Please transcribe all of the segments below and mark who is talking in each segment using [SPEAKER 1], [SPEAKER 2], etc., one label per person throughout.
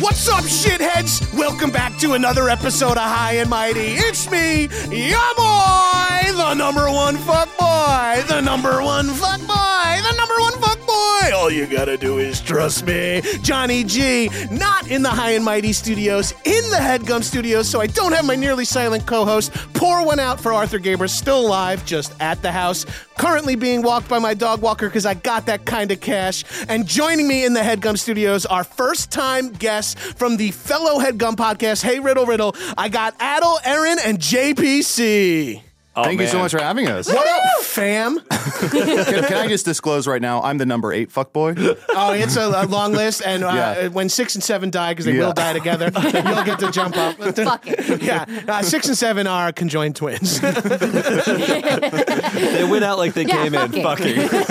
[SPEAKER 1] What's up, shitheads? Welcome back to another episode of High and Mighty. It's me, your boy, the number one fuck boy, the number one fuck boy, the number one fuck boy. All you gotta do is trust me, Johnny G. Not in the High and Mighty studios, in the Headgum studios, so I don't have my nearly silent co-host. Pour one out for Arthur Gaber, still live, just at the house. Currently being walked by my dog walker because I got that kind of cash. And joining me in the Headgum studios are first time guests from the fellow Headgum podcast, Hey Riddle Riddle. I got Adel, Aaron, and JPC.
[SPEAKER 2] Thank you so much for having us.
[SPEAKER 1] What up, fam?
[SPEAKER 2] can, can I just disclose right now? I'm the number eight fuckboy.
[SPEAKER 1] Oh, it's a, a long list, and uh,
[SPEAKER 2] Yeah.
[SPEAKER 1] when six and seven die, because they
[SPEAKER 2] Yeah.
[SPEAKER 1] will die together, you'll get to jump up. Fuck it. Yeah, uh, six and seven are conjoined twins. Uh,
[SPEAKER 3] They went out like they
[SPEAKER 4] Yeah,
[SPEAKER 3] came in.
[SPEAKER 4] fuck
[SPEAKER 3] Fucking.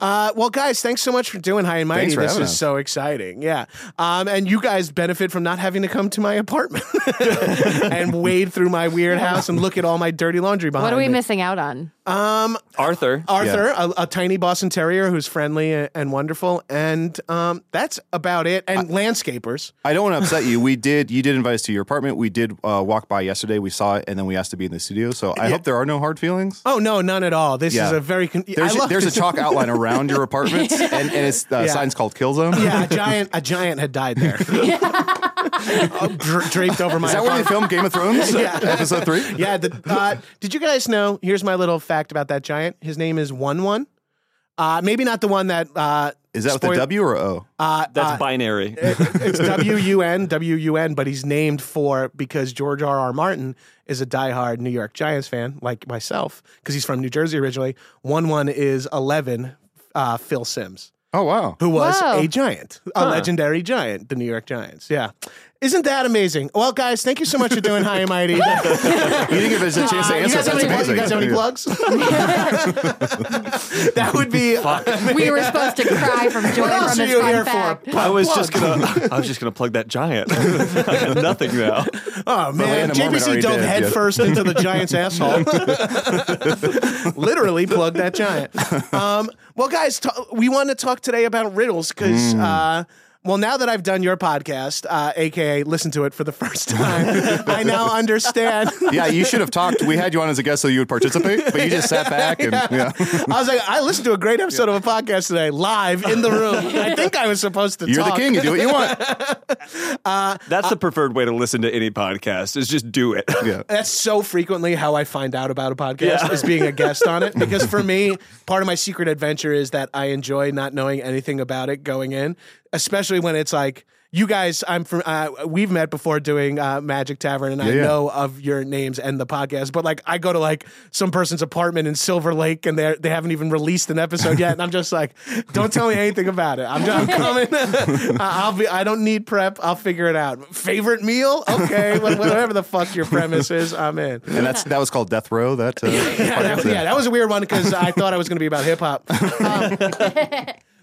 [SPEAKER 1] Uh, well, guys, thanks so much for doing High and Mighty.
[SPEAKER 2] Thanks for
[SPEAKER 1] This is
[SPEAKER 2] having us.
[SPEAKER 1] so exciting. Yeah. Um, and you guys benefit from not having to come to my apartment and wade through my weird house and look at all my dirty laundry behind
[SPEAKER 4] What are we
[SPEAKER 1] me.
[SPEAKER 4] missing out on?
[SPEAKER 3] Arthur.
[SPEAKER 1] Arthur, a, a tiny Boston Terrier who's friendly a- and wonderful. And um, that's about it. And landscapers.
[SPEAKER 2] I don't want to upset you. We did. You did invite us to your apartment. We did uh, walk by yesterday. We saw it, and then we asked to be in the studio. So I hope there are no hard feelings.
[SPEAKER 1] Oh, no, none at all. This
[SPEAKER 2] Yeah.
[SPEAKER 1] is a very. Con- I
[SPEAKER 2] There's
[SPEAKER 1] love
[SPEAKER 2] there's a chalk outline around your apartment, and, and it's uh,
[SPEAKER 1] Yeah.
[SPEAKER 2] signs called kill zone.
[SPEAKER 1] Yeah, a giant, a giant had died there. Oh, dra- draped over my
[SPEAKER 2] Is that where they
[SPEAKER 1] apartment.
[SPEAKER 2] filmed Game of Thrones?
[SPEAKER 1] Yeah.
[SPEAKER 2] Episode three.
[SPEAKER 1] yeah. The, uh, did you guys know? Here's my little fact about that giant. His name is One One. Uh, maybe not the one that uh,
[SPEAKER 2] Is that with a
[SPEAKER 1] spoil-
[SPEAKER 2] W or a O?
[SPEAKER 1] Uh,
[SPEAKER 3] That's
[SPEAKER 1] uh,
[SPEAKER 3] binary.
[SPEAKER 1] it's W U N W U N, but he's named for because George R R Martin is a diehard New York Giants fan, like myself, because he's from New Jersey originally. One One is eleven. Uh, Phil Sims,
[SPEAKER 2] oh wow.
[SPEAKER 1] who was
[SPEAKER 4] Whoa.
[SPEAKER 1] a giant, a legendary giant, the New York Giants. Yeah, isn't that amazing? Well, guys, thank you so much for doing High and Mighty.
[SPEAKER 2] You didn't give us a chance to
[SPEAKER 1] You
[SPEAKER 2] answer.
[SPEAKER 1] guys, have
[SPEAKER 2] That's
[SPEAKER 1] any, pl-
[SPEAKER 2] amazing.
[SPEAKER 1] you guys have any
[SPEAKER 2] Yeah.
[SPEAKER 1] plugs? that would be.
[SPEAKER 4] We were supposed to cry from joy
[SPEAKER 1] what else
[SPEAKER 4] from
[SPEAKER 1] are
[SPEAKER 4] this
[SPEAKER 1] you
[SPEAKER 4] fun
[SPEAKER 1] here
[SPEAKER 4] fact.
[SPEAKER 1] for?
[SPEAKER 3] I was just
[SPEAKER 1] Plug.
[SPEAKER 3] gonna. I was just gonna plug that giant. I got nothing now.
[SPEAKER 1] Oh man,
[SPEAKER 2] Orlando Mormon
[SPEAKER 1] JPC
[SPEAKER 2] already
[SPEAKER 1] dove
[SPEAKER 2] did, yeah.
[SPEAKER 1] headfirst into the Giants' asshole. Literally plugged that giant. Um, well, guys, t- we want to talk today about riddles because.
[SPEAKER 2] Hmm.
[SPEAKER 1] Uh, well, now that I've done your podcast, uh, aka listen to it for the first time, I now understand.
[SPEAKER 2] Yeah, you should have talked. We had you on as a guest so you would participate, but you just sat back and yeah.
[SPEAKER 1] I was like, I listened to a great episode of a podcast today, live in the room. I think I was supposed to
[SPEAKER 2] You're
[SPEAKER 1] talk.
[SPEAKER 2] the king. You do what you want.
[SPEAKER 3] That's the preferred way to listen to any podcast. Is just do it.
[SPEAKER 2] Yeah.
[SPEAKER 1] That's so frequently how I find out about a podcast
[SPEAKER 3] Yeah.
[SPEAKER 1] is being a guest on it. Because for me, part of my secret adventure is that I enjoy not knowing anything about it going in, especially when it's like you guys. I'm from. Uh, we've met before doing uh, Magic Tavern, and I
[SPEAKER 2] Yeah, yeah.
[SPEAKER 1] know of your names and the podcast. But like, I go to like some person's apartment in Silver Lake, and they they haven't even released an episode yet, and I'm just like, don't tell me anything about it. I'm, I'm coming. I- I'll be. I don't need prep. I'll figure it out. Favorite meal? Okay, wha- whatever the fuck your premise is, I'm in.
[SPEAKER 2] And that's that was called Death Row. That uh,
[SPEAKER 1] Yeah, that, yeah, that was a weird one because I thought I was going to be about hip hop. Um,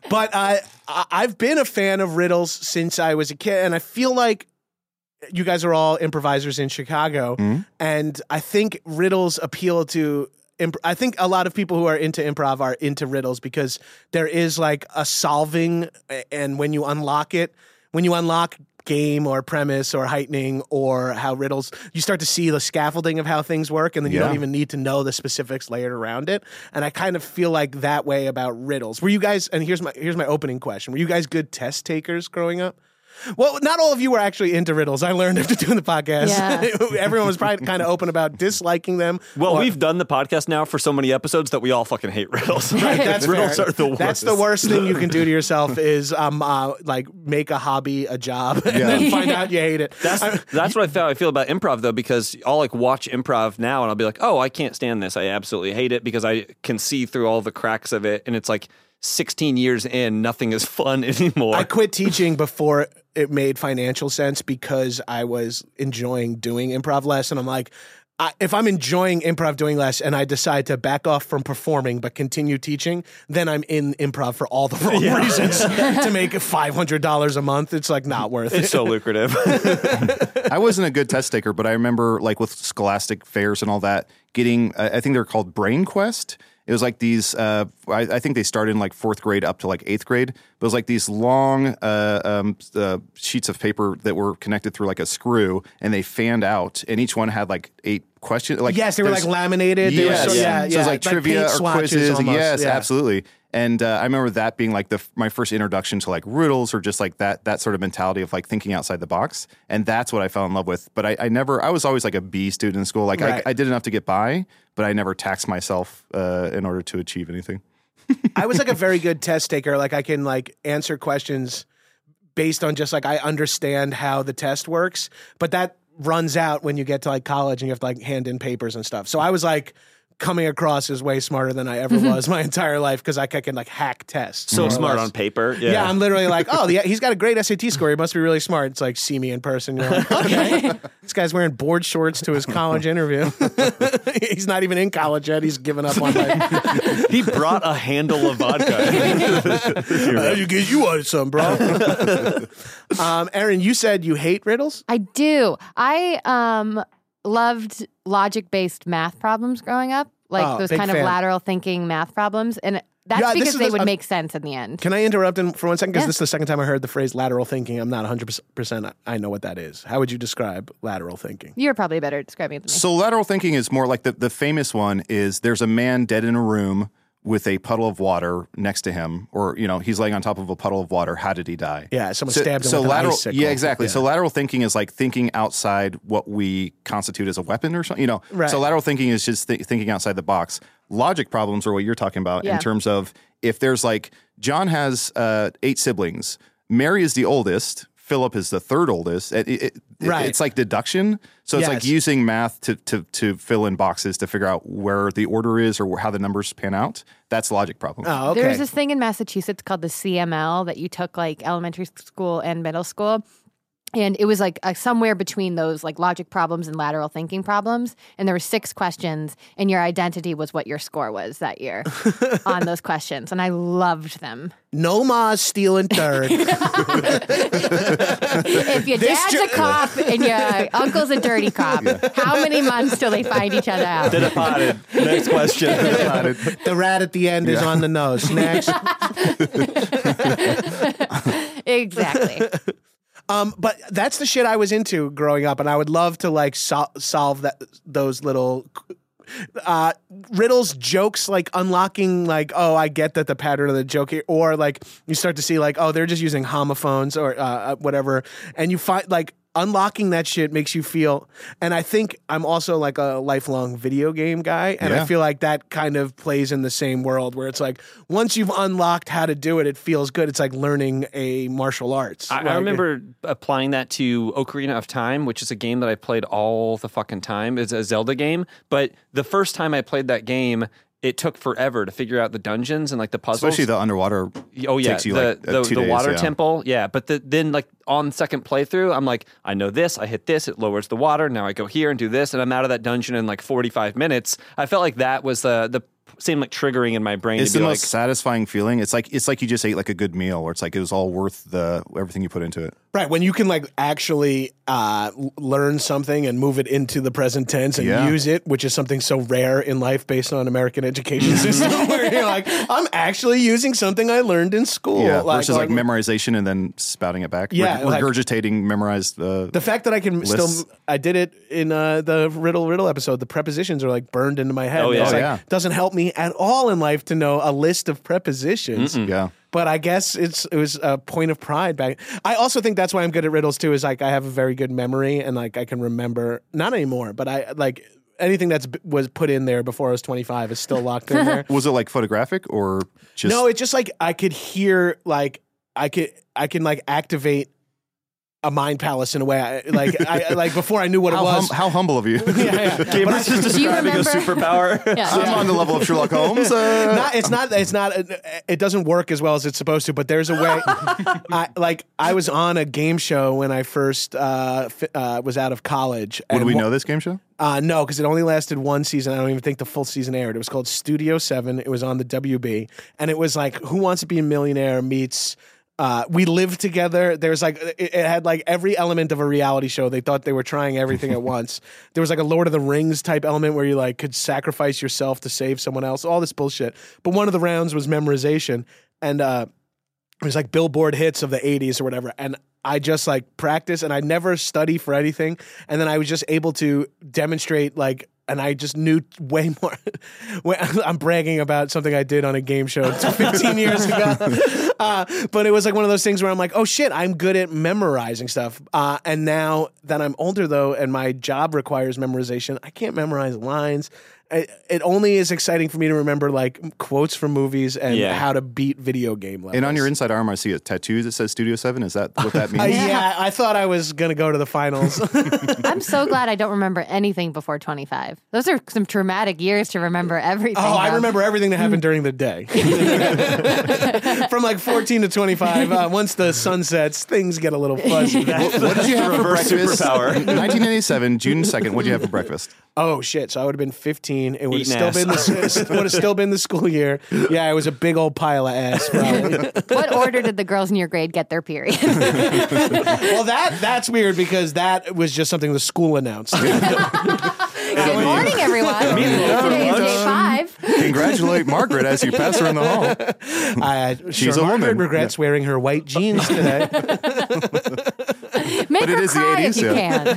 [SPEAKER 1] But uh, I- I've been a fan of riddles since I was a kid, and I feel like you guys are all improvisers in Chicago, and I think riddles appeal to. Imp- I think a lot of people who are into improv are into riddles because there is like a solving, a- and when you unlock it, when you unlock game or premise or heightening or how riddles, you start to see the scaffolding of how things work, and then you don't
[SPEAKER 2] Yeah.
[SPEAKER 1] even need to know the specifics layered around it. And I kind of feel like that way about riddles. Were you guys? And here's my here's my opening question: Were you guys good test takers growing up? Well, not all of you were actually into riddles. I learned after doing the podcast.
[SPEAKER 4] Yeah.
[SPEAKER 1] Everyone was probably kind of open about disliking them.
[SPEAKER 3] Well,
[SPEAKER 1] or-
[SPEAKER 3] we've done the podcast now for so many episodes that we all fucking hate riddles.
[SPEAKER 1] Right, that's
[SPEAKER 3] riddles
[SPEAKER 1] fair.
[SPEAKER 3] are the worst.
[SPEAKER 1] That's the worst thing you can do to yourself is um uh, like make a hobby a job and then find out you hate it.
[SPEAKER 3] That's, that's what I feel, I feel about improv though, because I'll like watch improv now and I'll be like, oh, I can't stand this. I absolutely hate it because I can see through all the cracks of it. And it's like 16 years in, nothing is fun anymore.
[SPEAKER 1] I quit teaching before it made financial sense because I was enjoying doing improv less, and I'm like. I, if I'm enjoying improv doing less and I decide to back off from performing but continue teaching, then I'm in improv for all the wrong reasons to make $500 a month. It's like not worth it.
[SPEAKER 3] it's so lucrative.
[SPEAKER 2] I wasn't a good test taker, but I remember like with scholastic fairs and all that, getting I I think they're called Brain Quest. It was like these. Uh, I, I think they started in like fourth grade up to like eighth grade. But it was like these long uh, um, uh, sheets of paper that were connected through like a screw, and they fanned out, and each one had like eight questions. Like
[SPEAKER 1] Yes, they were,
[SPEAKER 2] there's-
[SPEAKER 1] like, laminated. They were
[SPEAKER 2] Yes.
[SPEAKER 1] so- yeah, yeah,
[SPEAKER 2] So it's
[SPEAKER 1] like
[SPEAKER 2] like trivia
[SPEAKER 1] paint
[SPEAKER 2] or
[SPEAKER 1] swatches
[SPEAKER 2] quizzes.
[SPEAKER 1] almost,
[SPEAKER 2] Yes,
[SPEAKER 1] yeah.
[SPEAKER 2] absolutely. And uh, I remember that being like the f- my first introduction to like riddles or just like that that sort of mentality of like thinking outside the box, and that's what I fell in love with. But I, I never I was always like a B student in school. Like
[SPEAKER 1] Right.
[SPEAKER 2] I, I did enough to get by, but I never taxed myself uh, in order to achieve anything.
[SPEAKER 1] I was like a very good test taker. Like I can like answer questions based on just like I understand how the test works, but that runs out when you get to like college and you have to like hand in papers and stuff. So I was like coming across as way smarter than I ever was my entire life because I can like hack tests.
[SPEAKER 3] so
[SPEAKER 1] more or
[SPEAKER 3] smart
[SPEAKER 1] less.
[SPEAKER 3] on paper. Yeah.
[SPEAKER 1] Yeah. I'm literally like, oh, yeah, he's got a great SAT score. He must be really smart. It's like, see me in person. You're like, okay, this guy's wearing board shorts to his college interview. he's not even in college yet. He's given up on life.
[SPEAKER 3] he brought a handle of vodka.
[SPEAKER 1] Uh, you get you wanted some, bro. um, Aaron, you said you hate riddles.
[SPEAKER 4] I do. I um loved logic based math problems growing up, like
[SPEAKER 1] Oh,
[SPEAKER 4] those
[SPEAKER 1] big
[SPEAKER 4] kind
[SPEAKER 1] fan.
[SPEAKER 4] of lateral thinking math problems, and that's
[SPEAKER 1] Yeah, this
[SPEAKER 4] because
[SPEAKER 1] is
[SPEAKER 4] they
[SPEAKER 1] the-
[SPEAKER 4] would
[SPEAKER 1] I'm-
[SPEAKER 4] make sense in the end.
[SPEAKER 1] Can I interrupt in for one second? Because
[SPEAKER 4] Yeah.
[SPEAKER 1] this is the second time I heard the phrase lateral thinking. I'm not 100 percent. I know what that is. How would you describe lateral thinking?
[SPEAKER 4] You're probably better at describing it than me.
[SPEAKER 2] So lateral thinking is more like the, the famous one is there's a man dead in a room with a puddle of water next to him, or you know he's laying on top of a puddle of water. How did he die?
[SPEAKER 1] Yeah, someone stabbed him with an
[SPEAKER 2] lateral,
[SPEAKER 1] icicle.
[SPEAKER 2] Yeah, exactly. So lateral thinking is like thinking outside what we constitute as a weapon or something. You know,
[SPEAKER 1] Right.
[SPEAKER 2] so lateral thinking is just th- thinking outside the box. Logic problems are what you're talking about
[SPEAKER 4] Yeah.
[SPEAKER 2] in terms of if there's like John has uh, eight siblings, Mary is the oldest. Philip is the third oldest. It- it- it-
[SPEAKER 1] Right.
[SPEAKER 2] It's like deduction. So it's
[SPEAKER 1] Yes.
[SPEAKER 2] like using math to, to to fill in boxes to figure out where the order is or how the numbers pan out. That's logic problem.
[SPEAKER 1] Oh, okay.
[SPEAKER 4] There's this thing in Massachusetts called the CML that you took like elementary school and middle school. And it was like uh, somewhere between those like logic problems and lateral thinking problems. And there were six questions, and your identity was what your score was that year on those questions. And I loved them.
[SPEAKER 1] no ma's stealing third.
[SPEAKER 4] If your
[SPEAKER 1] This
[SPEAKER 4] dad's
[SPEAKER 1] ju-
[SPEAKER 4] a cop and your uncle's a dirty cop, how many months till they find each other out?
[SPEAKER 3] Did it potted. Next question.
[SPEAKER 1] the rat at the end is on the nose. Next.
[SPEAKER 4] Exactly.
[SPEAKER 1] Um, but that's the shit I was into growing up, and I would love to like sol- solve that those little uh, riddles, jokes, like unlocking, like oh, I get that the pattern of the joke, here, or like you start to see like oh, they're just using homophones or uh, whatever, and you find like unlocking that shit makes you feel. And I think I'm also like a lifelong video game guy, and I
[SPEAKER 2] Yeah.
[SPEAKER 1] feel like that kind of plays in the same world where it's like once you've unlocked how to do it, it feels good. It's like learning a martial arts.
[SPEAKER 3] I, I
[SPEAKER 1] Like,
[SPEAKER 3] remember applying that to Ocarina of Time, which is a game that I played all the fucking time. It's a Zelda game, but the first time I played that game, it took forever to figure out the dungeons and like the puzzles.
[SPEAKER 2] Especially the underwater.
[SPEAKER 3] oh yeah,
[SPEAKER 2] takes you
[SPEAKER 3] the
[SPEAKER 2] like uh,
[SPEAKER 3] the,
[SPEAKER 2] two
[SPEAKER 3] the
[SPEAKER 2] days,
[SPEAKER 3] water
[SPEAKER 2] yeah.
[SPEAKER 3] temple, yeah. But the, then like on second playthrough, I'm like, I know this, I hit this, it lowers the water. Now I go here and do this, and I'm out of that dungeon in like 45 minutes. I felt like that was the the seemed like triggering in my brain
[SPEAKER 2] It's
[SPEAKER 3] to
[SPEAKER 2] the
[SPEAKER 3] be
[SPEAKER 2] most
[SPEAKER 3] like,
[SPEAKER 2] satisfying feeling. It's like it's like you just ate like a good meal, where it's like it was all worth the everything you put into it.
[SPEAKER 1] Right, when you can like actually uh, l- learn something and move it into the present tense and
[SPEAKER 2] Yeah.
[SPEAKER 1] use it, which is something so rare in life based on American education system, where you're like, I'm actually using something I learned in school. um,
[SPEAKER 2] Yeah, versus like
[SPEAKER 1] or-
[SPEAKER 2] memorization and then spouting it back.
[SPEAKER 1] Yeah,
[SPEAKER 2] Reg-
[SPEAKER 1] like-
[SPEAKER 2] regurgitating memorized. Uh,
[SPEAKER 1] the fact that I can
[SPEAKER 2] Lists.
[SPEAKER 1] still, I did it in uh, the Riddle Riddle episode. The prepositions are like burned into my head.
[SPEAKER 3] Oh, yeah.
[SPEAKER 1] It's
[SPEAKER 3] Oh,
[SPEAKER 1] like,
[SPEAKER 2] yeah.
[SPEAKER 1] doesn't help me at all in life to know a list of prepositions.
[SPEAKER 2] yeah,
[SPEAKER 1] But I guess it's it was a point of pride back. I also think that's why I'm good at riddles too. Is like I have a very good memory and like I can remember not anymore, but I like anything that's b- was put in there before I was 25 is still locked in there.
[SPEAKER 2] was it like photographic or just?
[SPEAKER 1] no, it's just like I could hear like I could I can like activate a mind palace in a way. I, like I like before I knew what it
[SPEAKER 2] how,
[SPEAKER 1] was.
[SPEAKER 2] hum- how humble of you.
[SPEAKER 1] yeah, yeah.
[SPEAKER 3] Gabriel's just
[SPEAKER 4] Do you
[SPEAKER 3] describing a
[SPEAKER 4] remember-
[SPEAKER 3] superpower.
[SPEAKER 4] Yeah.
[SPEAKER 2] I'm on the level of Sherlock Holmes. Uh,
[SPEAKER 1] not, it's not. It's not. It doesn't work as well as it's supposed to. But there's a way. I, like I was on a game show when I first uh, fi- uh, was out of college.
[SPEAKER 2] would
[SPEAKER 1] and
[SPEAKER 2] we
[SPEAKER 1] wh-
[SPEAKER 2] know this game show?
[SPEAKER 1] Uh, no, because it only lasted one season. I don't even think the full season aired. It was called Studio Seven. It was on the WB, and it was like Who Wants to Be a Millionaire meets. Uh, we live together. There's like it, it had like every element of a reality show. They thought they were trying everything at once. There was like a Lord of the Rings type element where you like could sacrifice yourself to save someone else. All this bullshit. But one of the rounds was memorization, and uh, it was like billboard hits of the 80s or whatever and i just like practice and i never study for anything and then i was just able to demonstrate like and I just knew way more. when- I'm bragging about something I did on a game show 15 years ago. Uh, but it was like one of those things where I'm like, oh shit, I'm good at memorizing stuff. Uh, and now that I'm older though, and my job requires memorization, I can't memorize lines. I, it only is exciting for me to remember like quotes from movies and
[SPEAKER 3] Yeah.
[SPEAKER 1] how to beat video game levels.
[SPEAKER 2] And on your inside arm, I see a tattoo that says Studio Seven. Is that what that
[SPEAKER 1] Uh,
[SPEAKER 2] means?
[SPEAKER 1] yeah. I thought I was gonna go to the finals.
[SPEAKER 4] I'm so glad I don't remember anything before 25. Those are some traumatic years to remember everything.
[SPEAKER 1] oh, I
[SPEAKER 4] from.
[SPEAKER 1] remember everything that happened during the day, from like fourteen to twenty-five. Uh, once the sun sets, things get a little fuzzy.
[SPEAKER 2] What did you have for
[SPEAKER 3] Reverse
[SPEAKER 2] breakfast?
[SPEAKER 3] superpower.
[SPEAKER 2] 1997, June 2nd. What did you have for breakfast?
[SPEAKER 1] oh shit! So I would have been fifteen. It would have
[SPEAKER 3] Eating
[SPEAKER 1] still
[SPEAKER 3] ass.
[SPEAKER 1] been the would have still been the school year. Yeah, it was a big old pile of ass. Probably.
[SPEAKER 4] What order did the girls in your grade get their period?
[SPEAKER 1] well, that that's weird because that was just something the school announced.
[SPEAKER 4] Good morning, everyone.
[SPEAKER 3] Meatloaf for
[SPEAKER 4] Today is day
[SPEAKER 3] lunch.
[SPEAKER 4] five.
[SPEAKER 2] Congratulate Margaret as you pass her in the hall.
[SPEAKER 1] I,
[SPEAKER 2] She's
[SPEAKER 1] sure
[SPEAKER 2] a
[SPEAKER 1] Margaret
[SPEAKER 2] woman.
[SPEAKER 1] Regrets wearing her white jeans today.
[SPEAKER 4] Make
[SPEAKER 2] But it
[SPEAKER 4] her
[SPEAKER 2] is the
[SPEAKER 4] cry
[SPEAKER 2] 80s,
[SPEAKER 4] if you
[SPEAKER 2] yeah.
[SPEAKER 4] can.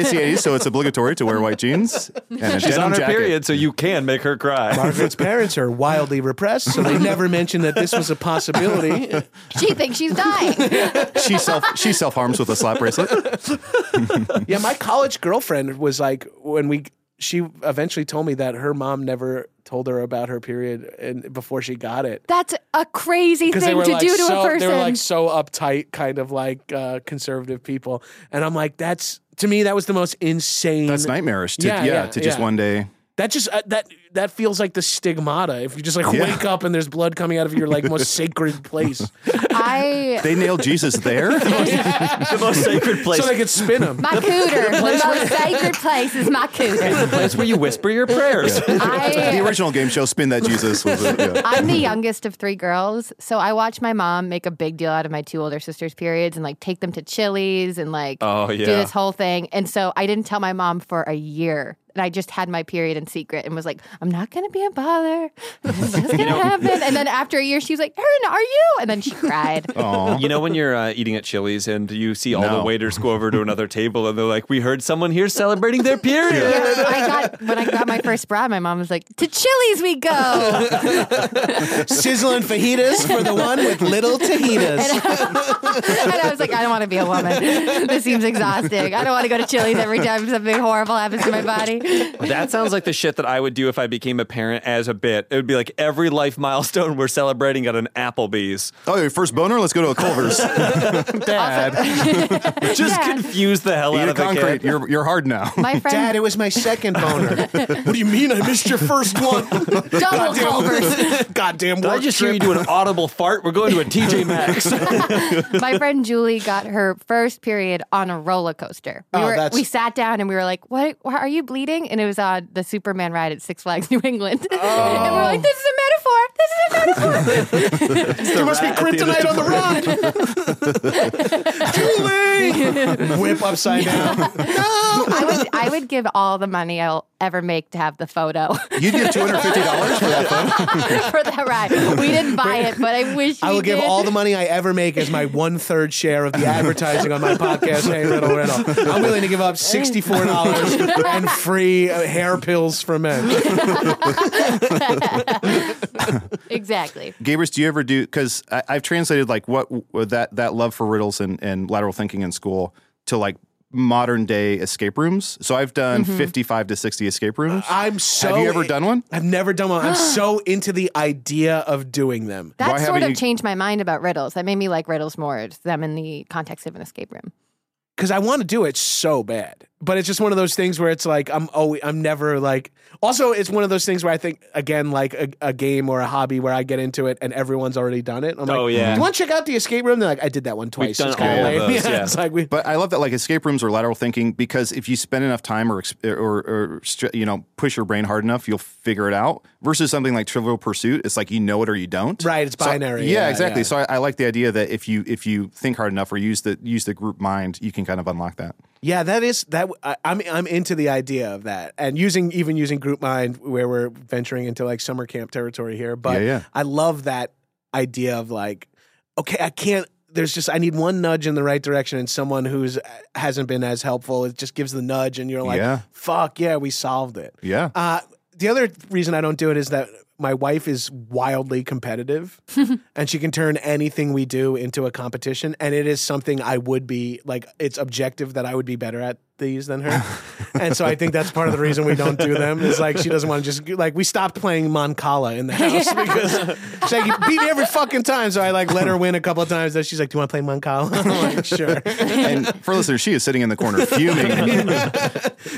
[SPEAKER 2] It's the 80s, so it's obligatory to wear white jeans and a
[SPEAKER 3] She's
[SPEAKER 2] denim
[SPEAKER 3] on her
[SPEAKER 2] jacket.
[SPEAKER 3] period, so you can make her cry.
[SPEAKER 1] Margaret's parents are wildly repressed, so they never mentioned that this was a possibility.
[SPEAKER 4] She thinks she's dying.
[SPEAKER 2] She self she self harms with a slap bracelet.
[SPEAKER 1] Yeah, my college girlfriend was like when we she eventually told me that her mom never told her about her period and before she got it.
[SPEAKER 4] That's a crazy
[SPEAKER 1] Because they
[SPEAKER 4] thing
[SPEAKER 1] were
[SPEAKER 4] to
[SPEAKER 1] like
[SPEAKER 4] do to
[SPEAKER 1] so
[SPEAKER 4] a person.
[SPEAKER 1] they were like so uptight, kind of like uh, conservative people, and I'm like, that's to me that was the most insane.
[SPEAKER 2] That's nightmarish. To,
[SPEAKER 1] Yeah,
[SPEAKER 2] yeah,
[SPEAKER 1] yeah,
[SPEAKER 2] to just
[SPEAKER 1] yeah.
[SPEAKER 2] one day.
[SPEAKER 1] That just uh, that that feels like the stigmata. If you just like
[SPEAKER 2] Yeah.
[SPEAKER 1] wake up and there's blood coming out of your like most sacred place,
[SPEAKER 4] I
[SPEAKER 2] They nailed Jesus there.
[SPEAKER 3] the most sacred place.
[SPEAKER 1] so they could spin them.
[SPEAKER 4] my cooter. the most sacred place is my cooter.
[SPEAKER 3] the place where you whisper your prayers.
[SPEAKER 2] the
[SPEAKER 4] I,
[SPEAKER 2] original game show, Spin That Jesus, was a, yeah.
[SPEAKER 4] I'm the youngest of three girls, so I watch my mom make a big deal out of my two older sisters' periods and like take them to Chili's and like
[SPEAKER 3] Oh,
[SPEAKER 4] do
[SPEAKER 3] yeah.
[SPEAKER 4] this whole thing. And so I didn't tell my mom for a year. And I just had my period in secret and was like, I'm not going to be a bother. This is going to happen. And then after a year, she was like, Erin, are you? And then she cried.
[SPEAKER 3] You know when you're uh, eating at Chili's and you see all
[SPEAKER 2] No.
[SPEAKER 3] the waiters go over to another table and they're like, "We heard someone here celebrating their period."
[SPEAKER 4] Yeah, I got when I got my first bra, my mom was like, "To Chili's we go."
[SPEAKER 1] Sizzling fajitas for the one with little
[SPEAKER 4] And
[SPEAKER 1] tajitas.
[SPEAKER 4] I was like, "I don't want to be a woman. This seems exhausting. I don't want to go to Chili's every time something horrible happens to my body."
[SPEAKER 3] That sounds like the shit that I would do if I became a parent as a bit. It would be like every life milestone we're celebrating at an Applebee's.
[SPEAKER 2] Oh, your first boner? Let's go to a Culver's.
[SPEAKER 3] Just
[SPEAKER 4] Yeah.
[SPEAKER 3] confuse the hell
[SPEAKER 2] Eat
[SPEAKER 3] out
[SPEAKER 2] a
[SPEAKER 3] of the
[SPEAKER 2] concrete.
[SPEAKER 3] kid.
[SPEAKER 2] You're, you're hard now.
[SPEAKER 4] My
[SPEAKER 1] Dad,
[SPEAKER 4] friend
[SPEAKER 1] it was my second boner. what do you mean I missed your first one?
[SPEAKER 4] double Culver's.
[SPEAKER 1] Goddamn
[SPEAKER 3] Did I
[SPEAKER 1] work
[SPEAKER 3] just hear you do an audible fart? We're going to a TJ Maxx.
[SPEAKER 4] My friend Julie got her first period on a roller coaster. We,
[SPEAKER 1] Oh,
[SPEAKER 4] were,
[SPEAKER 1] that's-
[SPEAKER 4] we sat down and we were like, "What? Why are you bleeding?" thing, and it was on the Superman ride at Six Flags New England. and we're
[SPEAKER 1] Oh.
[SPEAKER 4] like, this is a metaphor. This is a metaphor.
[SPEAKER 1] There must be kryptonite on the rock. Julie, whip upside down. No.
[SPEAKER 4] I would, I would give all the money I'll ever make to have the photo
[SPEAKER 2] You'd give two hundred fifty dollars for that phone.
[SPEAKER 4] for that ride. We didn't buy it, but I wish
[SPEAKER 1] I
[SPEAKER 4] we
[SPEAKER 1] will give
[SPEAKER 4] did.
[SPEAKER 1] all the money I ever make as my one third share of the advertising on my podcast. Hey, Riddle, Riddle. I'm willing to give up sixty four dollars and free uh, hair pills for men.
[SPEAKER 4] exactly.
[SPEAKER 2] Gabrus, do you ever do? Because I've translated like what that that love for riddles and, and lateral thinking in school to like modern day escape rooms. So I've done
[SPEAKER 1] Mm-hmm.
[SPEAKER 2] fifty five to sixty escape rooms.
[SPEAKER 1] I'm so.
[SPEAKER 2] Have you ever done one?
[SPEAKER 1] I've never done one. I'm so into the idea of doing them.
[SPEAKER 4] That
[SPEAKER 2] Why
[SPEAKER 4] sort
[SPEAKER 2] haven't
[SPEAKER 4] of
[SPEAKER 2] you-
[SPEAKER 4] changed my mind about riddles. That made me like riddles more. It's them in the context of an escape room.
[SPEAKER 1] because I want to do it so bad. But it's just one of those things where it's like I'm always I'm never like. Also, it's one of those things where I think again like a, a game or a hobby where I get into it and everyone's already done it. I'm
[SPEAKER 3] Oh,
[SPEAKER 1] like,
[SPEAKER 3] yeah.
[SPEAKER 1] Do you want to check out the escape room? They're like, I did that one twice.
[SPEAKER 3] done
[SPEAKER 1] It's kinda
[SPEAKER 3] all of
[SPEAKER 1] lame."
[SPEAKER 3] those, yeah.
[SPEAKER 1] it's like we.
[SPEAKER 2] But I love that like escape rooms or lateral thinking because if you spend enough time or ex- or, or str- you know push your brain hard enough, you'll figure it out. Versus something like Trivial Pursuit, it's like you know it or you don't.
[SPEAKER 1] Right, it's
[SPEAKER 2] So-
[SPEAKER 1] binary.
[SPEAKER 2] yeah,
[SPEAKER 1] Yeah,
[SPEAKER 2] exactly.
[SPEAKER 1] yeah.
[SPEAKER 2] So I, I like the idea that if you if you think hard enough or use the use the group mind, you can kind of unlock that.
[SPEAKER 1] Yeah, that is that. I, I'm I'm into the idea of that, and using even using group mind where we're venturing into like summer camp territory here. But
[SPEAKER 2] Yeah, yeah.
[SPEAKER 1] I love that idea of like, okay, I can't. There's just I need one nudge in the right direction, and someone who's uh, hasn't been as helpful. It just gives the nudge, and you're like,
[SPEAKER 2] Yeah.
[SPEAKER 1] fuck yeah, we solved it.
[SPEAKER 2] Yeah.
[SPEAKER 1] Uh, the other reason I don't do it is that my wife is wildly competitive and she can turn anything we do into a competition. And it is something I would be like, it's objective that I would be better at these than her. and so I think that's part of the reason we don't do them is like, she doesn't want to just, like, we stopped playing Moncala in the house because she's like, you beat me every fucking time. So I like let her win a couple of times. Then she's like, do you want to play Moncala? I'm like, sure.
[SPEAKER 2] and for listeners, she is sitting in the corner fuming.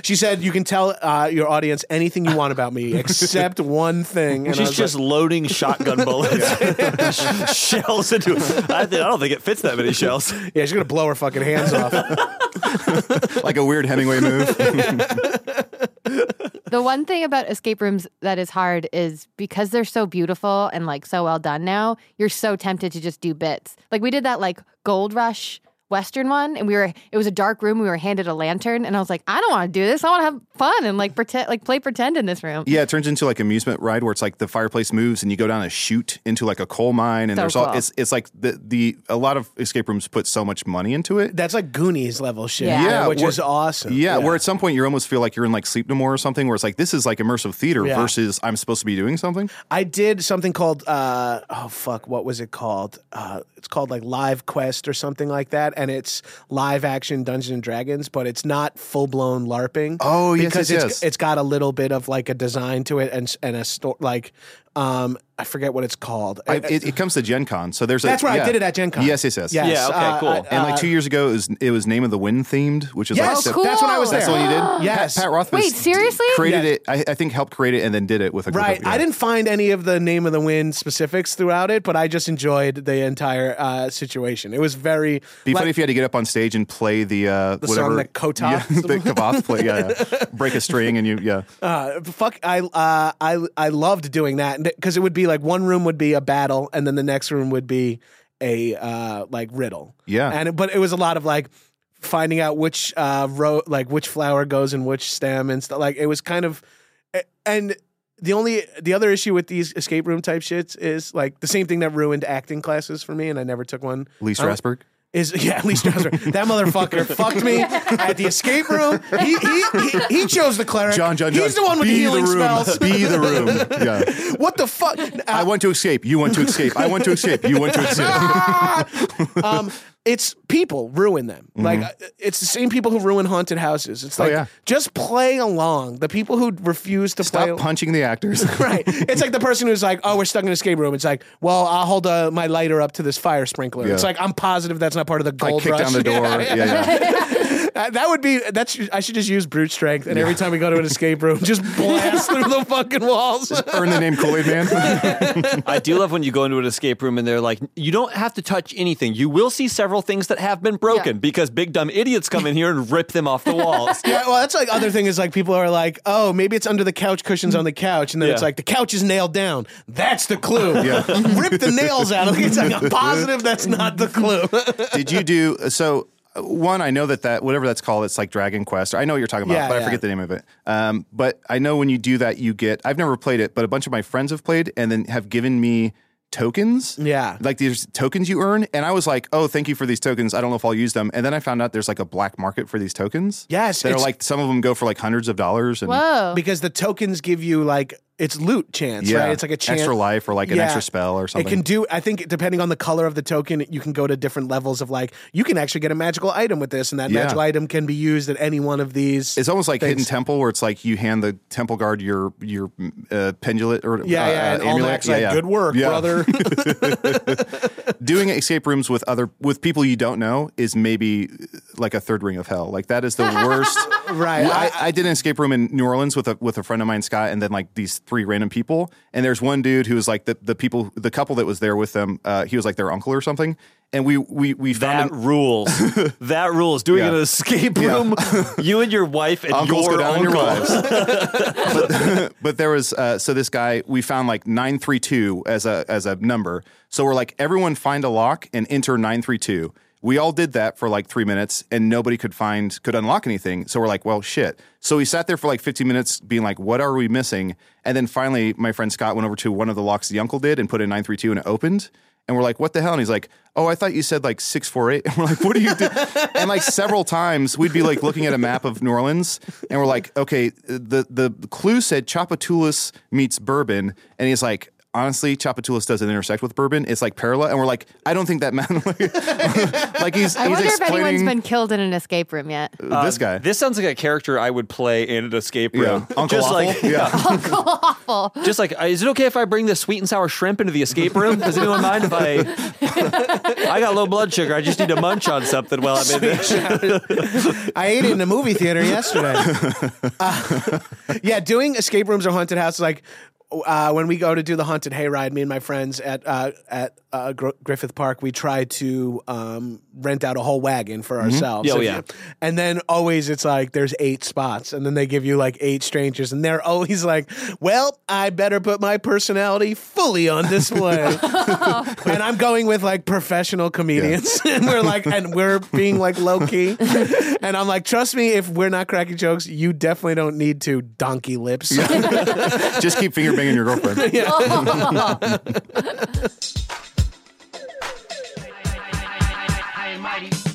[SPEAKER 1] She said, you can tell uh, your audience anything you want about me except one thing. And I
[SPEAKER 3] She's
[SPEAKER 1] was like,
[SPEAKER 3] just loading shotgun bullets, shells into. I, think, I don't think it fits that many shells.
[SPEAKER 1] Yeah, she's gonna blow her fucking hands off.
[SPEAKER 2] like a weird Hemingway move.
[SPEAKER 4] The one thing about escape rooms that is hard is because they're so beautiful and like so well done now, you're so tempted to just do bits. Like we did that like gold rush western one and we were it was a dark room, we were handed a lantern and I was like, I don't want to do this. I want to have fun and like pretend like play pretend in this room.
[SPEAKER 2] yeah, it turns into like amusement ride where it's like the fireplace moves and you go down a chute into like a coal mine and
[SPEAKER 4] So
[SPEAKER 2] there's all
[SPEAKER 4] cool.
[SPEAKER 2] it's it's like the the a lot of escape rooms put so much money into it.
[SPEAKER 1] That's like Goonies level shit.
[SPEAKER 4] Yeah.
[SPEAKER 2] Yeah,
[SPEAKER 1] which
[SPEAKER 2] where-
[SPEAKER 1] is awesome.
[SPEAKER 2] yeah, where at some point you almost feel like you're in like Sleep No More or something, where it's like this is like immersive theater
[SPEAKER 1] Yeah.
[SPEAKER 2] versus I'm supposed to be doing something.
[SPEAKER 1] I did something called uh, oh fuck, what was it called? Uh, it's called like Live Quest or something like that, and it's live action Dungeons and Dragons, but it's not full blown LARPing.
[SPEAKER 2] Oh, yes,
[SPEAKER 1] because
[SPEAKER 2] yes,
[SPEAKER 1] it's,
[SPEAKER 2] yes.
[SPEAKER 1] it's got a little bit of like a design to it and s- and a store like um I forget what it's called.
[SPEAKER 2] I, it, it comes to Gen Con, so there's
[SPEAKER 1] That's
[SPEAKER 2] a,
[SPEAKER 1] right.
[SPEAKER 2] yeah.
[SPEAKER 1] I did it at Gen Con.
[SPEAKER 2] Yes, yes, yes.
[SPEAKER 1] Yes,
[SPEAKER 3] Yeah, okay,
[SPEAKER 1] uh,
[SPEAKER 3] cool.
[SPEAKER 1] I-
[SPEAKER 2] And like two years ago, it was it was Name of the Wind themed, which is
[SPEAKER 1] yes,
[SPEAKER 2] like
[SPEAKER 4] cool.
[SPEAKER 1] that's when I was there.
[SPEAKER 2] that's what you did.
[SPEAKER 1] Yes.
[SPEAKER 2] Pat, Pat Rothfuss
[SPEAKER 4] Wait, seriously?
[SPEAKER 2] created
[SPEAKER 1] Yeah.
[SPEAKER 2] it. I, I think helped create it and then did it with a group
[SPEAKER 1] Right.
[SPEAKER 2] Of, yeah.
[SPEAKER 1] I didn't find any of the name of the wind specifics throughout it, but I just enjoyed the entire uh, situation. It was very.
[SPEAKER 2] Be
[SPEAKER 1] like-
[SPEAKER 2] funny if you had to get up on stage and play the uh,
[SPEAKER 1] song
[SPEAKER 2] whatever
[SPEAKER 1] that Kototh-
[SPEAKER 2] yeah, the Kavath play, yeah, yeah. break a string and you, yeah,
[SPEAKER 1] uh, fuck, I uh, I I loved doing that because it would be like one room would be a battle, and then the next room would be a uh, like riddle.
[SPEAKER 2] Yeah.
[SPEAKER 1] And it, but it was a lot of like finding out which uh row like which flower goes in which stem and stuff. Like it was kind of a- and. The only the other issue with these escape room type shits is like the same thing that ruined acting classes for me, and I never took one.
[SPEAKER 2] Lee
[SPEAKER 1] I don't-
[SPEAKER 2] Strasberg.
[SPEAKER 1] is yeah, Lee Strasberg. that motherfucker fucked me at the escape room. He he, he, he chose the cleric.
[SPEAKER 2] John, John, John.
[SPEAKER 1] He's the one with
[SPEAKER 2] Be
[SPEAKER 1] the healing
[SPEAKER 2] room.
[SPEAKER 1] spells.
[SPEAKER 2] Be the room. Yeah.
[SPEAKER 1] What the fuck?
[SPEAKER 2] I want to escape. You want to escape. I want to escape. You want to escape.
[SPEAKER 1] um, it's people ruin them. Like uh, it's the same people who ruin haunted houses. It's like
[SPEAKER 2] Mm-hmm. Oh, yeah.
[SPEAKER 1] just play along. The people who refuse to play.
[SPEAKER 2] Stop punching the actors.
[SPEAKER 1] Right. It's like the person who's like, oh, we're stuck in an escape room. It's like, well, I'll hold uh, my lighter up to this fire sprinkler.
[SPEAKER 2] Yeah.
[SPEAKER 1] It's like, I'm positive that's not part of the
[SPEAKER 2] I
[SPEAKER 1] gold
[SPEAKER 2] kick
[SPEAKER 1] rush.
[SPEAKER 2] down the door. Yeah, yeah.
[SPEAKER 1] Uh, that would be that's. I should just use brute strength, and every time we go to an escape room, just blast through the fucking walls.
[SPEAKER 2] Earn the name Kool Aid Man.
[SPEAKER 3] I do love when you go into an escape room and they're like, you don't have to touch anything. You will see several things that have been broken
[SPEAKER 4] Yeah.
[SPEAKER 3] because big dumb idiots come in here and rip them off the walls.
[SPEAKER 1] Yeah, well, that's like other thing is like people are like, oh, maybe it's under the couch cushions on the couch, and then it's
[SPEAKER 3] Yeah.
[SPEAKER 1] like the couch is nailed down. That's the clue. Rip the nails out. It's like a positive. That's not the clue.
[SPEAKER 2] Did you do so? uh, One, I know that that whatever that's called, it's like Dragon Quest. I know what you're talking about,
[SPEAKER 1] Yeah,
[SPEAKER 2] but
[SPEAKER 1] yeah.
[SPEAKER 2] I forget the name of it. Um, but I know when you do that, you get. I've never played it, but a bunch of my friends have played and then have given me tokens.
[SPEAKER 1] Yeah.
[SPEAKER 2] like these tokens you earn, and I was like, oh, thank you for these tokens. I don't know if I'll use them. And then I found out there's like a black market for these tokens.
[SPEAKER 1] Yes,
[SPEAKER 2] that are
[SPEAKER 1] it's-
[SPEAKER 2] like some of them go for like hundreds of dollars. And
[SPEAKER 4] Whoa.
[SPEAKER 1] because the tokens give you like it's loot chance,
[SPEAKER 2] yeah,
[SPEAKER 1] right? It's like a chance.
[SPEAKER 2] extra life or like an
[SPEAKER 1] Yeah.
[SPEAKER 2] extra spell or something.
[SPEAKER 1] It can do. I think depending on the color of the token, you can go to different levels of like you can actually get a magical item with this, and that
[SPEAKER 2] Yeah.
[SPEAKER 1] magical item can be used at any one of these.
[SPEAKER 2] It's almost like Hidden
[SPEAKER 1] Thanks.
[SPEAKER 2] Temple, where it's like you hand the temple guard your your uh, pendulet or
[SPEAKER 1] yeah,
[SPEAKER 2] uh,
[SPEAKER 1] yeah,
[SPEAKER 2] uh,
[SPEAKER 1] and
[SPEAKER 2] amulet.
[SPEAKER 1] Almac's like, good work,
[SPEAKER 2] Yeah.
[SPEAKER 1] brother.
[SPEAKER 2] Doing escape rooms with other with people you don't know is maybe uh, like a third ring of hell. Like that is the worst.
[SPEAKER 1] Right.
[SPEAKER 2] I, I did an escape room in New Orleans with a with a friend of mine, Scott, and then like these three random people. And there's one dude who was like the the people the couple that was there with them. Uh, he was like their uncle or something. And we we we found
[SPEAKER 3] That
[SPEAKER 2] an-
[SPEAKER 3] rules. That rules. Doing
[SPEAKER 2] Yeah.
[SPEAKER 3] an escape room, you and your wife and
[SPEAKER 2] uncles
[SPEAKER 3] your
[SPEAKER 2] go down on
[SPEAKER 3] uncle.
[SPEAKER 2] your wives. but, but there was uh, so this guy we found like nine three two as a as a number. So we're like everyone find a lock and enter nine three two. We all did that for like three minutes and nobody could find could unlock anything. So we're like, well, shit. So we sat there for like 15 minutes being like, what are we missing? And then finally, my friend Scott went over to one of the locks the uncle did and put in 932 and it opened. And we're like, what the hell? And he's like, oh, I thought you said like 648. And we're like, what do you do? and like several times we'd be like looking at a map of New Orleans and we're like, okay, the, the clue said Chapatoulas meets Bourbon. And he's like, honestly, Chapatoulas doesn't intersect with Bourbon. It's like parallel. And we're like, I don't think that meant like, like he's,
[SPEAKER 4] I
[SPEAKER 2] he's
[SPEAKER 4] wonder if anyone's
[SPEAKER 2] explaining Uh,
[SPEAKER 4] been killed in an escape room yet.
[SPEAKER 2] this guy.
[SPEAKER 3] Uh, This sounds like a character I would play in an escape
[SPEAKER 2] yeah.
[SPEAKER 3] room.
[SPEAKER 2] Uncle
[SPEAKER 3] just
[SPEAKER 2] Awful.
[SPEAKER 3] like,
[SPEAKER 2] yeah.
[SPEAKER 4] Awful.
[SPEAKER 3] just like, is it okay if I bring this sweet and sour shrimp into the escape room? Does anyone mind if I? I got low blood sugar. I just need to munch on something while I'm in there.
[SPEAKER 1] I ate it in a movie theater yesterday. Uh, yeah, doing escape rooms or haunted houses like. Uh, when we go to do the haunted hayride, me and my friends at uh, at uh, Gr- Griffith Park, we try to um, rent out a whole wagon for ourselves.
[SPEAKER 3] Oh,
[SPEAKER 1] If
[SPEAKER 3] yeah.
[SPEAKER 1] you- and then always it's like there's eight spots, and then they give you like eight strangers, and they're always like, "Well, I better put my personality fully on display." and I'm going with like professional comedians, and we're like, and we're being like low key, and I'm like, trust me, if we're not cracking jokes, you definitely don't need to donkey lips.
[SPEAKER 2] Just keep finger banging your girlfriend.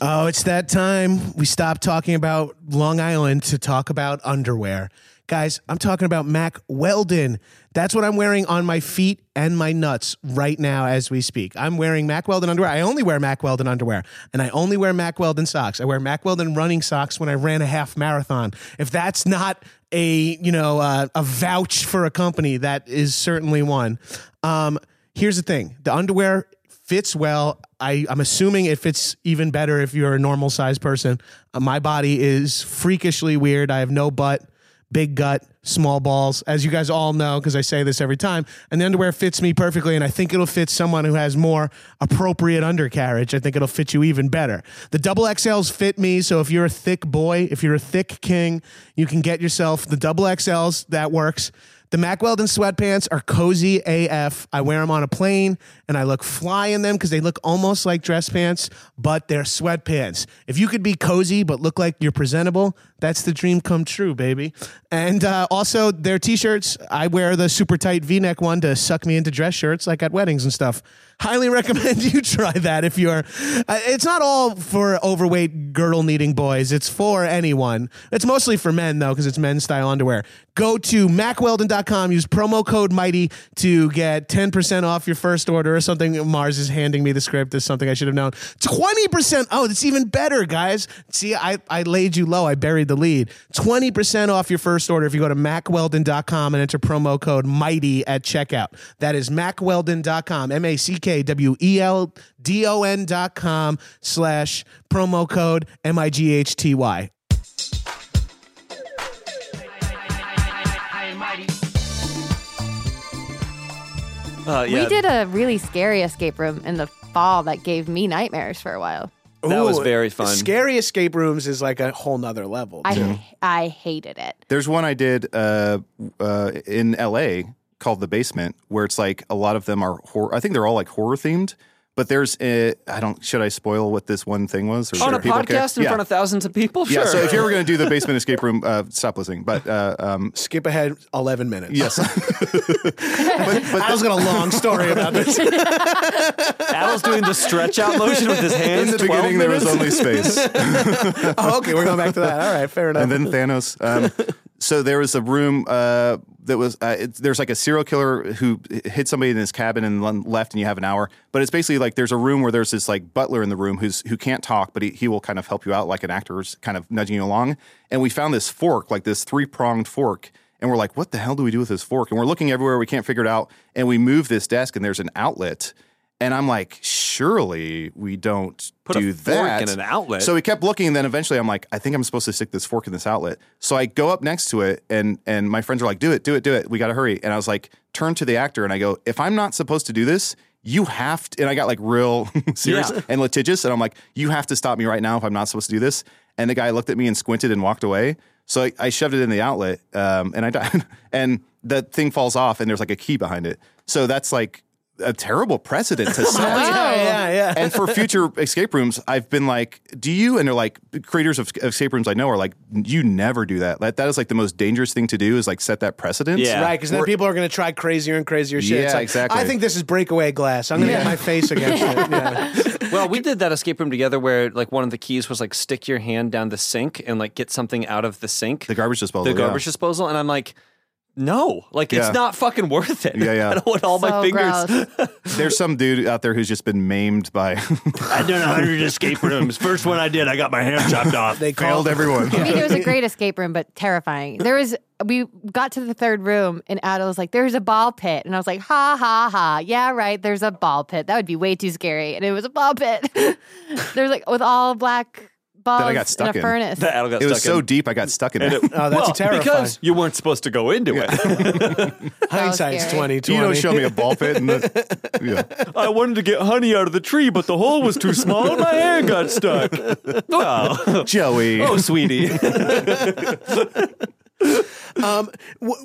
[SPEAKER 1] Oh, it's that time. We stopped talking about Long Island to talk about underwear. Guys, I'm talking about Mac Weldon. That's what I'm wearing on my feet and my nuts right now as we speak. I'm wearing Mac Weldon underwear. I only wear Mac Weldon underwear and I only wear Mac Weldon socks. I wear Mac Weldon running socks when I ran a half marathon. If that's not a, you know, uh, a vouch for a company, that is certainly one. Um, here's the thing. The underwear fits well. I, I'm assuming it fits even better if you're a normal sized person. Uh, my body is freakishly weird. I have no butt, big gut, small balls, as you guys all know, because I say this every time. And the underwear fits me perfectly, and I think it'll fit someone who has more appropriate undercarriage. I think it'll fit you even better. The double XLs fit me, so if you're a thick boy, if you're a thick king, you can get yourself the double XLs. That works. The Mack Weldon sweatpants are cozy AF. I wear them on a plane and I look fly in them because they look almost like dress pants, but they're sweatpants. If you could be cozy but look like you're presentable, that's the dream come true, baby. And uh, also, their t shirts, I wear the super tight v neck one to suck me into dress shirts like at weddings and stuff. Highly recommend you try that if you're. Uh, it's not all for overweight, girdle needing boys, it's for anyone. It's mostly for men, though, because it's men's style underwear. Go to macweldon.com, use promo code MIGHTY to get 10% off your first order or something. Mars is handing me the script. This is something I should have known. 20%. Oh, that's even better, guys. See, I, I laid you low. I buried the lead. 20% off your first order if you go to macweldon.com and enter promo code MIGHTY at checkout. That is macweldon.com, M A C K W E L D O N dot com slash promo code M I G H T Y.
[SPEAKER 3] Uh, yeah,
[SPEAKER 4] We did a really scary escape room in the fall that gave me nightmares for a while.
[SPEAKER 3] that was very fun.
[SPEAKER 1] Scary escape rooms is like a whole nother level.
[SPEAKER 4] I I hated it.
[SPEAKER 2] There's one I did uh, uh, in L.A. called The Basement, where it's like a lot of them are horror. I think they're all like horror themed. But there's, uh, I don't, should I spoil what this one thing was? Or
[SPEAKER 3] on
[SPEAKER 2] should
[SPEAKER 3] a
[SPEAKER 2] people
[SPEAKER 3] podcast
[SPEAKER 2] care?
[SPEAKER 3] in
[SPEAKER 2] Yeah.
[SPEAKER 3] front of thousands of people.
[SPEAKER 2] Yeah,
[SPEAKER 3] sure.
[SPEAKER 2] so if you're ever going to do the basement escape room, uh, stop listening. But uh, um,
[SPEAKER 1] Skip ahead 11 minutes.
[SPEAKER 2] yes, but, but
[SPEAKER 1] I was going to long story about this.
[SPEAKER 3] Al's doing the stretch out motion with his hands.
[SPEAKER 2] in the
[SPEAKER 3] 12
[SPEAKER 2] beginning there was
[SPEAKER 3] minutes.
[SPEAKER 2] only space.
[SPEAKER 1] oh, okay, we're going back to that. All right, fair enough.
[SPEAKER 2] and then Thanos. Um, so there was a room uh, that was uh, it's there's like a serial killer who hit somebody in his cabin and then left, and you have an hour. But it's basically like there's a room where there's this like butler in the room who's who can't talk, but he, he will kind of help you out like an actor's kind of nudging you along. And we found this fork, like this three pronged fork. And we're like, what the hell do we do with this fork? And we're looking everywhere, we can't figure it out. And we move this desk, and there's an outlet. And I'm like, surely we don't
[SPEAKER 3] Put a
[SPEAKER 2] do
[SPEAKER 3] fork
[SPEAKER 2] that
[SPEAKER 3] in an outlet.
[SPEAKER 2] So we kept looking, and then eventually I'm like, I think I'm supposed to stick this fork in this outlet. So I go up next to it, and and my friends are like, Do it, do it, do it. We got to hurry. And I was like, Turn to the actor, and I go, If I'm not supposed to do this, you have to. And I got like real serious
[SPEAKER 3] Yeah.
[SPEAKER 2] and litigious, and I'm like, You have to stop me right now if I'm not supposed to do this. And the guy looked at me and squinted and walked away. So I, I shoved it in the outlet, um, and I died. and the thing falls off, and there's like a key behind it. So that's like a terrible precedent to set
[SPEAKER 1] yeah, yeah, yeah.
[SPEAKER 2] and for future escape rooms, I've been like, "Do you?" And they're like, creators of of escape rooms I know are like, "You never do that. Like, that is like the most dangerous thing to do is like set that precedent."
[SPEAKER 3] Yeah.
[SPEAKER 1] Right, because then
[SPEAKER 2] We're-
[SPEAKER 1] people are going to try crazier and crazier shit. It's
[SPEAKER 2] Yeah,
[SPEAKER 1] like,
[SPEAKER 2] exactly.
[SPEAKER 1] I think this is breakaway glass. I'm going to hit my face against it. Yeah.
[SPEAKER 3] Well, we did that escape room together where like one of the keys was like stick your hand down the sink and like get something out of the sink.
[SPEAKER 2] The garbage disposal,
[SPEAKER 3] The garbage
[SPEAKER 2] yeah.
[SPEAKER 3] disposal. And I'm like, no, like
[SPEAKER 2] Yeah.
[SPEAKER 3] it's not fucking worth it.
[SPEAKER 2] Yeah, yeah.
[SPEAKER 3] I don't want all my
[SPEAKER 4] So
[SPEAKER 3] fingers.
[SPEAKER 4] gross.
[SPEAKER 2] There's some dude out there who's just been maimed by
[SPEAKER 3] I've done 100 escape rooms. First one I did, I got my hand chopped off.
[SPEAKER 1] They called
[SPEAKER 2] failed everyone.
[SPEAKER 4] I mean, it was a great escape room, but terrifying. There was we got to the third room, and Adam was like, "There's a ball pit," and I was like, "Ha ha ha! Yeah, right. There's a ball pit. That would be way too scary." And it was a ball pit. There's like with all black balls
[SPEAKER 2] I got stuck
[SPEAKER 4] in a
[SPEAKER 2] in.
[SPEAKER 4] furnace.
[SPEAKER 3] That Al got
[SPEAKER 2] It was
[SPEAKER 3] stuck
[SPEAKER 2] so
[SPEAKER 3] in.
[SPEAKER 2] deep, I got stuck in it.
[SPEAKER 1] Oh, that's
[SPEAKER 3] well,
[SPEAKER 1] terrifying.
[SPEAKER 3] because you weren't supposed to go into it.
[SPEAKER 1] Hindsight's
[SPEAKER 4] scary.
[SPEAKER 1] 2020.
[SPEAKER 2] you don't show me a ball pit. In the, yeah.
[SPEAKER 3] I wanted to get honey out of the tree, but the hole was too small and my hand got stuck. Wow.
[SPEAKER 2] Joey.
[SPEAKER 3] Oh, sweetie.
[SPEAKER 1] Um, wh-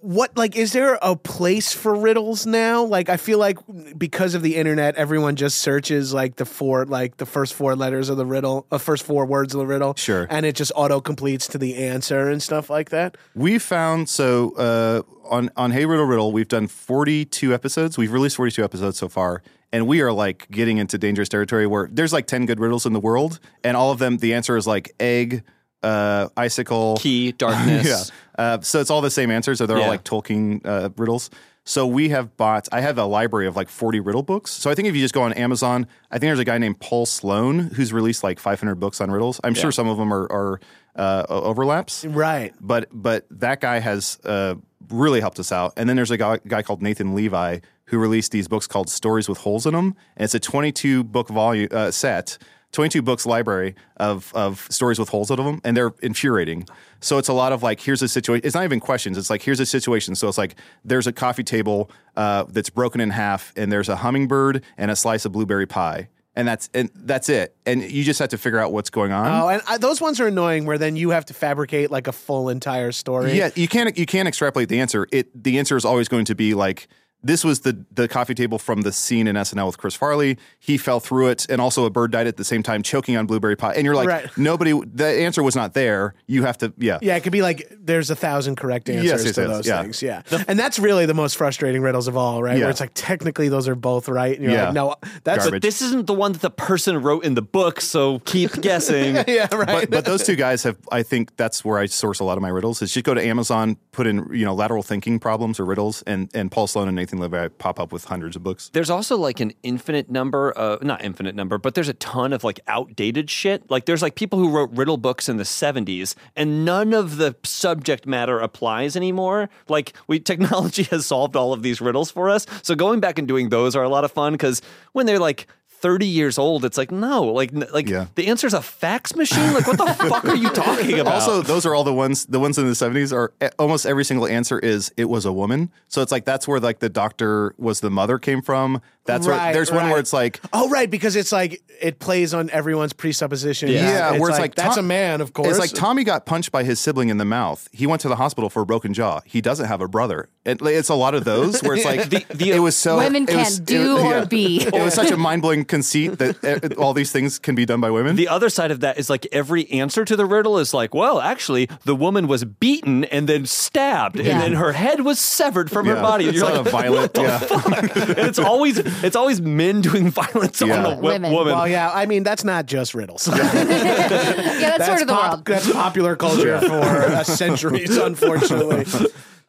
[SPEAKER 1] what like is there a place for riddles now? Like I feel like because of the internet, everyone just searches like the four like the first four letters of the riddle, uh, first four words of the riddle,
[SPEAKER 2] Sure.
[SPEAKER 1] and it just auto completes to the answer and stuff like that.
[SPEAKER 2] We found so uh, on on Hey Riddle Riddle, we've done 42 episodes. We've released 42 episodes so far, and we are like getting into dangerous territory where there's like 10 good riddles in the world, and all of them the answer is like egg, uh, icicle,
[SPEAKER 3] Key, darkness.
[SPEAKER 2] yeah. Uh, so it's all the same answers. So they're all
[SPEAKER 3] Yeah.
[SPEAKER 2] like Tolkien uh, riddles. So we have bought, I have a library of like 40 riddle books. So I think if you just go on Amazon, I think there's a guy named Paul Sloan who's released like 500 books on riddles. I'm sure some of them are, are uh, o- overlaps
[SPEAKER 1] Right.
[SPEAKER 2] but but that guy has uh, really helped us out. And then there's a guy, guy called Nathan Levi who released these books called Stories with Holes in Them, and it's a 22 book volume uh, set. 22 books library of, of stories with holes in them and they're infuriating so it's a lot of like here's a situation it's not even questions it's like here's a situation so it's like there's a coffee table uh, that's broken in half and there's a hummingbird and a slice of blueberry pie and that's and that's it and you just have to figure out what's going on
[SPEAKER 1] Oh, and I, those ones are annoying where then you have to fabricate like a full entire story.
[SPEAKER 2] Yeah, you can't you can't extrapolate the answer. It the answer is always going to be like this was the the coffee table from the scene in SNL with Chris Farley. He fell through it, and also a bird died at the same time, choking on blueberry pie. And you're like,
[SPEAKER 1] Right.
[SPEAKER 2] nobody. The answer was not there. You have to, yeah,
[SPEAKER 1] Yeah, it could be like there's a thousand correct answers
[SPEAKER 2] yes,
[SPEAKER 1] to
[SPEAKER 2] yes,
[SPEAKER 1] those
[SPEAKER 2] yeah.
[SPEAKER 1] things. Yeah. And that's really the most frustrating riddles of all, right?
[SPEAKER 2] Yeah.
[SPEAKER 1] Where it's like technically those are both right. And you're
[SPEAKER 2] Yeah.
[SPEAKER 1] like, no, that's
[SPEAKER 2] Garbage.
[SPEAKER 3] This isn't the one that the person wrote in the book, so keep guessing.
[SPEAKER 1] yeah, right.
[SPEAKER 2] But, but those two guys have, I think that's where I source a lot of my riddles. Is just go to Amazon, put in you know lateral thinking problems or riddles, and and Paul Sloan and Nathan anything like that, I pop up with hundreds of books.
[SPEAKER 3] There's also like an infinite number of not infinite number, but there's a ton of like outdated shit. Like there's like people who wrote riddle books in the 70s and none of the subject matter applies anymore. Like we technology has solved all of these riddles for us. So going back and doing those are a lot of fun cuz when they're like 30 years old, it's like no, like n- like
[SPEAKER 2] Yeah.
[SPEAKER 3] the answer's a fax machine. Like what the fuck are you talking about?
[SPEAKER 2] Also, those are all the ones. The ones in the seventies are eh, almost every single answer is it was a woman. So it's like that's where like the doctor was the mother came from. That's where
[SPEAKER 1] Right,
[SPEAKER 2] there's one
[SPEAKER 1] right.
[SPEAKER 2] where it's like
[SPEAKER 1] Oh, right, because it's like it plays on everyone's presupposition.
[SPEAKER 2] Yeah,
[SPEAKER 1] it's
[SPEAKER 2] where it's
[SPEAKER 1] like,
[SPEAKER 2] like
[SPEAKER 1] that's
[SPEAKER 2] Tom-
[SPEAKER 1] a man, of course.
[SPEAKER 2] It's like Tommy got punched by his sibling in the mouth. He went to the hospital for a broken jaw. He doesn't have a brother. It- it's a lot of those where it's like
[SPEAKER 3] The- the-
[SPEAKER 2] it was so
[SPEAKER 4] Women
[SPEAKER 2] it
[SPEAKER 4] can't
[SPEAKER 2] was-
[SPEAKER 4] do
[SPEAKER 2] it-
[SPEAKER 4] or be.
[SPEAKER 2] It was such a mind blowing conceit that eh, all these things can be done by women.
[SPEAKER 3] The other side of that is like every answer to the riddle is like, well, actually, the woman was beaten and then stabbed,
[SPEAKER 4] Yeah.
[SPEAKER 3] and then her head was severed from her
[SPEAKER 2] Yeah.
[SPEAKER 3] body. And
[SPEAKER 2] It's
[SPEAKER 3] You're
[SPEAKER 2] not
[SPEAKER 3] like,
[SPEAKER 2] a violent. Yeah.
[SPEAKER 3] fuck. And it's always it's always men doing violence on
[SPEAKER 2] Yeah.
[SPEAKER 3] a wo-
[SPEAKER 4] Women.
[SPEAKER 3] woman.
[SPEAKER 1] well, yeah, I mean, that's not just riddles.
[SPEAKER 4] yeah, that's, sort of the
[SPEAKER 1] pop-
[SPEAKER 4] world.
[SPEAKER 1] That's popular culture for uh, centuries, unfortunately.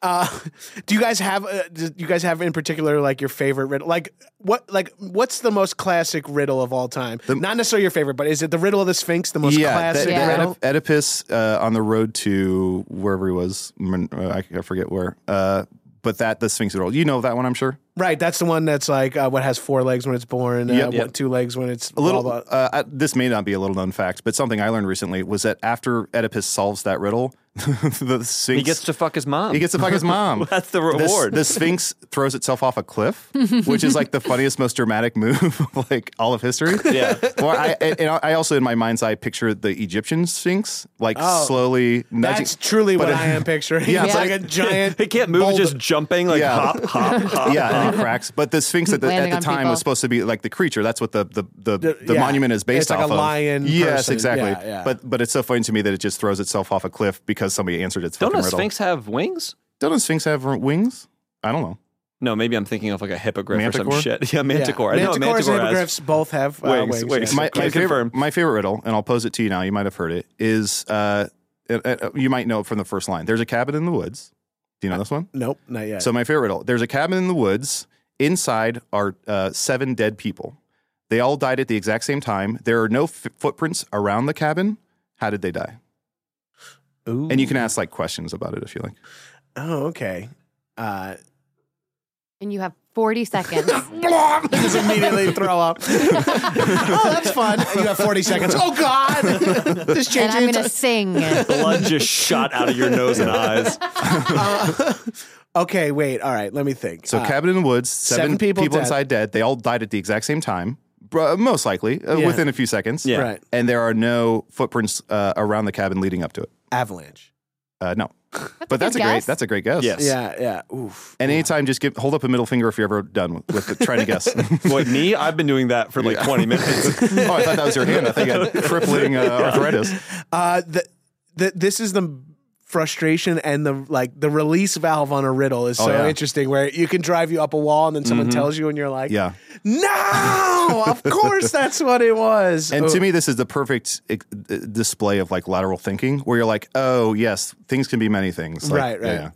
[SPEAKER 1] Uh, do you guys have? Uh, do you guys have in particular like your favorite riddle? Like what? Like what's the most classic riddle of all time? Not necessarily your favorite, but is it the riddle of the Sphinx the most classic
[SPEAKER 2] the- the
[SPEAKER 4] Yeah.
[SPEAKER 1] riddle?
[SPEAKER 2] Oedip- Oedipus uh, on the road to wherever he was. Mon- uh, I I forget where. Uh, but that the Sphinx riddle. You know that one, I'm sure.
[SPEAKER 1] Right, that's the one that's like uh, what has four legs when it's born, uh,
[SPEAKER 2] Yep.
[SPEAKER 1] what-
[SPEAKER 2] Yep.
[SPEAKER 1] two legs when it's
[SPEAKER 2] A little.
[SPEAKER 1] blah, blah.
[SPEAKER 2] Uh, I- this may not be a little known fact, but something I learned recently was that after Oedipus solves that riddle, the Sphinx
[SPEAKER 3] He gets to fuck his mom.
[SPEAKER 2] He gets to fuck his mom.
[SPEAKER 3] That's the
[SPEAKER 2] This-
[SPEAKER 3] reward.
[SPEAKER 2] The, Sphinx throws itself off a cliff, which is like the funniest, most dramatic move of like all of history.
[SPEAKER 3] Yeah.
[SPEAKER 2] Well, I, and and I also in my mind's eye picture the Egyptian Sphinx, like
[SPEAKER 1] Oh.
[SPEAKER 2] slowly nudging.
[SPEAKER 1] That's truly what
[SPEAKER 2] but it-
[SPEAKER 1] I am picturing.
[SPEAKER 2] Yeah,
[SPEAKER 1] it's
[SPEAKER 4] Yeah.
[SPEAKER 1] like a giant.
[SPEAKER 3] he can't move,
[SPEAKER 1] boulder.
[SPEAKER 3] just jumping like
[SPEAKER 2] Yeah.
[SPEAKER 3] hop, hop, hop.
[SPEAKER 2] yeah, and it cracks. But the Sphinx at the, at
[SPEAKER 4] Landing
[SPEAKER 2] the
[SPEAKER 4] on
[SPEAKER 2] time
[SPEAKER 4] people.
[SPEAKER 2] was supposed to be like the creature. That's what the the, the, the,
[SPEAKER 1] yeah.
[SPEAKER 2] monument is based
[SPEAKER 1] It's like
[SPEAKER 2] off
[SPEAKER 1] a
[SPEAKER 2] of.
[SPEAKER 1] lion
[SPEAKER 2] Yes,
[SPEAKER 1] person.
[SPEAKER 2] exactly.
[SPEAKER 1] Yeah, yeah.
[SPEAKER 2] But but it's so funny to me that it just throws itself off a cliff because somebody answered its
[SPEAKER 3] Don't
[SPEAKER 2] fucking
[SPEAKER 3] a
[SPEAKER 2] riddle.
[SPEAKER 3] sphinx have wings?
[SPEAKER 2] Don't a Sphinx have wings? I don't know.
[SPEAKER 3] No, maybe I'm thinking of like a hippogriff or
[SPEAKER 2] Manticore?
[SPEAKER 3] some shit. Yeah,
[SPEAKER 1] Yeah.
[SPEAKER 3] manticore. I know a
[SPEAKER 1] Manticores
[SPEAKER 3] manticore
[SPEAKER 1] and
[SPEAKER 3] has-
[SPEAKER 1] hippogriffs both have uh,
[SPEAKER 3] Wings,
[SPEAKER 1] wings.
[SPEAKER 3] wings.
[SPEAKER 1] yeah.
[SPEAKER 2] my, my
[SPEAKER 3] Can confirm.
[SPEAKER 2] favorite my favorite riddle, and I'll pose it to you now. You might have heard it. Is uh, uh, uh, you might know it from the first line. There's a cabin in the woods. Do you know this one?
[SPEAKER 1] Nope, not yet.
[SPEAKER 2] So my favorite riddle. There's a cabin in the woods. Inside are uh, seven dead people. They all died at the exact same time. There are no f- footprints around the cabin. How did they die?
[SPEAKER 1] Ooh.
[SPEAKER 2] And you can ask like questions about it if you like.
[SPEAKER 1] Oh, okay. Uh,
[SPEAKER 4] And you have 40 seconds.
[SPEAKER 1] just immediately throw up. oh, that's fun. You have 40 seconds. Oh, God. just
[SPEAKER 4] and
[SPEAKER 1] change
[SPEAKER 4] I'm
[SPEAKER 1] it.
[SPEAKER 4] going to sing.
[SPEAKER 3] Blood just shot out of your nose and eyes.
[SPEAKER 1] okay, wait. All right, let me think.
[SPEAKER 2] So
[SPEAKER 1] Uh,
[SPEAKER 2] cabin in the woods. Seven,
[SPEAKER 1] seven people
[SPEAKER 2] people,
[SPEAKER 1] dead.
[SPEAKER 2] inside dead. They all died at the exact same time. br- Most likely uh,
[SPEAKER 1] Yeah.
[SPEAKER 2] within a few seconds.
[SPEAKER 3] Yeah.
[SPEAKER 1] Right.
[SPEAKER 2] And there are no footprints uh, around the cabin leading up to it.
[SPEAKER 1] Avalanche.
[SPEAKER 2] Uh, no, but that's a
[SPEAKER 4] good
[SPEAKER 2] great
[SPEAKER 4] guess.
[SPEAKER 2] that's a great guess.
[SPEAKER 3] Yes.
[SPEAKER 1] Yeah, yeah. Oof.
[SPEAKER 2] And anytime, just give hold up a middle finger if you're ever done with, with trying to guess. oh,
[SPEAKER 3] Boy, me, I've been doing that for like 20 minutes.
[SPEAKER 2] I thought that was your hand. I think I had crippling uh, arthritis.
[SPEAKER 1] Uh, the, the, this is the frustration and the like the release valve on a riddle is so
[SPEAKER 2] yeah.
[SPEAKER 1] interesting where you can drive you up a wall and then someone tells you and you're like
[SPEAKER 2] Yeah.
[SPEAKER 1] no of course that's what it was
[SPEAKER 2] And
[SPEAKER 1] Oh,
[SPEAKER 2] to me, this is the perfect ex- uh, display of like lateral thinking, where you're like, oh yes, things can be many things. Like,
[SPEAKER 1] Right, right.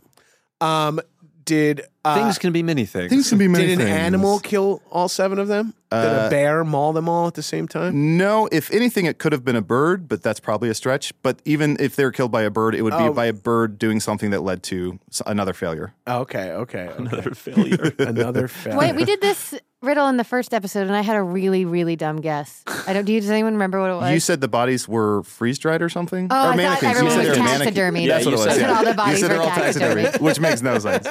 [SPEAKER 2] yeah.
[SPEAKER 1] um did uh,
[SPEAKER 3] things can be many things.
[SPEAKER 2] Things can be many.
[SPEAKER 1] Did an
[SPEAKER 2] things. Uh,
[SPEAKER 1] animal kill all seven of them? Did a bear maul them all at the same time?
[SPEAKER 2] No, if anything, it could have been a bird, but that's probably a stretch. But even if they're killed by a bird, it would
[SPEAKER 1] Oh.
[SPEAKER 2] be by a bird doing something that led to s- another failure.
[SPEAKER 1] Okay, okay. okay.
[SPEAKER 3] Another failure.
[SPEAKER 1] Another fact.
[SPEAKER 4] Wait, we did this riddle in the first episode, and I had a really, really dumb guess. I don't. Do you, does anyone remember what it
[SPEAKER 1] Uh-huh.
[SPEAKER 4] was?
[SPEAKER 2] You said the bodies were freeze dried or something?
[SPEAKER 4] Oh,
[SPEAKER 2] or
[SPEAKER 4] I thought
[SPEAKER 2] mannequins.
[SPEAKER 4] everyone
[SPEAKER 2] you said
[SPEAKER 4] was
[SPEAKER 2] they were mannequins.
[SPEAKER 4] taxidermied.
[SPEAKER 2] That's
[SPEAKER 3] Yeah,
[SPEAKER 2] what
[SPEAKER 3] you
[SPEAKER 2] it was.
[SPEAKER 3] said
[SPEAKER 2] yeah.
[SPEAKER 3] all
[SPEAKER 4] the
[SPEAKER 2] you
[SPEAKER 4] bodies
[SPEAKER 2] said
[SPEAKER 4] were
[SPEAKER 2] they're all
[SPEAKER 4] taxidermied.
[SPEAKER 2] taxidermied, which makes no sense.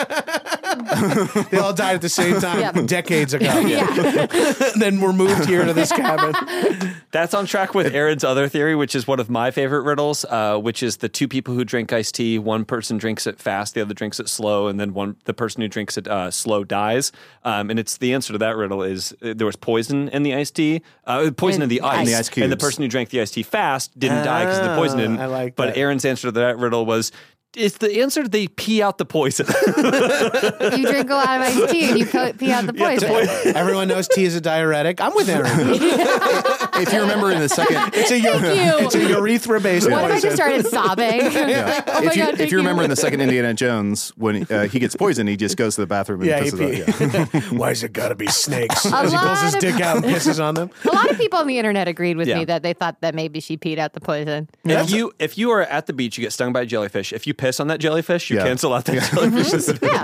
[SPEAKER 1] they all died at the same time
[SPEAKER 4] Yeah.
[SPEAKER 1] decades ago. And then we're moved here to this cabin.
[SPEAKER 3] That's on track with Aaron's other theory, which is one of my favorite riddles, uh, which is the two people who drink iced tea. One person drinks it fast, the other drinks it slow, and then one the person who drinks it uh, slow dies. Um, and it's the answer to that riddle is uh, there was poison in the iced tea, uh, poison in,
[SPEAKER 4] In
[SPEAKER 3] the ice,
[SPEAKER 2] the ice
[SPEAKER 3] and the
[SPEAKER 2] cubes.
[SPEAKER 3] person who drank the iced tea fast didn't die because the poison.
[SPEAKER 1] Ah,
[SPEAKER 3] In,
[SPEAKER 1] I like
[SPEAKER 3] but
[SPEAKER 1] that.
[SPEAKER 3] Aaron's answer to that riddle was. It's the answer. They pee out the poison.
[SPEAKER 4] You drink a lot of iced tea and you po- pee out the poison.
[SPEAKER 1] Everyone knows tea is a diuretic. I'm with Aaron.
[SPEAKER 2] if you remember in the second,
[SPEAKER 1] It's a,
[SPEAKER 4] you.
[SPEAKER 1] it's a urethra based
[SPEAKER 4] What if I just started sobbing?
[SPEAKER 2] Yeah.
[SPEAKER 4] Oh my
[SPEAKER 2] if you,
[SPEAKER 4] God,
[SPEAKER 2] if
[SPEAKER 4] thank
[SPEAKER 2] you remember in the second Indiana Jones, when uh, he gets poisoned, he just goes to the bathroom and
[SPEAKER 1] Yeah, he
[SPEAKER 2] pisses it out. Yeah.
[SPEAKER 1] pee. Why's it gotta be snakes? As he pulls
[SPEAKER 4] lot
[SPEAKER 1] his
[SPEAKER 4] of-
[SPEAKER 1] dick out and pisses on them.
[SPEAKER 4] A lot of people on the internet agreed with
[SPEAKER 3] Yeah.
[SPEAKER 4] me that they thought that maybe she peed out the poison.
[SPEAKER 3] If you if you are at the beach, you get stung by a jellyfish. If you piss on that jellyfish, you
[SPEAKER 2] Yeah.
[SPEAKER 3] cancel out that jellyfish.
[SPEAKER 4] Yeah.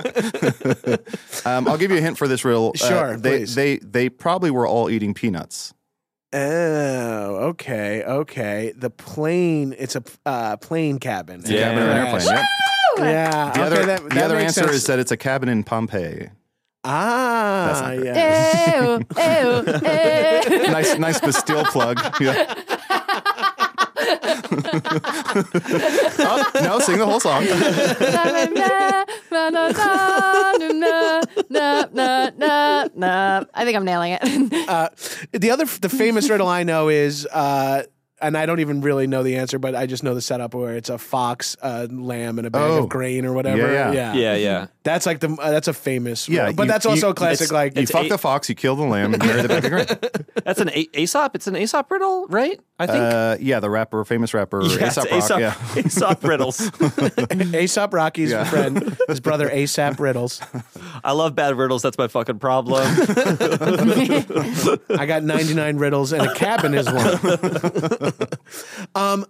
[SPEAKER 2] Um, I'll give you a hint for this riddle. Uh,
[SPEAKER 1] Sure,
[SPEAKER 2] they,
[SPEAKER 1] please.
[SPEAKER 2] they they probably were all eating peanuts.
[SPEAKER 1] Oh, okay, okay. The plane, it's a uh, plane cabin.
[SPEAKER 3] Yeah.
[SPEAKER 2] Cabin in an
[SPEAKER 3] Yeah.
[SPEAKER 2] airplane. yep.
[SPEAKER 1] Yeah.
[SPEAKER 2] The
[SPEAKER 1] okay,
[SPEAKER 2] other,
[SPEAKER 1] that,
[SPEAKER 2] the
[SPEAKER 1] that
[SPEAKER 2] other
[SPEAKER 1] makes
[SPEAKER 2] answer
[SPEAKER 1] sense.
[SPEAKER 2] is that it's a cabin in Pompeii.
[SPEAKER 1] Ah,
[SPEAKER 2] not correct.
[SPEAKER 1] yeah.
[SPEAKER 4] Ew, ew, ew.
[SPEAKER 2] nice nice Bastille plug. Yeah. oh, no, sing the whole song.
[SPEAKER 4] Na, na, na, na, na, na, na, na, na, na. I think I'm nailing it.
[SPEAKER 1] Uh, the other, the famous riddle I know is, uh, and I don't even really know the answer, but I just know the setup where it's a fox, a lamb, and a bag
[SPEAKER 2] Oh.
[SPEAKER 1] of grain or whatever.
[SPEAKER 2] Yeah, yeah.
[SPEAKER 3] yeah, yeah.
[SPEAKER 1] That's like the uh, that's a famous.
[SPEAKER 2] Yeah,
[SPEAKER 1] riddle. but
[SPEAKER 2] you-
[SPEAKER 1] that's also
[SPEAKER 2] you-
[SPEAKER 1] a classic.
[SPEAKER 2] it's-
[SPEAKER 1] Like
[SPEAKER 2] You fuck
[SPEAKER 3] eight-
[SPEAKER 2] the fox, you kill the lamb, and marry the baby girl.
[SPEAKER 3] That's an a- Aesop. It's an Aesop riddle, right? I think.
[SPEAKER 2] Uh, yeah, the rapper, famous rapper,
[SPEAKER 3] yeah, it's
[SPEAKER 2] Aesop Rock.
[SPEAKER 3] Aesop,
[SPEAKER 2] Yeah.
[SPEAKER 3] Aesop riddles.
[SPEAKER 1] Aesop Rocky's
[SPEAKER 2] Yeah.
[SPEAKER 1] friend, his brother Aesop Riddles.
[SPEAKER 3] I love bad riddles. That's my fucking problem.
[SPEAKER 1] I got 99 riddles and a cabin is one. um,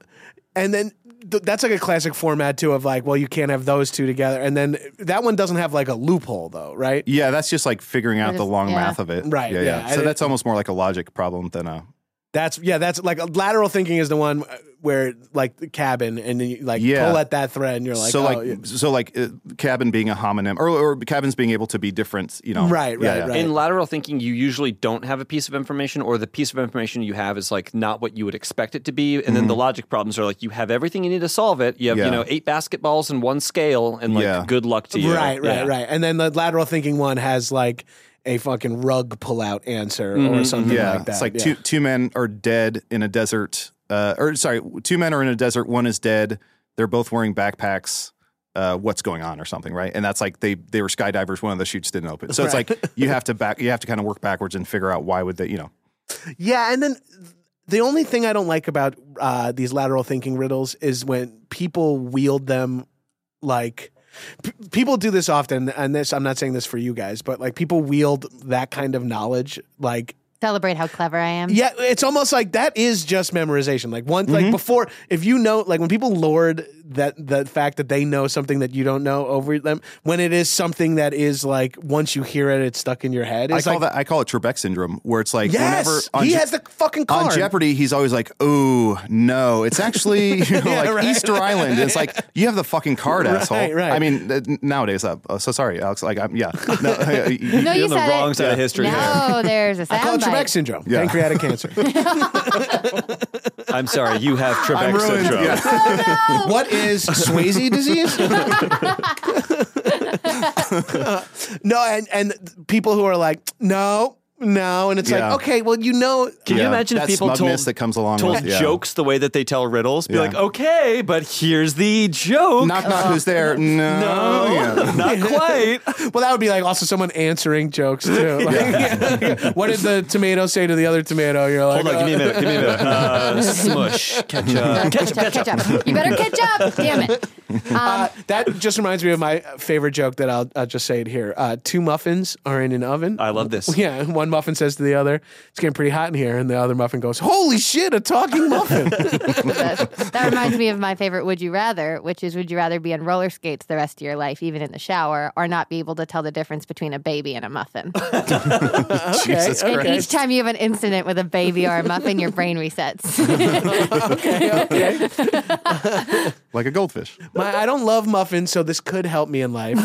[SPEAKER 1] and then th- that's like a classic format too of like, well, you can't have those two together. And then that one doesn't have like a loophole though, right?
[SPEAKER 2] Yeah, that's just like figuring out the
[SPEAKER 4] just-
[SPEAKER 2] long
[SPEAKER 4] yeah.
[SPEAKER 2] math of it.
[SPEAKER 1] Right,
[SPEAKER 2] Yeah,
[SPEAKER 1] yeah.
[SPEAKER 2] yeah.
[SPEAKER 1] I-
[SPEAKER 2] So that's almost more like a logic problem than a.
[SPEAKER 1] That's yeah, that's like lateral thinking is the one uh, where like the cabin and then you like
[SPEAKER 2] Yeah.
[SPEAKER 1] pull at that thread and you're like,
[SPEAKER 2] so
[SPEAKER 1] oh,
[SPEAKER 2] like
[SPEAKER 1] yeah.
[SPEAKER 2] so like uh, cabin being a homonym or or cabins being able to be different. You know.
[SPEAKER 1] Right,
[SPEAKER 2] Yeah,
[SPEAKER 1] right,
[SPEAKER 2] yeah.
[SPEAKER 1] right.
[SPEAKER 3] In lateral thinking, you usually don't have a piece of information, or the piece of information you have is like not what you would expect it to be. And then the logic problems are like you have everything you need to solve it. You have
[SPEAKER 2] Mm-hmm. Yeah.
[SPEAKER 3] you know eight basketballs and one scale, and like
[SPEAKER 2] Yeah.
[SPEAKER 3] good luck to you.
[SPEAKER 1] Right, right,
[SPEAKER 3] Yeah.
[SPEAKER 1] right. And then the lateral thinking one has like a fucking rug pull out answer or something
[SPEAKER 2] Mm-hmm, Yeah,
[SPEAKER 1] like that.
[SPEAKER 2] it's like
[SPEAKER 1] yeah.
[SPEAKER 2] two two men are dead in a desert. Uh, or sorry, two men are in a desert. One is dead. They're both wearing backpacks. Uh, what's going on or something, right? And that's like they they were skydivers. One of the chutes didn't open, so it's
[SPEAKER 1] Right.
[SPEAKER 2] like you have to back you have to kind of work backwards and figure out why would they, you know?
[SPEAKER 1] Yeah, and then the only thing I don't like about uh, these lateral thinking riddles is when people wield them like p- people do this often. And this, I'm not saying this for you guys, but like people wield that kind of knowledge. Like,
[SPEAKER 4] Celebrate how clever I am.
[SPEAKER 1] yeah, it's almost like that is just memorization. Like one, like
[SPEAKER 2] Mm-hmm.
[SPEAKER 1] before, if you know, like when people lord that the fact that they know something that you don't know over them, when it is something that is like once you hear it, it's stuck in your head.
[SPEAKER 2] I
[SPEAKER 1] It's
[SPEAKER 2] call
[SPEAKER 1] like,
[SPEAKER 2] that I call it Trebek syndrome, where it's like whenever
[SPEAKER 1] Yes,
[SPEAKER 2] on
[SPEAKER 1] he
[SPEAKER 2] Je-
[SPEAKER 1] has the fucking
[SPEAKER 2] on
[SPEAKER 1] card.
[SPEAKER 2] Jeopardy, he's always like, "Oh no, it's actually you know, like
[SPEAKER 1] right.
[SPEAKER 2] Easter Island." It's like you have the fucking card, asshole.
[SPEAKER 1] right.
[SPEAKER 2] I mean, uh, nowadays, uh, uh, so sorry, Alex. Like, I'm, yeah, no, uh, you-
[SPEAKER 4] No,
[SPEAKER 3] You're
[SPEAKER 4] you
[SPEAKER 3] on the
[SPEAKER 4] said
[SPEAKER 3] wrong
[SPEAKER 4] it.
[SPEAKER 3] side of history. there.
[SPEAKER 4] No, there's a sound
[SPEAKER 1] Called Trebek
[SPEAKER 4] bite.
[SPEAKER 1] syndrome,
[SPEAKER 2] Yeah.
[SPEAKER 1] pancreatic cancer.
[SPEAKER 3] I'm sorry, you have Trebek syndrome.
[SPEAKER 2] Yeah.
[SPEAKER 1] What is Swayze disease? no, and and people who are like, no, no, and it's
[SPEAKER 2] Yeah.
[SPEAKER 1] like, okay, well, you know,
[SPEAKER 3] Can you
[SPEAKER 2] Yeah,
[SPEAKER 3] imagine if
[SPEAKER 2] that
[SPEAKER 3] people told,
[SPEAKER 2] smugness that comes along
[SPEAKER 3] told
[SPEAKER 2] with- yeah.
[SPEAKER 3] jokes the way that they tell riddles? Be
[SPEAKER 2] Yeah.
[SPEAKER 3] like, okay, but here's the joke.
[SPEAKER 2] Knock knock, who's there? No,
[SPEAKER 3] Oh,
[SPEAKER 2] yeah.
[SPEAKER 3] not quite.
[SPEAKER 1] well, that would be like also someone answering jokes too. Like, what did the tomato say to the other tomato? You're like,
[SPEAKER 3] Hold on, give me a
[SPEAKER 1] uh,
[SPEAKER 3] minute. Give me a minute. Uh, smush, ketchup, ketchup, ketchup.
[SPEAKER 4] ketchup. You better catch up. Damn it. Um,
[SPEAKER 1] uh, that just reminds me of my favorite joke that I'll, I'll just say it here. Uh, two muffins are in an oven.
[SPEAKER 3] I love this.
[SPEAKER 1] Yeah, and one muffin says to the other, "It's getting pretty hot in here," and the other muffin goes, "Holy shit, a talking muffin!"
[SPEAKER 4] that, that reminds me of my favorite Would You Rather, which is Would you rather be on roller skates the rest of your life, even in the shower, or not be able to tell the difference between a baby and a muffin?
[SPEAKER 2] Jesus
[SPEAKER 1] okay.
[SPEAKER 2] Christ.
[SPEAKER 4] Each time you have an incident with a baby or a muffin, your brain resets.
[SPEAKER 1] okay.
[SPEAKER 2] Like a goldfish.
[SPEAKER 1] My, I don't love muffins, so this could help me in life.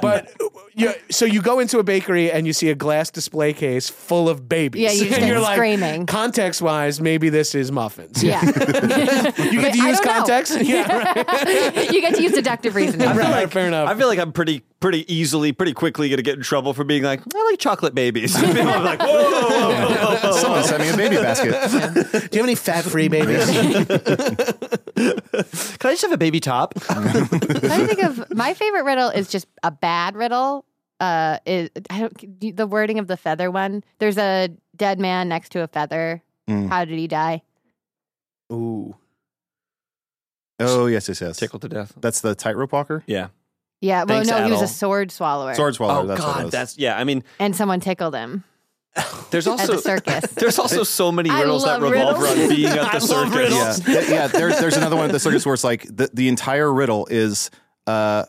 [SPEAKER 1] but you, so you go into a bakery and you see a glass display case full of babies.
[SPEAKER 4] Yeah, you just
[SPEAKER 1] and
[SPEAKER 4] start
[SPEAKER 1] you're like,
[SPEAKER 4] screaming.
[SPEAKER 1] Context wise, maybe this is muffins.
[SPEAKER 4] yeah.
[SPEAKER 1] You get to
[SPEAKER 4] I
[SPEAKER 1] use
[SPEAKER 4] don't know.
[SPEAKER 1] context. Yeah, right.
[SPEAKER 4] you get to use deductive reasoning.
[SPEAKER 1] right, fair enough.
[SPEAKER 3] I feel like I'm pretty, pretty easily, pretty quickly gonna get in trouble for being like, I like chocolate babies. People are like, whoa, whoa, whoa, whoa,
[SPEAKER 1] oh,
[SPEAKER 3] whoa, whoa.
[SPEAKER 2] Someone sent me a baby basket.
[SPEAKER 1] Do you have any fat free babies?
[SPEAKER 3] Can I just have a baby top?
[SPEAKER 4] Trying to think of my favorite riddle is just a bad riddle. Uh, is I don't the wording of the feather one. There's a dead man next to a feather
[SPEAKER 1] Hmm.
[SPEAKER 2] Mm.
[SPEAKER 4] How did he die?
[SPEAKER 2] Ooh. Oh yes, yes, yes.
[SPEAKER 3] Tickled to death.
[SPEAKER 2] That's the tightrope walker.
[SPEAKER 3] Yeah.
[SPEAKER 4] Yeah, well,
[SPEAKER 3] Thanks,
[SPEAKER 4] no, he was
[SPEAKER 3] Adol.
[SPEAKER 4] a sword swallower,
[SPEAKER 2] Sword swallower.
[SPEAKER 3] oh
[SPEAKER 2] that's what it
[SPEAKER 3] God,
[SPEAKER 2] was.
[SPEAKER 3] that's yeah. I mean,
[SPEAKER 4] and someone tickled him
[SPEAKER 3] there's
[SPEAKER 4] at
[SPEAKER 3] also
[SPEAKER 4] the circus.
[SPEAKER 3] there's also so many
[SPEAKER 4] I
[SPEAKER 3] riddles that
[SPEAKER 4] love
[SPEAKER 3] revolve
[SPEAKER 4] riddles.
[SPEAKER 3] around being at
[SPEAKER 1] I
[SPEAKER 3] the
[SPEAKER 1] love
[SPEAKER 3] circus.
[SPEAKER 1] riddles.
[SPEAKER 2] yeah, Th- yeah. There's there's another one at the circus where it's like the, the entire riddle is uh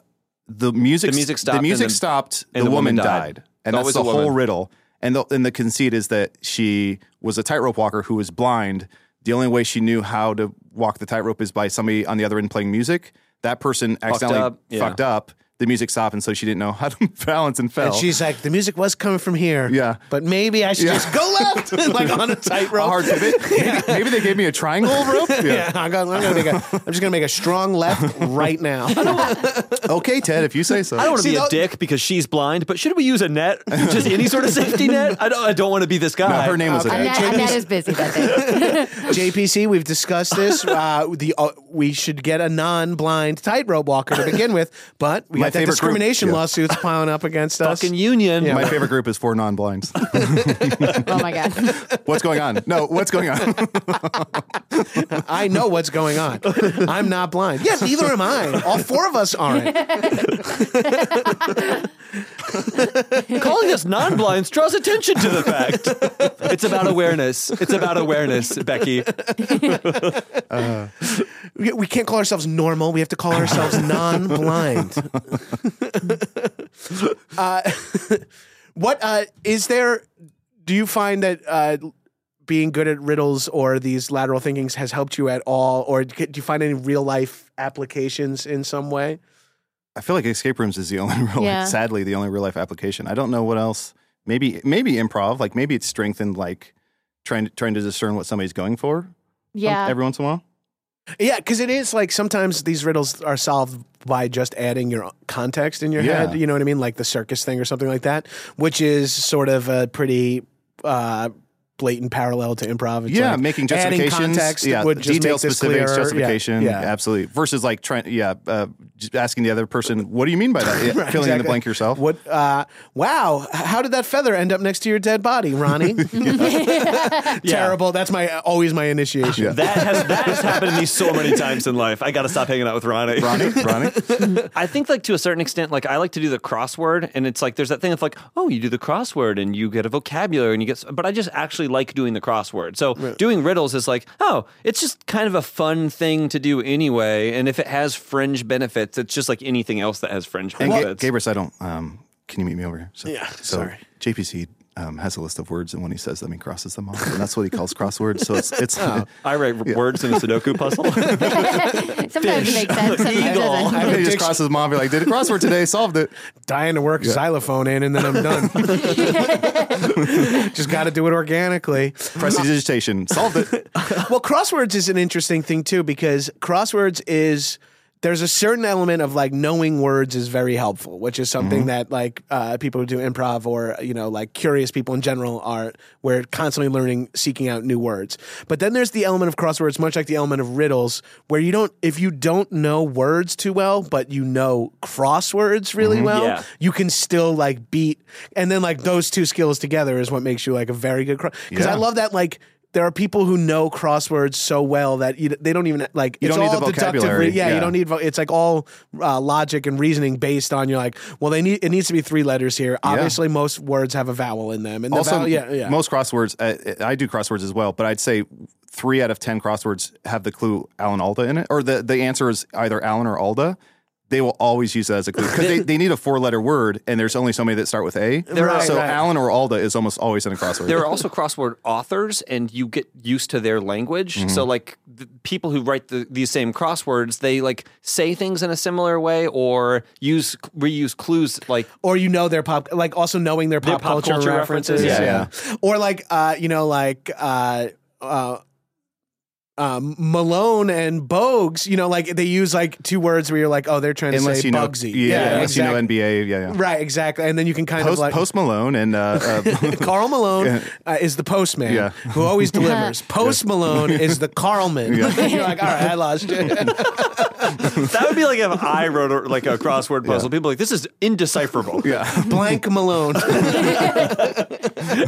[SPEAKER 2] the music
[SPEAKER 3] The music stopped
[SPEAKER 2] the music
[SPEAKER 3] and the-
[SPEAKER 2] stopped
[SPEAKER 3] and
[SPEAKER 2] the,
[SPEAKER 3] the
[SPEAKER 2] woman
[SPEAKER 3] woman
[SPEAKER 2] died,
[SPEAKER 3] died.
[SPEAKER 2] and that's
[SPEAKER 3] Always
[SPEAKER 2] the
[SPEAKER 3] a woman.
[SPEAKER 2] whole riddle and the and the conceit is that she was a tightrope walker who was blind. The only way she knew how to walk the tightrope is by somebody on the other end playing music. That person accidentally
[SPEAKER 3] up, yeah.
[SPEAKER 2] fucked up. The music stopped, and so she didn't know how to balance and fell.
[SPEAKER 1] And she's like, the music was coming from here.
[SPEAKER 2] Yeah.
[SPEAKER 1] But maybe I should just go left, like on a tightrope.
[SPEAKER 2] a hard pivot. Maybe, maybe they gave me a triangle rope. Yeah.
[SPEAKER 1] Yeah, I'm, gonna, I'm, gonna make a, I'm just gonna make a strong left right now.
[SPEAKER 2] Okay, Ted, if you say so.
[SPEAKER 3] I don't want to
[SPEAKER 1] See,
[SPEAKER 3] be
[SPEAKER 1] that-
[SPEAKER 3] a dick because she's blind, but should we use a net? Just any sort of safety net? I don't. I don't want to be this guy.
[SPEAKER 2] No, her name was
[SPEAKER 1] Okay.
[SPEAKER 2] Annette.
[SPEAKER 4] Annette,
[SPEAKER 1] Jimmy's-
[SPEAKER 4] Annette is busy that day.
[SPEAKER 1] JPC, we've discussed this. Uh, the uh, we should get a non-blind tightrope walker to begin with, but we
[SPEAKER 2] My
[SPEAKER 1] got that
[SPEAKER 2] favorite group,
[SPEAKER 1] discrimination
[SPEAKER 2] yeah.
[SPEAKER 1] lawsuits piling up against us.
[SPEAKER 3] fucking union.
[SPEAKER 2] My favorite group is four non-blinds.
[SPEAKER 4] Oh my god,
[SPEAKER 2] what's going on? No, what's going on?
[SPEAKER 1] I know what's going on. I'm not blind. Yes, neither am I. All four of us aren't.
[SPEAKER 3] Calling us non-blinds draws attention to the fact. it's about awareness. It's about awareness, Becky.
[SPEAKER 1] We we can't call ourselves normal. We have to call ourselves non-blind. uh, what uh, is there? Do you find that uh, being good at riddles or these lateral thinkings has helped you at all, or do you find any real life applications in some way?
[SPEAKER 2] I feel like escape rooms is the only real,
[SPEAKER 4] Yeah.
[SPEAKER 2] sadly, the only real life application. I don't know what else. Maybe, maybe improv. Like maybe it's strengthened, like trying to trying to discern what somebody's going for. some-
[SPEAKER 4] yeah.
[SPEAKER 2] every once in a while.
[SPEAKER 1] Yeah, because it is like sometimes these riddles are solved by just adding your context in your
[SPEAKER 2] Yeah.
[SPEAKER 1] head. You know what I mean? Like the circus thing or something like that, which is sort of a pretty uh, blatant parallel to improv. It's
[SPEAKER 2] yeah,
[SPEAKER 1] like
[SPEAKER 2] making
[SPEAKER 1] adding
[SPEAKER 2] justifications.
[SPEAKER 1] context
[SPEAKER 2] yeah,
[SPEAKER 1] would just
[SPEAKER 2] detail
[SPEAKER 1] make this
[SPEAKER 2] specifics,
[SPEAKER 1] clearer.
[SPEAKER 2] justification.
[SPEAKER 1] Yeah, yeah.
[SPEAKER 2] absolutely. Versus like trying, yeah, uh, just asking the other person, "What do you mean by that?" Yeah, filling in the
[SPEAKER 1] exactly.
[SPEAKER 2] blank yourself.
[SPEAKER 1] What? Uh, wow! h- How did that feather end up next to your dead body, Ronnie? Terrible. That's my always my initiation.
[SPEAKER 3] That has that has happened to me so many times in life. I got to stop hanging out with Ronnie.
[SPEAKER 2] Ronnie, Ronnie.
[SPEAKER 3] I think like to a certain extent, like I like to do the crossword, and it's like there's that thing of like, oh, you do the crossword and you get a vocabulary and you get. But I just actually like doing the crossword. So doing riddles is like, oh, it's just kind of a fun thing to do anyway. And if it has fringe benefits, it's just like anything else that has fringe
[SPEAKER 2] And Ga-
[SPEAKER 3] benefits.
[SPEAKER 2] Gabrus, I don't. Um, can you meet me over here? So, yeah,
[SPEAKER 1] sorry.
[SPEAKER 2] JPC um, has a list of words, and when he says them, he crosses them off, and that's what he calls crosswords. So it's it's
[SPEAKER 1] Oh,
[SPEAKER 3] I write words in a Sudoku puzzle.
[SPEAKER 4] sometimes it
[SPEAKER 3] Fish.
[SPEAKER 4] makes sense. Sometimes it
[SPEAKER 3] Eagle.
[SPEAKER 4] doesn't.
[SPEAKER 2] I think he just crosses them off. Be like, did a crossword today? Solved it.
[SPEAKER 1] dying to work xylophone in and then I'm done. Just got to do it organically.
[SPEAKER 2] Prestidigitation. Solved it.
[SPEAKER 1] Well, crosswords is an interesting thing too because crosswords is there's a certain element of like knowing words is very helpful, which is something that like uh, people who do improv or you know like curious people in general are we're constantly learning, seeking out new words. But then there's the element of crosswords, much like the element of riddles, where you don't if you don't know words too well, but you know crosswords really well,
[SPEAKER 3] Yeah.
[SPEAKER 1] you can still like beat and then like those two skills together is what makes you like a very good cross because
[SPEAKER 2] Yeah.
[SPEAKER 1] i love that like there are people who know crosswords so well that you, they don't even like
[SPEAKER 2] You
[SPEAKER 1] it's
[SPEAKER 2] don't need
[SPEAKER 1] all
[SPEAKER 2] the
[SPEAKER 1] deductively-
[SPEAKER 2] vocabulary.
[SPEAKER 1] yeah,
[SPEAKER 2] Yeah.
[SPEAKER 1] you don't need vo- it's like all uh, logic and reasoning based on you're like well they need it needs to be three letters here obviously most words have a vowel in them and the
[SPEAKER 2] Also,
[SPEAKER 1] vowel, yeah yeah
[SPEAKER 2] most crosswords. Uh, I do crosswords as well, but I'd say three out of ten crosswords have the clue Alan Alda in it, or the the answer is either Alan or Alda. They will always use that as a clue because they, they need a four letter word, and there's only so many that start with A.
[SPEAKER 1] are-
[SPEAKER 2] so
[SPEAKER 1] Right, right.
[SPEAKER 2] Alan or Alda is almost always in a crossword.
[SPEAKER 3] there are also crossword authors and you get used to their language so
[SPEAKER 2] Mm-hmm.
[SPEAKER 3] like the people who write the, these same crosswords they like say things in a similar way or use reuse clues like
[SPEAKER 1] or you know their pop like also knowing their pop,
[SPEAKER 3] pop
[SPEAKER 1] culture,
[SPEAKER 3] culture
[SPEAKER 1] references,
[SPEAKER 3] references,
[SPEAKER 2] yeah.
[SPEAKER 1] or like uh you know like uh uh um, Malone and Bogues, you know, like they use like two words where you're like, oh, they're trying to
[SPEAKER 2] unless
[SPEAKER 1] say
[SPEAKER 2] you know,
[SPEAKER 1] Bugsy.
[SPEAKER 2] yeah, unless
[SPEAKER 1] exactly.
[SPEAKER 2] you know NBA, yeah, yeah.
[SPEAKER 1] Right, exactly. And then you can kind of
[SPEAKER 2] Post,
[SPEAKER 1] like
[SPEAKER 2] Post Malone and uh, uh,
[SPEAKER 1] Carl Malone uh, is the postman
[SPEAKER 2] Yeah.
[SPEAKER 1] who always delivers. Post Malone is the Carlman. You're like, all right, I lost you.
[SPEAKER 3] That would be like if I wrote a, like a crossword puzzle. People are like this is indecipherable.
[SPEAKER 1] Blank Malone.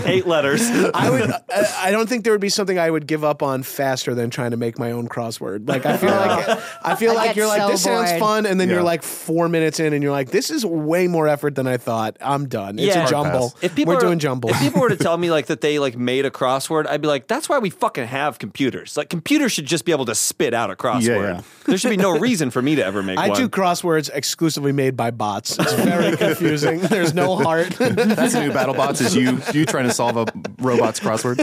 [SPEAKER 3] Eight letters.
[SPEAKER 1] I would. I, I don't think there would be something I would give up on faster than trying to make my own crossword. Like I feel like I feel
[SPEAKER 4] I
[SPEAKER 1] like
[SPEAKER 4] get
[SPEAKER 1] you're like
[SPEAKER 4] so
[SPEAKER 1] this sounds
[SPEAKER 4] bored."
[SPEAKER 1] fun, and then
[SPEAKER 2] Yeah.
[SPEAKER 1] you're like four minutes in, and you're like this is way more effort than I thought. I'm done. It's
[SPEAKER 3] Yeah.
[SPEAKER 1] a
[SPEAKER 3] Hard
[SPEAKER 1] jumble.
[SPEAKER 3] If people
[SPEAKER 1] We're
[SPEAKER 3] were-
[SPEAKER 1] doing jumble.
[SPEAKER 3] If people were to tell me like that they like made a crossword, I'd be like, that's why we fucking have computers. Like computers should just be able to spit out a crossword.
[SPEAKER 2] yeah.
[SPEAKER 3] There should be no reason for me to ever make
[SPEAKER 1] I
[SPEAKER 3] one.
[SPEAKER 1] do crosswords exclusively made by bots. It's very confusing. There's no heart.
[SPEAKER 2] That's the new BattleBots is you you trying to solve a robot's crossword.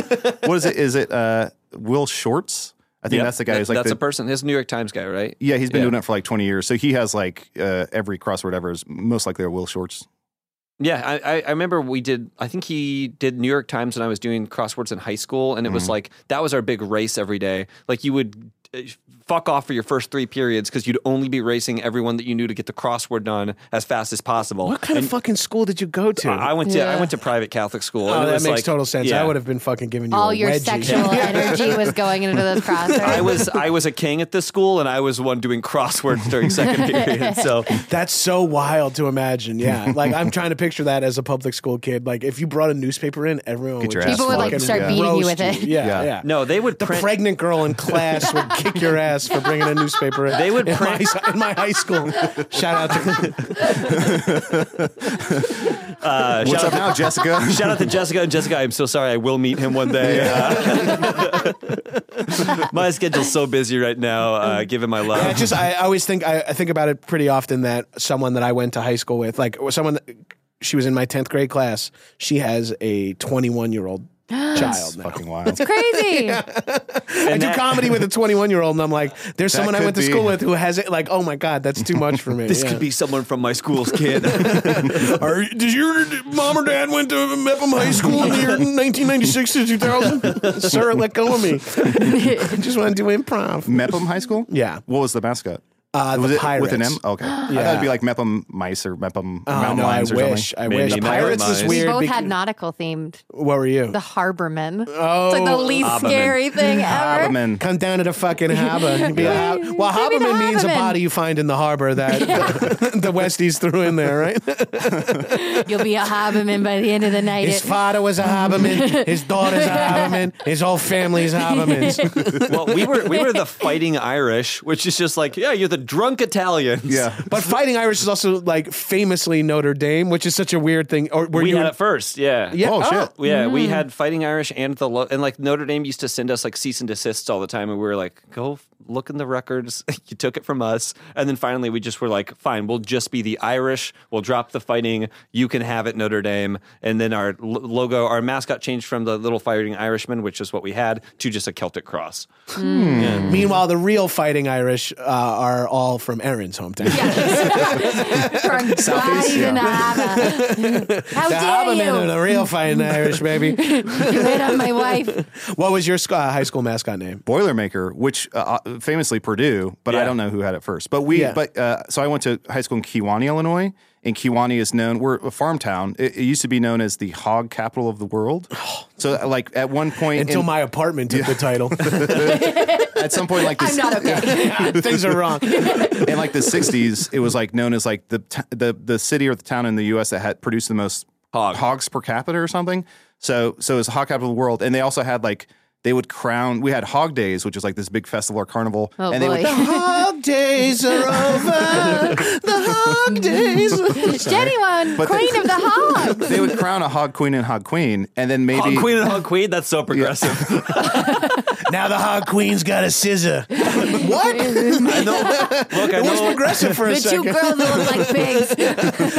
[SPEAKER 2] What is it? Is it uh, Will Shorts? I think
[SPEAKER 3] Yep.
[SPEAKER 2] that's the guy
[SPEAKER 3] That-
[SPEAKER 2] who's like
[SPEAKER 3] that's
[SPEAKER 2] the,
[SPEAKER 3] a person. His New York Times guy, right?
[SPEAKER 2] Yeah, he's been doing it for like 20 years. So he has like uh, every crossword ever is most likely a Will Shorts.
[SPEAKER 3] Yeah, I, I- I remember we did. I think he did New York Times when I was doing crosswords in high school, and it was like that was our big race every day. Like you would uh, fuck off for your first three periods because you'd only be racing everyone that you knew to get the crossword done as fast as possible.
[SPEAKER 1] what kind of fucking school did you go to?
[SPEAKER 3] I I went to I
[SPEAKER 4] Yeah.
[SPEAKER 3] went to private Catholic school.
[SPEAKER 1] oh,
[SPEAKER 3] and it
[SPEAKER 1] that
[SPEAKER 3] was
[SPEAKER 1] makes
[SPEAKER 3] like-
[SPEAKER 1] total sense.
[SPEAKER 3] yeah.
[SPEAKER 1] I would have been fucking giving you
[SPEAKER 4] All
[SPEAKER 1] a
[SPEAKER 4] your
[SPEAKER 1] wedgie.
[SPEAKER 4] sexual energy was going into those crosswords.
[SPEAKER 3] I was I was a king at this school, and I was one doing crosswords during second period. So
[SPEAKER 1] That's so wild to imagine. Yeah. Like I'm trying to picture that as a public school kid. Like if you brought a newspaper in, everyone
[SPEAKER 2] Get
[SPEAKER 1] would
[SPEAKER 2] your
[SPEAKER 1] just
[SPEAKER 2] ass People would, like,
[SPEAKER 1] fucking
[SPEAKER 2] start
[SPEAKER 1] roast
[SPEAKER 4] beating you with it.
[SPEAKER 1] Yeah, yeah.
[SPEAKER 2] Yeah.
[SPEAKER 3] no, they would
[SPEAKER 1] the
[SPEAKER 3] print.
[SPEAKER 1] pregnant girl in class would kick your ass for bringing a newspaper in.
[SPEAKER 3] They would
[SPEAKER 1] in my,
[SPEAKER 3] print-
[SPEAKER 1] in my high school. Shout out to
[SPEAKER 3] uh,
[SPEAKER 2] What's
[SPEAKER 3] shout
[SPEAKER 2] up
[SPEAKER 3] out
[SPEAKER 2] now, Jessica?
[SPEAKER 3] Shout out to Jessica and Jessica. I'm so sorry. I will meet him one day. Uh, my schedule's so busy right now. Uh, give him my love.
[SPEAKER 1] I just I always think I, I think about it pretty often that someone that I went to high school with, like or someone that, she was in my tenth grade class, she has a twenty one year old child now.
[SPEAKER 2] Fucking wild.
[SPEAKER 4] crazy.
[SPEAKER 1] I do comedy with a 21 year old, and I'm like, there's someone I
[SPEAKER 2] could
[SPEAKER 1] went to
[SPEAKER 2] be-
[SPEAKER 1] school with who has it. Like, oh my god, that's too much for me.
[SPEAKER 3] this could be someone from my school's kid.
[SPEAKER 1] Are, did your mom or dad went to Mepham High School in the year 1996 to 2000? Sir, let go of me. I just want to do improv.
[SPEAKER 2] Mepham High School?
[SPEAKER 1] Yeah.
[SPEAKER 2] What was the mascot?
[SPEAKER 1] Uh, the
[SPEAKER 2] was it with an M?
[SPEAKER 1] Pirates.
[SPEAKER 2] Okay. I thought it'd be like Mepham Mice or Mepham
[SPEAKER 1] Oh,
[SPEAKER 2] Mountain
[SPEAKER 1] no, I
[SPEAKER 2] Lions or
[SPEAKER 1] wish.
[SPEAKER 2] something.
[SPEAKER 1] I
[SPEAKER 3] Maybe
[SPEAKER 1] wish. The
[SPEAKER 3] Mountain
[SPEAKER 1] Pirates is
[SPEAKER 3] Lions.
[SPEAKER 4] we
[SPEAKER 1] weird.
[SPEAKER 4] both
[SPEAKER 1] because-
[SPEAKER 4] had nautical themed.
[SPEAKER 1] what were you?
[SPEAKER 4] The harbormen.
[SPEAKER 1] Oh,
[SPEAKER 4] it's like the least
[SPEAKER 3] Haberman.
[SPEAKER 4] scary thing ever.
[SPEAKER 2] Haberman.
[SPEAKER 1] Come down to the fucking harbor. and Be a har- well,
[SPEAKER 4] Maybe the
[SPEAKER 1] harbor means a
[SPEAKER 4] Haberman.
[SPEAKER 1] body you find in the harbor that the Westies threw in there, right?
[SPEAKER 4] You'll be a harborman by the end of the night.
[SPEAKER 1] His father was a Haberman. His daughter's a Haberman. His whole family's Habermans.
[SPEAKER 3] well, we were we were the fighting Irish, which is just like, yeah, you're the drunk Italians.
[SPEAKER 2] Yeah.
[SPEAKER 1] But fighting Irish is also like famously Notre Dame, which is such a weird thing. Or were
[SPEAKER 3] we
[SPEAKER 1] you?
[SPEAKER 3] had it first. Yeah.
[SPEAKER 1] yeah. Hmm.
[SPEAKER 2] Oh, shit.
[SPEAKER 3] Yeah, we had Fighting Irish and the lo- and like Notre Dame used to send us like cease and desists all the time, and we were like, "Go f- look in the records. you took it from us." And then finally, we just were like, "Fine, we'll just be the Irish. We'll drop the fighting. You can have it, Notre Dame." And then our lo- logo, our mascot, changed from the little fighting Irishman, which is what we had, to just a Celtic cross.
[SPEAKER 1] Mm.
[SPEAKER 3] Mm.
[SPEAKER 1] Meanwhile, the real fighting Irish uh, are all from Aaron's hometown.
[SPEAKER 4] From Southeast, How
[SPEAKER 1] The
[SPEAKER 4] dare
[SPEAKER 1] Haberman are
[SPEAKER 4] Oh, you?
[SPEAKER 1] the real fighting Irish, baby.
[SPEAKER 4] You hit on my wife.
[SPEAKER 1] what was your sc- uh, high school mascot name?
[SPEAKER 2] Boilermaker, which uh, uh, famously Purdue, but I
[SPEAKER 3] Yeah.
[SPEAKER 2] don't know who had it first. But we,
[SPEAKER 1] Yeah.
[SPEAKER 2] but uh, so I went to high school in Kewanee, Illinois, and Kewanee is known. We're a farm town. It, it used to be known as the hog capital of the world. So, uh, like at one point,
[SPEAKER 1] Oh. Until
[SPEAKER 2] in-
[SPEAKER 1] my apartment took the title.
[SPEAKER 2] at some point, like this,
[SPEAKER 4] I'm not okay.
[SPEAKER 1] Things are wrong.
[SPEAKER 2] in like the 60s it was like known as like the t- the the city or the town in the US that had produced the most
[SPEAKER 3] Hog.
[SPEAKER 2] hogs per capita or something so so it was the hog capital of the world and they also had like they would crown we had hog days which is like this big festival or carnival
[SPEAKER 4] Oh,
[SPEAKER 2] and they
[SPEAKER 4] boy.
[SPEAKER 2] would
[SPEAKER 1] Hog days are over. The hog days.
[SPEAKER 4] Anyone,
[SPEAKER 2] But
[SPEAKER 4] queen
[SPEAKER 2] the-
[SPEAKER 4] of the hogs.
[SPEAKER 2] they would crown a hog queen and hog queen and then maybe
[SPEAKER 3] Hog queen and hog queen. That's so progressive.
[SPEAKER 1] Now the hog queen's got a scissor. what?
[SPEAKER 3] I know. Look, I
[SPEAKER 1] It was
[SPEAKER 3] know.
[SPEAKER 1] progressive for a
[SPEAKER 4] The two
[SPEAKER 1] second.
[SPEAKER 4] girls that look like pigs.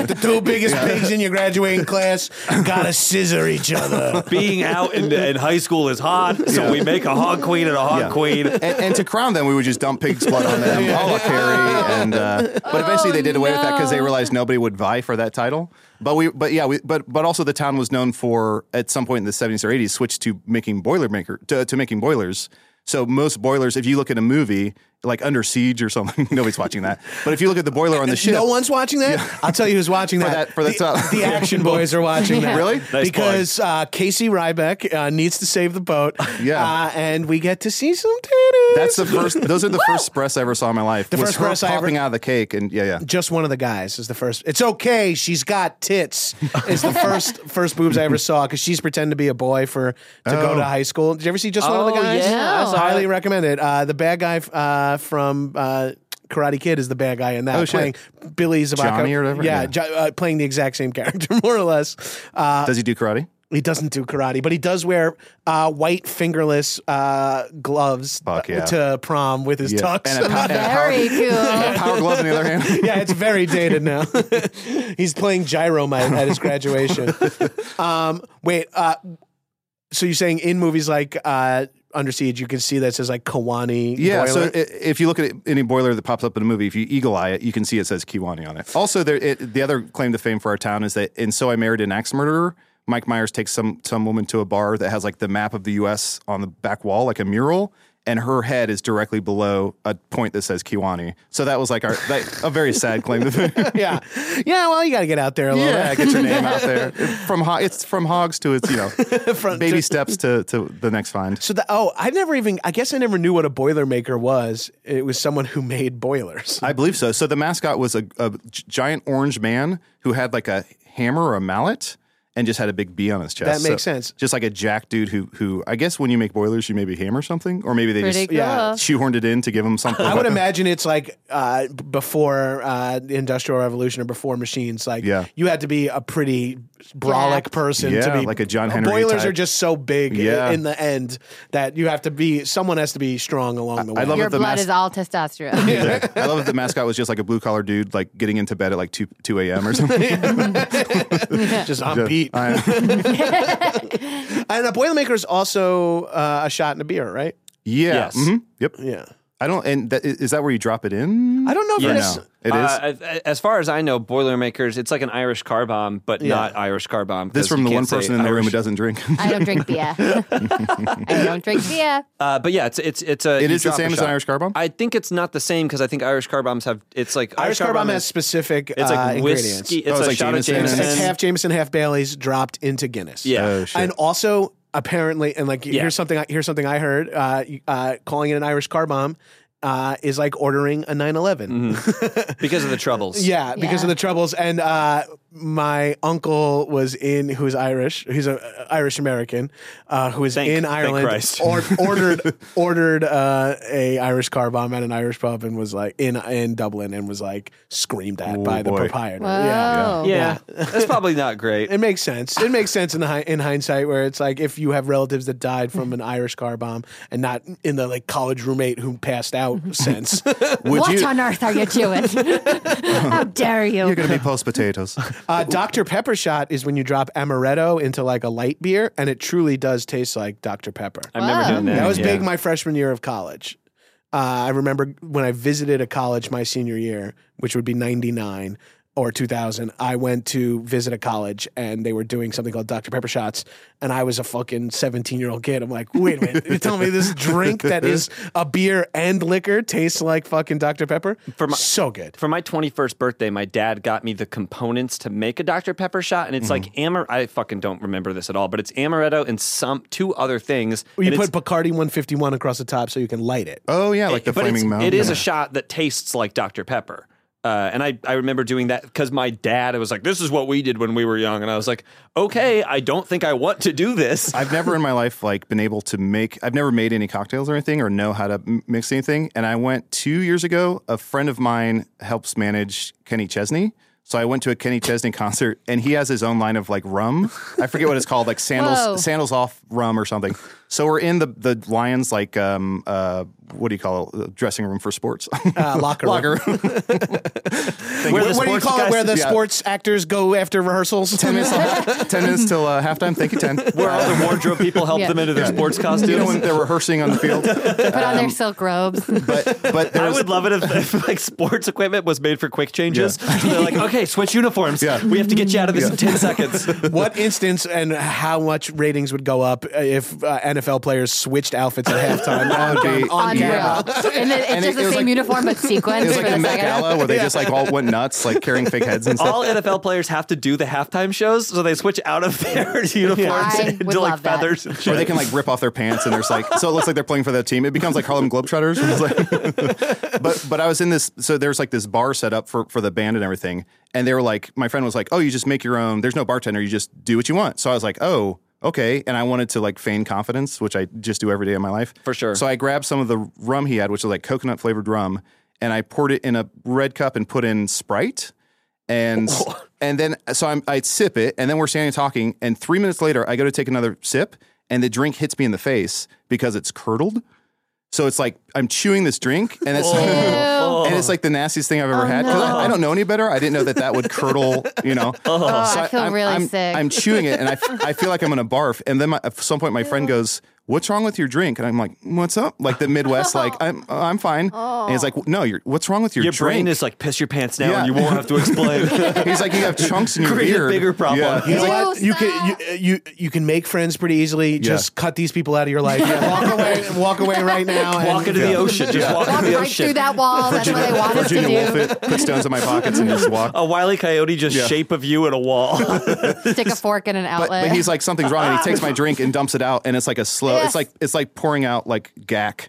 [SPEAKER 1] the two biggest pigs in your graduating class gotta scissor each other.
[SPEAKER 3] Being out in, in high school is hot, so we make a hog queen and a hog
[SPEAKER 2] Yeah.
[SPEAKER 3] queen.
[SPEAKER 2] and, and to crown them, we would just dump pig's blood on them, a la Carey, and uh, but eventually they did away with that because they realized nobody would vie for that title. But we, but yeah, we, but but also the town was known for at some point in the seventies or eighties switched to making boilermaker to, to making boilers. So most boilers, if you look at a movie like Under Siege or something, nobody's watching that. But if you look at the boiler on the ship,
[SPEAKER 1] No one's watching that. I'll tell you who's watching
[SPEAKER 2] For
[SPEAKER 1] that.
[SPEAKER 2] that- for that
[SPEAKER 1] the,
[SPEAKER 2] stuff.
[SPEAKER 1] the action boys are watching that.
[SPEAKER 2] Really? Nice
[SPEAKER 3] plug.
[SPEAKER 1] because uh, Casey Ryback uh, needs to save the boat.
[SPEAKER 2] Yeah.
[SPEAKER 1] uh, and we get to see some titties.
[SPEAKER 2] that's the first. Those are the first breasts I ever saw in my life.
[SPEAKER 1] The
[SPEAKER 2] was
[SPEAKER 1] first
[SPEAKER 2] her
[SPEAKER 1] breasts I ever-
[SPEAKER 2] popping out of the cake, and yeah, yeah.
[SPEAKER 1] just one of the guys is the first. It's okay. She's got tits. Is the first first boobs I ever saw because she's pretend to be a boy for to
[SPEAKER 2] Oh.
[SPEAKER 1] go to high school. Did you ever see just one of the
[SPEAKER 3] Oh,
[SPEAKER 1] guys?
[SPEAKER 3] yeah, I saw
[SPEAKER 1] highly
[SPEAKER 3] that.
[SPEAKER 1] recommend it. Uh, the bad guy uh, from. Uh, Karate Kid is the bad guy in that
[SPEAKER 2] Oh,
[SPEAKER 1] playing
[SPEAKER 2] shit.
[SPEAKER 1] Billy Zabacco.
[SPEAKER 2] Johnny or whatever?
[SPEAKER 1] Yeah,
[SPEAKER 2] Yeah.
[SPEAKER 1] Jo- uh, playing the exact same character, more or less. Uh,
[SPEAKER 2] Does he do karate?
[SPEAKER 1] he doesn't do karate, but he does wear uh, white fingerless uh, gloves
[SPEAKER 2] Fuck yeah.
[SPEAKER 1] to prom with his
[SPEAKER 2] Yeah.
[SPEAKER 1] tux.
[SPEAKER 2] And a, pa- and a power,
[SPEAKER 4] Very cool.
[SPEAKER 2] and a power glove in the other hand.
[SPEAKER 1] yeah, it's very dated now. He's playing Gyromite at his graduation. um, wait, uh, so you're saying in movies like uh, Under Siege, you can see that says like Kiwani
[SPEAKER 2] Yeah,
[SPEAKER 1] boiler?
[SPEAKER 2] so i- if you look at it, any boiler that pops up in a movie, if you eagle eye it, you can see it says Kiwani on it. Also, there, it, the other claim to fame for our town is that in So I Married an Axe Murderer, Mike Myers takes some some woman to a bar that has like the map of the U.S. on the back wall, like a mural, and her head is directly below a point that says Kiwani. So that was like our that, a very sad claim to fame.
[SPEAKER 1] yeah, yeah. Well, you got to get out there a little.
[SPEAKER 2] yeah, get your name out there. From ho- it's from hogs to it's you know
[SPEAKER 1] Front-
[SPEAKER 2] baby steps to to the next find.
[SPEAKER 1] So the, oh, I never even. I guess I never knew what a boilermaker was. It was someone who made boilers.
[SPEAKER 2] I believe so. So the mascot was a, a g- giant orange man who had like a hammer or a mallet and just had a big B on his chest.
[SPEAKER 1] That makes
[SPEAKER 2] So
[SPEAKER 1] sense.
[SPEAKER 2] Just like a jack dude who, who I guess when you make boilers, you maybe hammer something, or maybe they
[SPEAKER 4] Pretty
[SPEAKER 2] just
[SPEAKER 4] cool.
[SPEAKER 1] yeah,
[SPEAKER 2] shoehorned it in to give him something.
[SPEAKER 1] I would imagine it's like uh, b- before uh, the Industrial Revolution or before machines. Like,
[SPEAKER 2] Yeah.
[SPEAKER 1] you had to be a pretty brolic person to
[SPEAKER 2] Yeah,
[SPEAKER 1] be
[SPEAKER 2] like a John Henry
[SPEAKER 1] Boilers
[SPEAKER 2] type.
[SPEAKER 1] are just so big i-
[SPEAKER 2] Yeah.
[SPEAKER 1] in the end that you have to be someone has to be strong along the way.
[SPEAKER 2] I love
[SPEAKER 4] Your
[SPEAKER 2] it. The
[SPEAKER 4] blood
[SPEAKER 2] mas-
[SPEAKER 4] is all testosterone.
[SPEAKER 2] Exactly. I love that the mascot was just like a blue collar dude, like getting into bed at like 2, 2 a.m. or something.
[SPEAKER 1] just on beat.
[SPEAKER 2] I-
[SPEAKER 1] and a boilermaker is also uh, a shot and a beer, right?
[SPEAKER 2] yeah.
[SPEAKER 3] Yes.
[SPEAKER 2] mhm, Yep.
[SPEAKER 1] Yeah,
[SPEAKER 2] I don't, and that, is that where you drop it in?
[SPEAKER 1] I don't know if
[SPEAKER 2] Or
[SPEAKER 1] it
[SPEAKER 2] no?
[SPEAKER 1] is.
[SPEAKER 2] It is.
[SPEAKER 3] Uh, I- I- as far as I know, Boilermakers, it's like an Irish car bomb, but not Irish car bomb.
[SPEAKER 2] this
[SPEAKER 3] 'cause
[SPEAKER 2] from
[SPEAKER 3] you
[SPEAKER 2] the
[SPEAKER 3] can't
[SPEAKER 2] one
[SPEAKER 3] say
[SPEAKER 2] person in the room
[SPEAKER 3] Irish.
[SPEAKER 2] who doesn't drink.
[SPEAKER 4] I don't drink beer. I don't drink beer.
[SPEAKER 3] Uh, but yeah, it's it's it's a.
[SPEAKER 2] It
[SPEAKER 3] you
[SPEAKER 2] is the
[SPEAKER 3] drop a
[SPEAKER 2] same as an
[SPEAKER 3] shot.
[SPEAKER 2] Irish car bomb?
[SPEAKER 3] I think it's not the same because I think Irish car bombs have. It's like
[SPEAKER 1] Irish car bomb has
[SPEAKER 3] is-
[SPEAKER 1] specific
[SPEAKER 3] It's
[SPEAKER 1] uh,
[SPEAKER 3] like
[SPEAKER 1] ingredients.
[SPEAKER 3] whiskey. It's,
[SPEAKER 2] Oh, it's
[SPEAKER 3] a
[SPEAKER 2] like
[SPEAKER 3] shot of
[SPEAKER 2] Jameson.
[SPEAKER 3] Jameson.
[SPEAKER 1] It's half Jameson, half Bailey's dropped into Guinness.
[SPEAKER 3] Yeah.
[SPEAKER 2] Oh, shit.
[SPEAKER 1] and also apparently, and like
[SPEAKER 3] Yeah.
[SPEAKER 1] here's something. I- Here's something I heard. Uh, you- uh, calling it an Irish car bomb uh, is like ordering a 911.
[SPEAKER 3] Mm-hmm. because of the troubles.
[SPEAKER 1] Yeah, because of the troubles. And uh, my uncle was in, who's Irish. He's a uh, Irish American uh, who is
[SPEAKER 3] Thank-
[SPEAKER 1] in
[SPEAKER 3] thank
[SPEAKER 1] Ireland.
[SPEAKER 3] Christ.
[SPEAKER 1] Or, ordered ordered uh, a Irish car bomb at an Irish pub and was like in in Dublin and was like screamed at by the
[SPEAKER 2] boy.
[SPEAKER 1] proprietor.
[SPEAKER 4] Whoa.
[SPEAKER 3] yeah, that's probably not great.
[SPEAKER 1] It makes sense. It makes sense in the hi- in hindsight, where it's like if you have relatives that died from an Irish car bomb, and not in the like college roommate who passed out sense.
[SPEAKER 2] Would
[SPEAKER 5] what
[SPEAKER 2] you?
[SPEAKER 5] on earth are you doing? How dare you?
[SPEAKER 2] You're going to be post potatoes.
[SPEAKER 1] uh, Dr Pepper shot is when you drop amaretto into like a light beer, and it truly does taste like Dr Pepper.
[SPEAKER 3] I'm never doing that.
[SPEAKER 1] That was
[SPEAKER 3] Yeah.
[SPEAKER 1] big my freshman year of college. Uh, I remember when I visited a college my senior year, which would be 99 or 2000. I went to visit a college and they were doing something called Dr. Pepper shots. And I was a fucking 17 year old kid. I'm like, wait a minute, you're telling me this drink that is a beer and liquor tastes like fucking Dr. Pepper?
[SPEAKER 3] For my-
[SPEAKER 1] so good.
[SPEAKER 3] for my 21st birthday, my dad got me the components to make a Dr. Pepper shot, and it's
[SPEAKER 2] Mm-hmm.
[SPEAKER 3] like amar. I fucking don't remember this at all, but it's amaretto and some two other things.
[SPEAKER 1] You
[SPEAKER 3] and
[SPEAKER 1] put
[SPEAKER 3] it's-
[SPEAKER 1] Bacardi 151 across the top so you can light it.
[SPEAKER 2] Oh yeah, like the
[SPEAKER 3] Eh, but it's-
[SPEAKER 2] flaming mountain.
[SPEAKER 3] It is a shot that tastes like Dr. Pepper. Uh, and I, I remember doing that because my dad was like, this is what we did when we were young. And I was like, okay, I don't think I want to do this.
[SPEAKER 2] I've never in my life like been able to make. I've never made any cocktails or anything, or know how to m- mix anything. And I went two years ago. A friend of mine helps manage Kenny Chesney. So I went to a Kenny Chesney concert, and he has his own line of like rum. I forget what it's called, like sandals,
[SPEAKER 4] Whoa.
[SPEAKER 2] sandals off rum or something. So we're in the the Lions like um uh what do you call it? dressing room for sports
[SPEAKER 1] Uh, locker room.
[SPEAKER 2] locker room.
[SPEAKER 3] Where the
[SPEAKER 1] What do you
[SPEAKER 3] sports
[SPEAKER 1] call it
[SPEAKER 3] guys-
[SPEAKER 1] where the
[SPEAKER 2] yeah.
[SPEAKER 1] sports actors go after rehearsals?
[SPEAKER 2] ten minutes ten minutes till uh, halftime. Thank you, ten.
[SPEAKER 3] where all the wardrobe people help
[SPEAKER 4] Yeah.
[SPEAKER 3] them into their sports
[SPEAKER 2] you know when
[SPEAKER 3] costumes.
[SPEAKER 2] they're rehearsing on the field. Um,
[SPEAKER 4] They put on their silk robes.
[SPEAKER 2] but but
[SPEAKER 3] I
[SPEAKER 2] there's
[SPEAKER 3] would love it if, if like sports equipment was made for quick changes. So they're like, okay, switch uniforms.
[SPEAKER 2] Yeah.
[SPEAKER 3] We have to get you out of this in 10 seconds.
[SPEAKER 1] what instance and how much ratings would go up if uh, NFL NFL players switched outfits at halftime.
[SPEAKER 2] That would be
[SPEAKER 4] on
[SPEAKER 2] unreal.
[SPEAKER 4] drill. And then it's
[SPEAKER 2] And it-
[SPEAKER 4] just
[SPEAKER 2] it
[SPEAKER 4] the
[SPEAKER 2] was
[SPEAKER 4] same
[SPEAKER 2] like-
[SPEAKER 4] uniform but
[SPEAKER 2] It
[SPEAKER 4] sequins
[SPEAKER 2] was
[SPEAKER 4] for
[SPEAKER 2] like the
[SPEAKER 4] the
[SPEAKER 2] Met
[SPEAKER 4] second.
[SPEAKER 2] Gala where they just like all went nuts, like carrying fake heads and stuff.
[SPEAKER 3] All NFL players have to do the halftime shows, so they switch out of their uniforms
[SPEAKER 4] I would
[SPEAKER 3] into like
[SPEAKER 4] love that.
[SPEAKER 3] feathers and shit.
[SPEAKER 2] Or they can like rip off their pants and there's like so it looks like they're playing for that team. It becomes like Harlem Globetrotters. It's like- but but I was in this so there's like this bar set up for for the band and everything. And they were like, my friend was like, oh, you just make your own. There's no bartender. You just do what you want. So I was like, oh. Okay, and I wanted to like feign confidence, which I just do every day of my life.
[SPEAKER 3] For sure.
[SPEAKER 2] So I grabbed some of the rum he had, which was like coconut flavored rum, and I poured it in a red cup and put in Sprite and and then so I'm, I sip it, and then we're standing talking, and three minutes later, I go to take another sip, and the drink hits me in the face because it's curdled. So it's like I'm chewing this drink, and it's
[SPEAKER 3] Oh.
[SPEAKER 2] and it's like the nastiest thing I've
[SPEAKER 4] Oh,
[SPEAKER 2] ever had. 'Cause I, I don't know any better. I didn't know that that would curdle. You know, so
[SPEAKER 4] Oh, I feel
[SPEAKER 2] I'm-
[SPEAKER 4] really
[SPEAKER 2] I'm-
[SPEAKER 4] sick.
[SPEAKER 2] I'm chewing it, and I, f- I feel like I'm gonna barf. And then my, at some point, my friend goes, "What's wrong with your drink?" And I'm like, "What's up?" Like the Midwest, like I'm I'm fine. And he's like, "No, you're what's wrong with your,
[SPEAKER 3] Your
[SPEAKER 2] drink?"
[SPEAKER 3] brain is like, piss your pants now,
[SPEAKER 2] Yeah.
[SPEAKER 3] and you won't have to explain.
[SPEAKER 2] He's like, you have chunks in your
[SPEAKER 3] Create a
[SPEAKER 2] beard.
[SPEAKER 3] bigger problem.
[SPEAKER 1] You know
[SPEAKER 4] Ew,
[SPEAKER 1] what? You can you,
[SPEAKER 4] stop.
[SPEAKER 1] you you can make friends pretty easily. Just cut these people out of your life. Yeah, walk away, walk away right now. and-
[SPEAKER 3] walk into the ocean. Just walk
[SPEAKER 4] Walk
[SPEAKER 3] into the
[SPEAKER 4] right through
[SPEAKER 3] ocean.
[SPEAKER 4] that wall. That's what they want us to
[SPEAKER 2] Virginia Woolf
[SPEAKER 4] do.
[SPEAKER 2] it, put stones in my pockets and just walk.
[SPEAKER 3] A wily coyote just
[SPEAKER 2] Yeah.
[SPEAKER 3] shape of you at a wall.
[SPEAKER 4] Stick a fork in an
[SPEAKER 2] But,
[SPEAKER 4] outlet.
[SPEAKER 2] but he's like, something's wrong, and he takes my drink and dumps it out, and it's like a slow. It's
[SPEAKER 4] Yes.
[SPEAKER 2] like it's like pouring out like gack.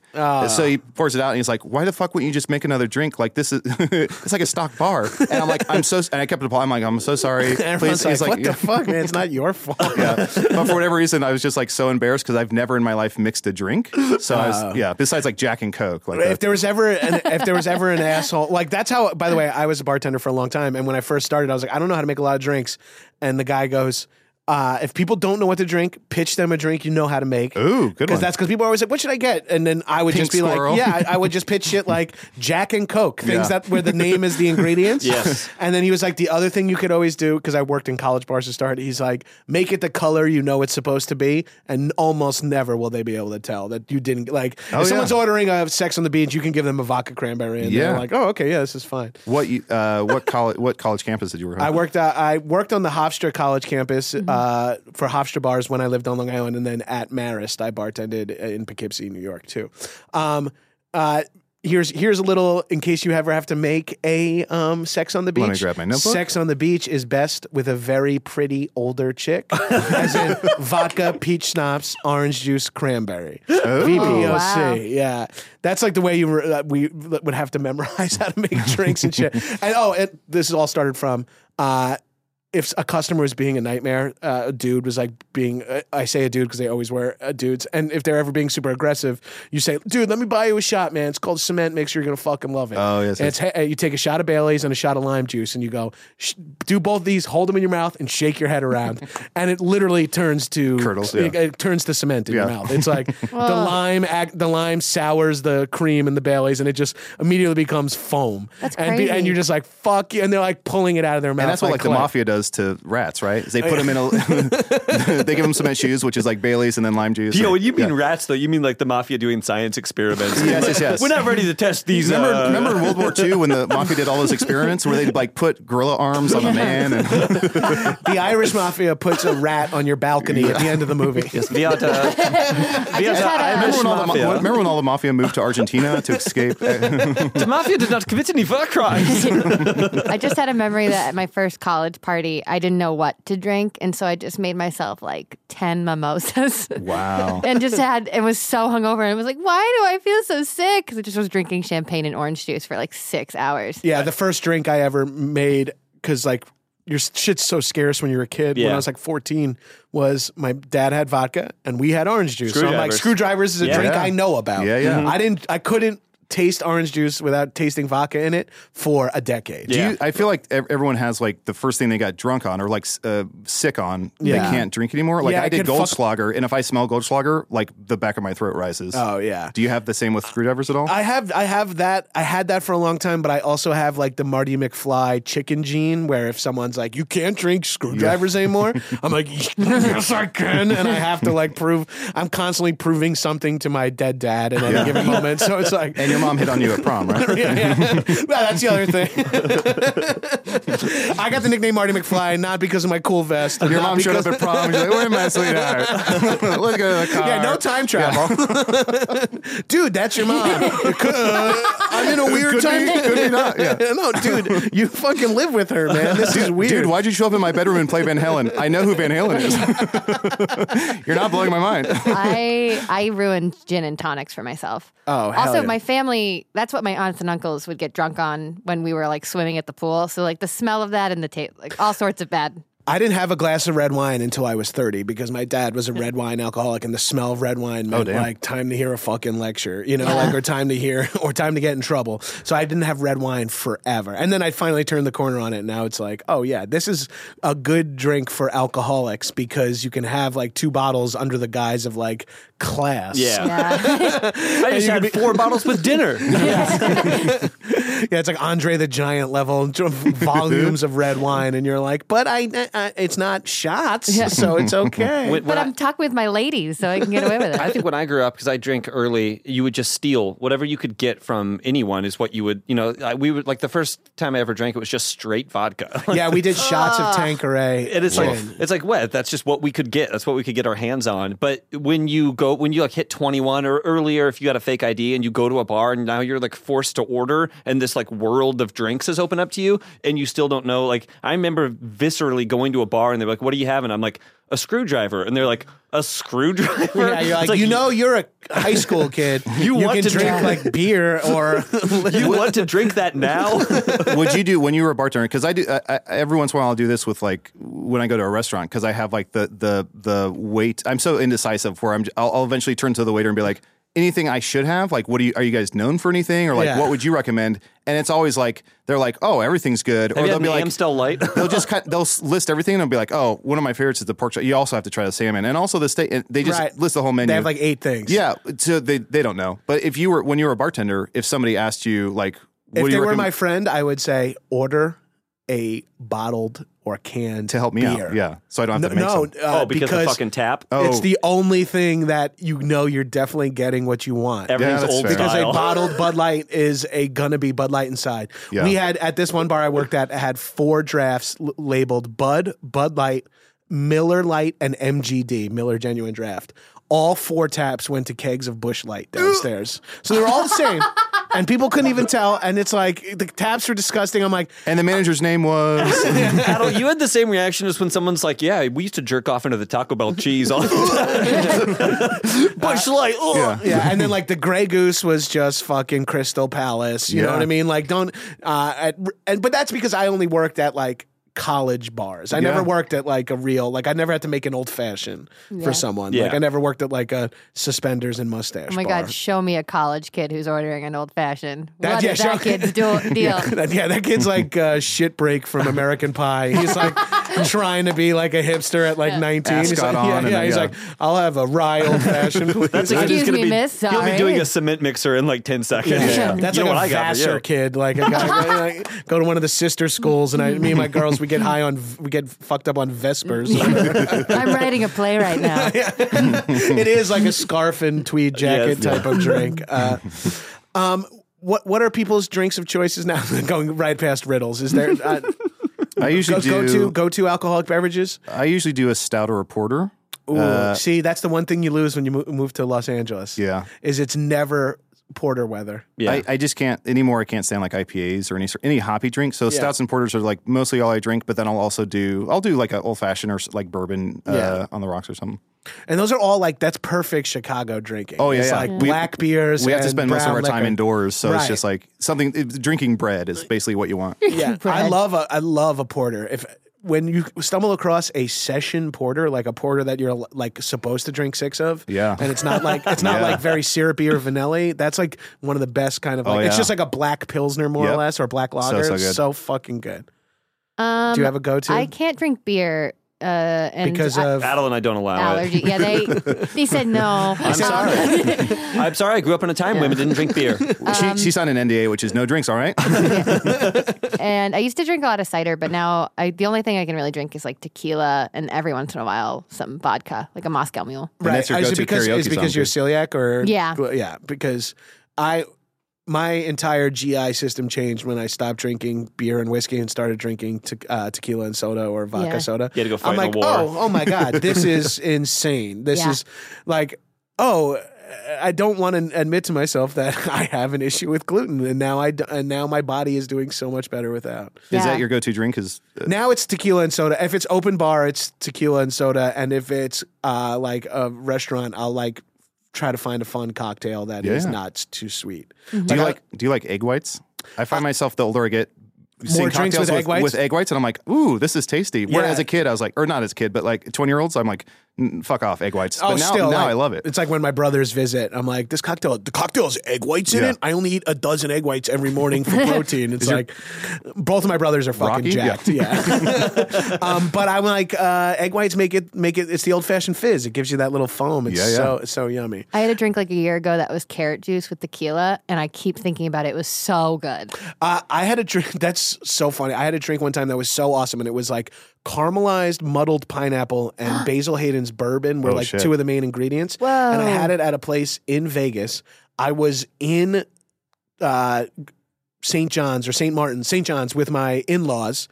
[SPEAKER 2] so he pours it out, and he's like, "Why the fuck wouldn't you just make another drink? Like this is, it's like a stock bar." And I'm like, "I'm so," and I kept applying. I'm like, "I'm so sorry."
[SPEAKER 1] Everyone's
[SPEAKER 2] Please,
[SPEAKER 1] like,
[SPEAKER 2] he's like,
[SPEAKER 1] what the fuck, man? It's not your fault.
[SPEAKER 2] Yeah. But for whatever reason, I was just like so embarrassed because I've never in my life mixed a drink. So I was, yeah. Besides like Jack and Coke, like uh,
[SPEAKER 1] If
[SPEAKER 2] that.
[SPEAKER 1] there was ever an, if there was ever an asshole like that's how by the way I was a bartender for a long time and when I first started I was like I don't know how to make a lot of drinks and the guy goes uh, if people don't know what to drink pitch them a drink you know how to make
[SPEAKER 2] Ooh, good
[SPEAKER 1] because
[SPEAKER 2] one.
[SPEAKER 1] that's because people are always like what should I get and then I would
[SPEAKER 2] Pink
[SPEAKER 1] just be
[SPEAKER 2] squirrel.
[SPEAKER 1] like yeah I, I would just pitch shit like Jack and Coke things
[SPEAKER 2] Yeah.
[SPEAKER 1] that where the name is the ingredients
[SPEAKER 3] Yes.
[SPEAKER 1] and then he was like the other thing you could always do because I worked in college bars to start he's like make it the color you know it's supposed to be and almost never will they be able to tell that you didn't like
[SPEAKER 2] Oh,
[SPEAKER 1] if someone's
[SPEAKER 2] yeah.
[SPEAKER 1] ordering a Sex on the Beach, you can give them a vodka cranberry, and
[SPEAKER 2] Yeah.
[SPEAKER 1] they're like, "Oh, okay, yeah, this is fine."
[SPEAKER 2] what you, uh, what college what college campus did you work? on?
[SPEAKER 1] I worked uh, I worked on the Hofstra College campus uh, for Hofstra bars when I lived on Long Island, and then at Marist, I bartended in Poughkeepsie, New York, too. Um, uh, here's here's a little in case you ever have to make a um, Sex on the Beach.
[SPEAKER 2] Let me grab my notebook.
[SPEAKER 1] Sex on the Beach is best with a very pretty older chick, as in vodka, peach schnapps, orange juice, cranberry.
[SPEAKER 2] Oh.
[SPEAKER 1] VBOC.
[SPEAKER 4] wow.
[SPEAKER 1] Yeah, that's like the way you were, uh, we would have to memorize how to make drinks and shit. And oh, it, this all started from uh, if a customer was being a nightmare, uh, a dude was like being. Uh, I say a dude because they always wear uh, dudes. And if they're ever being super aggressive, you say, "Dude, let me buy you a shot, man. It's called cement. Make sure you're gonna fucking love it."
[SPEAKER 2] Oh, yes,
[SPEAKER 1] And it's, hey, you take a shot of Bailey's and a shot of lime juice, and you go, Sh- "Do both these. Hold them in your mouth and shake your head around." and it literally turns to
[SPEAKER 2] Curdles,
[SPEAKER 1] It,
[SPEAKER 2] yeah.
[SPEAKER 1] it uh, turns to cement in your
[SPEAKER 2] Yeah.
[SPEAKER 1] mouth. It's like the lime act, the lime sours the cream and the Bailey's, and it just immediately becomes foam.
[SPEAKER 4] That's
[SPEAKER 1] and, be- and
[SPEAKER 4] crazy.
[SPEAKER 1] you're just like fuck you, and they're like pulling it out of their mouth.
[SPEAKER 2] and that's what like the
[SPEAKER 1] clay.
[SPEAKER 2] mafia does to rats, right? Is they
[SPEAKER 3] Oh,
[SPEAKER 2] put them in a, they give them cement shoes, which is like Bailey's and then lime juice.
[SPEAKER 3] Yo,
[SPEAKER 2] or-
[SPEAKER 3] when you mean
[SPEAKER 2] yeah.
[SPEAKER 3] rats, though, you mean like the mafia doing science experiments.
[SPEAKER 2] Yes, yes, yes.
[SPEAKER 3] We're not ready to test these.
[SPEAKER 2] Remember,
[SPEAKER 3] uh,
[SPEAKER 2] remember in World War II when the mafia did all those experiments where they like put gorilla arms on a man and
[SPEAKER 1] the Irish mafia puts a rat on your balcony at the end of the movie.
[SPEAKER 3] Viata, Viata
[SPEAKER 4] had a-
[SPEAKER 2] remember
[SPEAKER 3] Irish
[SPEAKER 2] when, all the, ma-
[SPEAKER 3] mafia.
[SPEAKER 2] remember when all the mafia moved to Argentina to escape?
[SPEAKER 3] the mafia did not commit any war crimes.
[SPEAKER 4] I just had a memory that at my first college party, I didn't know what to drink, and so I just made myself like ten mimosas.
[SPEAKER 2] wow.
[SPEAKER 4] and just had and was so hungover and was like, why do I feel so sick? Because I just was drinking champagne and orange juice for like six hours.
[SPEAKER 1] Yeah, the first drink I ever made because like your shit's so scarce when you're a kid. When
[SPEAKER 3] Yeah.
[SPEAKER 1] I was like 14, was my dad had vodka and we had orange juice. So I'm like,
[SPEAKER 3] Screwdrivers.
[SPEAKER 1] screwdrivers is a
[SPEAKER 3] Yeah.
[SPEAKER 1] drink
[SPEAKER 2] Yeah.
[SPEAKER 1] I know about.
[SPEAKER 2] Yeah, yeah. Mhm.
[SPEAKER 1] I didn't, I couldn't taste orange juice without tasting vodka in it for a decade.
[SPEAKER 2] Do
[SPEAKER 3] Yeah.
[SPEAKER 2] you, I feel like ev- everyone has like the first thing they got drunk on or like s- uh, sick on.
[SPEAKER 1] Yeah.
[SPEAKER 2] They can't drink anymore. Like
[SPEAKER 1] Yeah,
[SPEAKER 2] I
[SPEAKER 1] I
[SPEAKER 2] did
[SPEAKER 1] could fuck-
[SPEAKER 2] Goldschlager, and if I smell Goldschlager, like the back of my throat rises.
[SPEAKER 1] Oh yeah.
[SPEAKER 2] Do you have the same with screwdrivers at all?
[SPEAKER 1] I have I have that I had that for a long time, but I also have like the Marty McFly chicken gene, where if someone's like, "You can't drink screwdrivers anymore," I'm like, "Yes, I can," and I have to like prove I'm constantly proving something to my dead dad at any given moment. So it's like,
[SPEAKER 2] and your mom hit on you at prom, right?
[SPEAKER 1] yeah, yeah. Well, that's the other thing. I got the nickname Marty McFly not because of my cool vest.
[SPEAKER 2] Your
[SPEAKER 1] not
[SPEAKER 2] mom showed up
[SPEAKER 1] because-
[SPEAKER 2] at prom. She's like, "Wait a minute, sweetheart. Look at the car."
[SPEAKER 1] Yeah, no time travel. dude, that's your mom. It could- uh, I'm in a weird
[SPEAKER 2] Could be-
[SPEAKER 1] time.
[SPEAKER 2] could be not, yeah.
[SPEAKER 1] no, dude, you fucking live with her, man. This is weird.
[SPEAKER 2] Dude, why'd you show up in my bedroom and play Van Halen? I know who Van Halen is. You're not blowing my mind.
[SPEAKER 4] I I ruined gin and tonics for myself.
[SPEAKER 1] Oh, hell
[SPEAKER 4] also
[SPEAKER 1] yeah.
[SPEAKER 4] my family. That's what my aunts and uncles would get drunk on when we were like swimming at the pool. So like the smell of that and the taste, like all sorts of bad.
[SPEAKER 1] I didn't have a glass of red wine until I was 30 because my dad was a red wine alcoholic and the smell of red wine meant
[SPEAKER 2] Oh, damn.
[SPEAKER 1] like time to hear a fucking lecture, you know, like or time to hear or time to get in trouble. So I didn't have red wine forever. And then I finally turned the corner on it. And now it's like, oh yeah, this is a good drink for alcoholics because you can have like two bottles under the guise of like class.
[SPEAKER 3] Yeah.
[SPEAKER 4] Yeah.
[SPEAKER 3] I just had four bottles with dinner.
[SPEAKER 1] Yeah, it's like Andre the Giant level dr- volumes of red wine, and you're like, but I, uh, it's not shots, so it's okay.
[SPEAKER 3] When- when
[SPEAKER 4] but
[SPEAKER 3] I-
[SPEAKER 4] I'm talking with my ladies, so I can get away with it.
[SPEAKER 3] I think when I grew up, because I drank early, you would just steal whatever you could get from anyone. Is what you would, you know, I, we would like the first time I ever drank it was just straight vodka. Like,
[SPEAKER 1] yeah, we did shots of Tanqueray.
[SPEAKER 3] It is like it's like what that's just what we could get. That's what we could get our hands on. But when you go when you like hit 21 or earlier if you got a fake ID and you go to a bar and now you're like forced to order and this like world of drinks is open up to you and you still don't know like I remember viscerally going to a bar and they're like what do you have and I'm like a screwdriver and they're like a screwdriver.
[SPEAKER 1] Yeah,
[SPEAKER 3] It's
[SPEAKER 1] you're like, you know, you're a high school kid. you
[SPEAKER 3] want
[SPEAKER 1] can
[SPEAKER 3] to
[SPEAKER 1] drink
[SPEAKER 3] drink-
[SPEAKER 1] like beer or
[SPEAKER 3] you want to drink that now?
[SPEAKER 2] Would you do when you were a bartender? Because I do I, I, every once in a while I'll do this with like when I go to a restaurant because I have like the the the wait. I'm so indecisive where I'm j- I'll, I'll eventually turn to the waiter and be like, anything I should have? Like, what do you are you guys known for anything or like
[SPEAKER 1] Yeah.
[SPEAKER 2] what would you recommend? And it's always like they're like, oh, everything's good, or
[SPEAKER 3] Have you
[SPEAKER 2] they'll
[SPEAKER 3] had
[SPEAKER 2] be like,
[SPEAKER 3] Am Still Light?
[SPEAKER 1] uh,
[SPEAKER 2] they'll just cut, they'll s- list everything and they'll be like, oh, one of my favorites is the pork chop. You also have to try the salmon and also the steak. And they just
[SPEAKER 1] Right.
[SPEAKER 2] list the whole menu.
[SPEAKER 1] they have like eight things.
[SPEAKER 2] yeah, so they they don't know. But if you were when you were a bartender, if somebody asked you like, what
[SPEAKER 1] If
[SPEAKER 2] do
[SPEAKER 1] they
[SPEAKER 2] you
[SPEAKER 1] were
[SPEAKER 2] recommend?
[SPEAKER 1] my friend, I would say order a bottled or canned
[SPEAKER 2] to help me
[SPEAKER 1] beer.
[SPEAKER 2] out. Yeah, so I don't have
[SPEAKER 1] No,
[SPEAKER 2] to make
[SPEAKER 1] no,
[SPEAKER 2] some.
[SPEAKER 1] uh,
[SPEAKER 3] oh, because, the fucking tap.
[SPEAKER 1] It's
[SPEAKER 2] Oh.
[SPEAKER 1] the only thing that you know you're definitely getting what you want.
[SPEAKER 3] Everything's
[SPEAKER 2] that's
[SPEAKER 3] old
[SPEAKER 2] fair.
[SPEAKER 1] because
[SPEAKER 3] style.
[SPEAKER 1] a bottled Bud Light is a gonna be Bud Light inside.
[SPEAKER 2] Yeah.
[SPEAKER 1] We had at this one bar I worked at I had four drafts l- labeled Bud, Bud Light, Miller Light, and MGD Miller Genuine Draft. All four taps went to kegs of Bush Light downstairs, so they were all the same, and people couldn't even tell. And it's like the taps were disgusting. I'm like,
[SPEAKER 2] And the manager's name was.
[SPEAKER 3] Adel, you had the same reaction as when someone's like, "Yeah, we used to jerk off into the Taco Bell cheese all the time." Bush Light. ugh.
[SPEAKER 2] yeah.
[SPEAKER 1] yeah, and then like the Grey Goose was just fucking Crystal Palace. You know
[SPEAKER 2] Yeah.
[SPEAKER 1] what I mean? Like, don't. Uh, at, and but that's because I only worked at like college bars. I never
[SPEAKER 2] Yeah.
[SPEAKER 1] worked at like a real like I never had to make an old fashioned for someone. Like
[SPEAKER 3] Yeah.
[SPEAKER 1] I never worked at like a suspenders and mustache.
[SPEAKER 4] Oh my
[SPEAKER 1] bar.
[SPEAKER 4] God! Show me a college kid who's ordering an old fashioned.
[SPEAKER 1] That-
[SPEAKER 4] What
[SPEAKER 1] yeah,
[SPEAKER 4] is
[SPEAKER 1] show-
[SPEAKER 4] that kid's do- deal?
[SPEAKER 1] That- yeah, that kid's like uh, shit break from American Pie. He's like trying to be like a hipster at like nineteen. He's
[SPEAKER 2] Ascot
[SPEAKER 1] like,
[SPEAKER 2] on
[SPEAKER 1] yeah,
[SPEAKER 2] and
[SPEAKER 1] yeah.
[SPEAKER 2] then,
[SPEAKER 1] He's
[SPEAKER 2] yeah.
[SPEAKER 1] like, I'll have a rye old fashioned.
[SPEAKER 3] That's like,
[SPEAKER 4] Excuse
[SPEAKER 3] he's gonna
[SPEAKER 4] me,
[SPEAKER 3] be,
[SPEAKER 4] miss,
[SPEAKER 3] You'll be
[SPEAKER 4] sorry.
[SPEAKER 3] doing a cement mixer in like ten seconds.
[SPEAKER 1] Yeah. That's
[SPEAKER 3] You know
[SPEAKER 1] like
[SPEAKER 3] what
[SPEAKER 1] a
[SPEAKER 3] I got for
[SPEAKER 1] Vassar
[SPEAKER 3] you.
[SPEAKER 1] kid. Like a guy, like, go to one of the sister schools, and I, me and my girls, we get high on, we get fucked up on Vespers.
[SPEAKER 4] I'm writing a play right now.
[SPEAKER 1] it is like a scarf and tweed jacket
[SPEAKER 3] Yes.
[SPEAKER 1] type of drink. Uh, um, what what are people's drinks of choices now? Going right past riddles. Is there uh,
[SPEAKER 2] I usually
[SPEAKER 1] go, go
[SPEAKER 2] do.
[SPEAKER 1] to go to alcoholic beverages?
[SPEAKER 2] I usually do a stout or a porter.
[SPEAKER 1] Ooh,
[SPEAKER 3] Uh,
[SPEAKER 1] see, that's the one thing you lose when you mo- move to Los Angeles.
[SPEAKER 2] Yeah.
[SPEAKER 1] is it's never porter weather.
[SPEAKER 3] Yeah.
[SPEAKER 2] I, I just can't anymore. I can't stand like IPAs or any sort- any hoppy drink. So stouts and porters are like mostly all I drink. But then I'll also do I'll do like an old fashioned or s- like bourbon uh,
[SPEAKER 1] Yeah.
[SPEAKER 2] on the rocks or something.
[SPEAKER 1] And those are all like that's perfect Chicago drinking.
[SPEAKER 2] Oh, yeah,
[SPEAKER 1] it's
[SPEAKER 2] yeah.
[SPEAKER 1] like
[SPEAKER 2] We-
[SPEAKER 1] black beers.
[SPEAKER 2] we have to
[SPEAKER 1] and
[SPEAKER 2] spend most of
[SPEAKER 1] brown
[SPEAKER 2] our time
[SPEAKER 1] liquor.
[SPEAKER 2] indoors, so
[SPEAKER 1] Right.
[SPEAKER 2] it's just like something it- drinking bread is basically what you want.
[SPEAKER 1] Yeah,
[SPEAKER 4] Bread.
[SPEAKER 1] I love a I love a porter. If when you stumble across a session porter, like a porter that you're like supposed to drink six of,
[SPEAKER 2] Yeah.
[SPEAKER 1] and it's not like it's not
[SPEAKER 2] Yeah.
[SPEAKER 1] like very syrupy or vanilla. That's like one of the best kind of like it's
[SPEAKER 2] Oh, yeah.
[SPEAKER 1] just like a black pilsner more or
[SPEAKER 2] Yep.
[SPEAKER 1] less or a black lager.
[SPEAKER 2] so
[SPEAKER 1] It's
[SPEAKER 2] good.
[SPEAKER 1] so fucking good.
[SPEAKER 4] Um,
[SPEAKER 1] Do you have a go to?
[SPEAKER 4] I can't drink beer uh, and
[SPEAKER 1] Because
[SPEAKER 4] I-
[SPEAKER 1] of
[SPEAKER 3] Adel and I don't allow
[SPEAKER 4] allergy. Yeah, they they said no. Um, I'm
[SPEAKER 3] sorry. it. I'm sorry. I grew up in a time women didn't drink beer.
[SPEAKER 2] she, she signed an NDA, which is no drinks. All right.
[SPEAKER 4] and I used to drink a lot of cider, but now I the only thing I can really drink is like tequila and every once in a while some vodka, like a Moscow Mule.
[SPEAKER 2] And that's your
[SPEAKER 1] Is it
[SPEAKER 2] go-to
[SPEAKER 1] because,
[SPEAKER 2] karaoke
[SPEAKER 1] is it because
[SPEAKER 2] song,
[SPEAKER 1] you're celiac
[SPEAKER 2] too.
[SPEAKER 1] or
[SPEAKER 4] Yeah.
[SPEAKER 1] yeah? Because I my entire GI system changed when I stopped drinking beer and whiskey and started drinking te- uh, tequila and soda or vodka
[SPEAKER 4] Yeah.
[SPEAKER 1] soda.
[SPEAKER 3] You had to go fight
[SPEAKER 1] I'm
[SPEAKER 3] in a
[SPEAKER 1] like,
[SPEAKER 3] war.
[SPEAKER 1] oh, oh my god, this is insane. This
[SPEAKER 4] Yeah.
[SPEAKER 1] is like, oh, I don't want to admit to myself that I have an issue with gluten, and now I d- and now my body is doing so much better without.
[SPEAKER 2] Is
[SPEAKER 4] Yeah.
[SPEAKER 2] that your go-to drink? Is uh,
[SPEAKER 1] Now it's tequila and soda. If it's open bar, it's tequila and soda, and if it's uh, like a restaurant, I'll like try to find a fun cocktail that is
[SPEAKER 2] Yeah.
[SPEAKER 1] not too sweet.
[SPEAKER 2] do you
[SPEAKER 1] I-
[SPEAKER 2] like do you like egg whites? I find myself the older I get, seeing
[SPEAKER 1] Uh, drinks
[SPEAKER 2] cocktails
[SPEAKER 1] with egg whites?
[SPEAKER 2] with egg whites, and I'm like, ooh, this is tasty. Where
[SPEAKER 1] Yeah.
[SPEAKER 2] as a kid, I was like, or not as a kid, but like 20 year olds, I'm like, "Mm, fuck off, egg whites.
[SPEAKER 1] Oh,
[SPEAKER 2] but now,
[SPEAKER 1] still,
[SPEAKER 2] now
[SPEAKER 1] like,
[SPEAKER 2] I love it.
[SPEAKER 1] It's like when my brothers visit. I'm like, this cocktail, the cocktail has egg whites in
[SPEAKER 2] Yeah.
[SPEAKER 1] it. I only eat a dozen egg whites every morning for protein. It's like, both of my brothers are fucking
[SPEAKER 2] Rocky? Yeah.
[SPEAKER 1] jacked. Yeah. um, but I'm like, uh, egg whites make it make it. It's the old fashioned fizz. It gives you that little foam. It's
[SPEAKER 2] Yeah, yeah.
[SPEAKER 1] so so yummy.
[SPEAKER 4] I had a drink like a year ago that was carrot juice with tequila, and I keep thinking about it. It was so good.
[SPEAKER 1] Uh, I had a drink. That's so funny. I had a drink one time that was so awesome, and it was like caramelized muddled pineapple and Basil Hayden's bourbon were
[SPEAKER 2] Oh,
[SPEAKER 1] like
[SPEAKER 2] shit.
[SPEAKER 1] two of the main ingredients. Whoa. And I had it at a place in Vegas. I was in uh, St. John's or St. Martin's, St. John's with my in laws.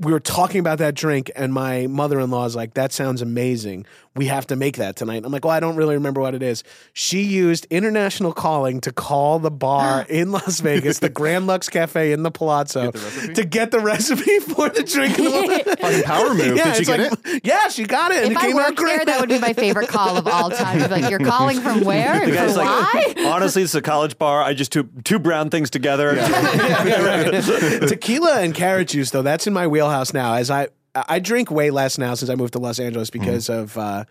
[SPEAKER 1] We were talking about that drink, and my mother in law is like, That sounds amazing. We have to make that tonight. I'm like, Well, I don't really remember what it is. She used international calling to call the bar in Las Vegas, the Grand Lux Cafe in the Palazzo, to get the recipe for the drink.
[SPEAKER 2] Fucking power move. Did you
[SPEAKER 1] it's
[SPEAKER 2] get
[SPEAKER 1] like,
[SPEAKER 2] it?
[SPEAKER 1] Yeah, she got it. and
[SPEAKER 4] if
[SPEAKER 1] it
[SPEAKER 4] I
[SPEAKER 1] came out
[SPEAKER 4] worked there,
[SPEAKER 1] great.
[SPEAKER 4] that would be my favorite call of all time. You'd be like, you're calling from where?
[SPEAKER 3] The
[SPEAKER 4] And
[SPEAKER 3] guy's
[SPEAKER 4] for
[SPEAKER 3] like,
[SPEAKER 4] why?
[SPEAKER 3] honestly, it's a college bar. I just took two brown things together.
[SPEAKER 1] tequila and carrot juice though that's in my wheelhouse now as i i drink way less now since i moved to los angeles
[SPEAKER 2] Mm-hmm.
[SPEAKER 1] because of uh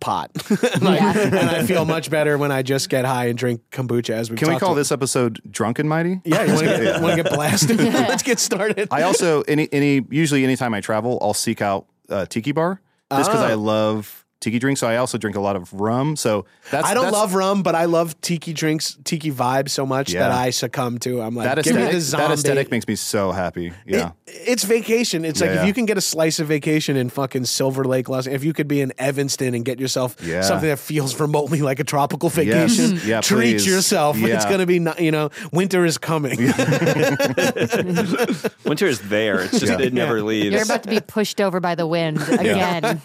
[SPEAKER 1] pot Like,
[SPEAKER 4] Yeah.
[SPEAKER 1] and i feel much better when i just get high and drink kombucha as we
[SPEAKER 2] Can we call this episode Drunken Mighty?
[SPEAKER 1] yeah you want to get, blasted let's get started
[SPEAKER 2] I also any any usually anytime I travel, I'll seek out uh, tiki bar just because I
[SPEAKER 1] Ah.
[SPEAKER 2] love tiki drinks. So I also drink a lot of rum. So that's
[SPEAKER 1] I don't
[SPEAKER 2] that's-
[SPEAKER 1] love rum, but I love tiki drinks, tiki vibe so much
[SPEAKER 2] Yeah.
[SPEAKER 1] that I succumb to. I'm like,
[SPEAKER 2] that
[SPEAKER 1] give me
[SPEAKER 2] aesthetic.
[SPEAKER 1] the zombie.
[SPEAKER 2] That aesthetic makes me so happy. Yeah.
[SPEAKER 1] It- it's vacation. It's like
[SPEAKER 2] Yeah.
[SPEAKER 1] if you can get a slice of vacation in fucking Silver Lake, Los if you could be in Evanston and get yourself
[SPEAKER 2] Yeah.
[SPEAKER 1] something that feels remotely like a tropical vacation,
[SPEAKER 2] Yeah,
[SPEAKER 1] treat
[SPEAKER 2] please.
[SPEAKER 1] yourself.
[SPEAKER 2] Yeah.
[SPEAKER 1] It's going to be, not, you know, winter is coming.
[SPEAKER 3] Winter is there. It's just
[SPEAKER 2] Yeah.
[SPEAKER 3] it never leaves.
[SPEAKER 4] You're about to be pushed over by the wind again.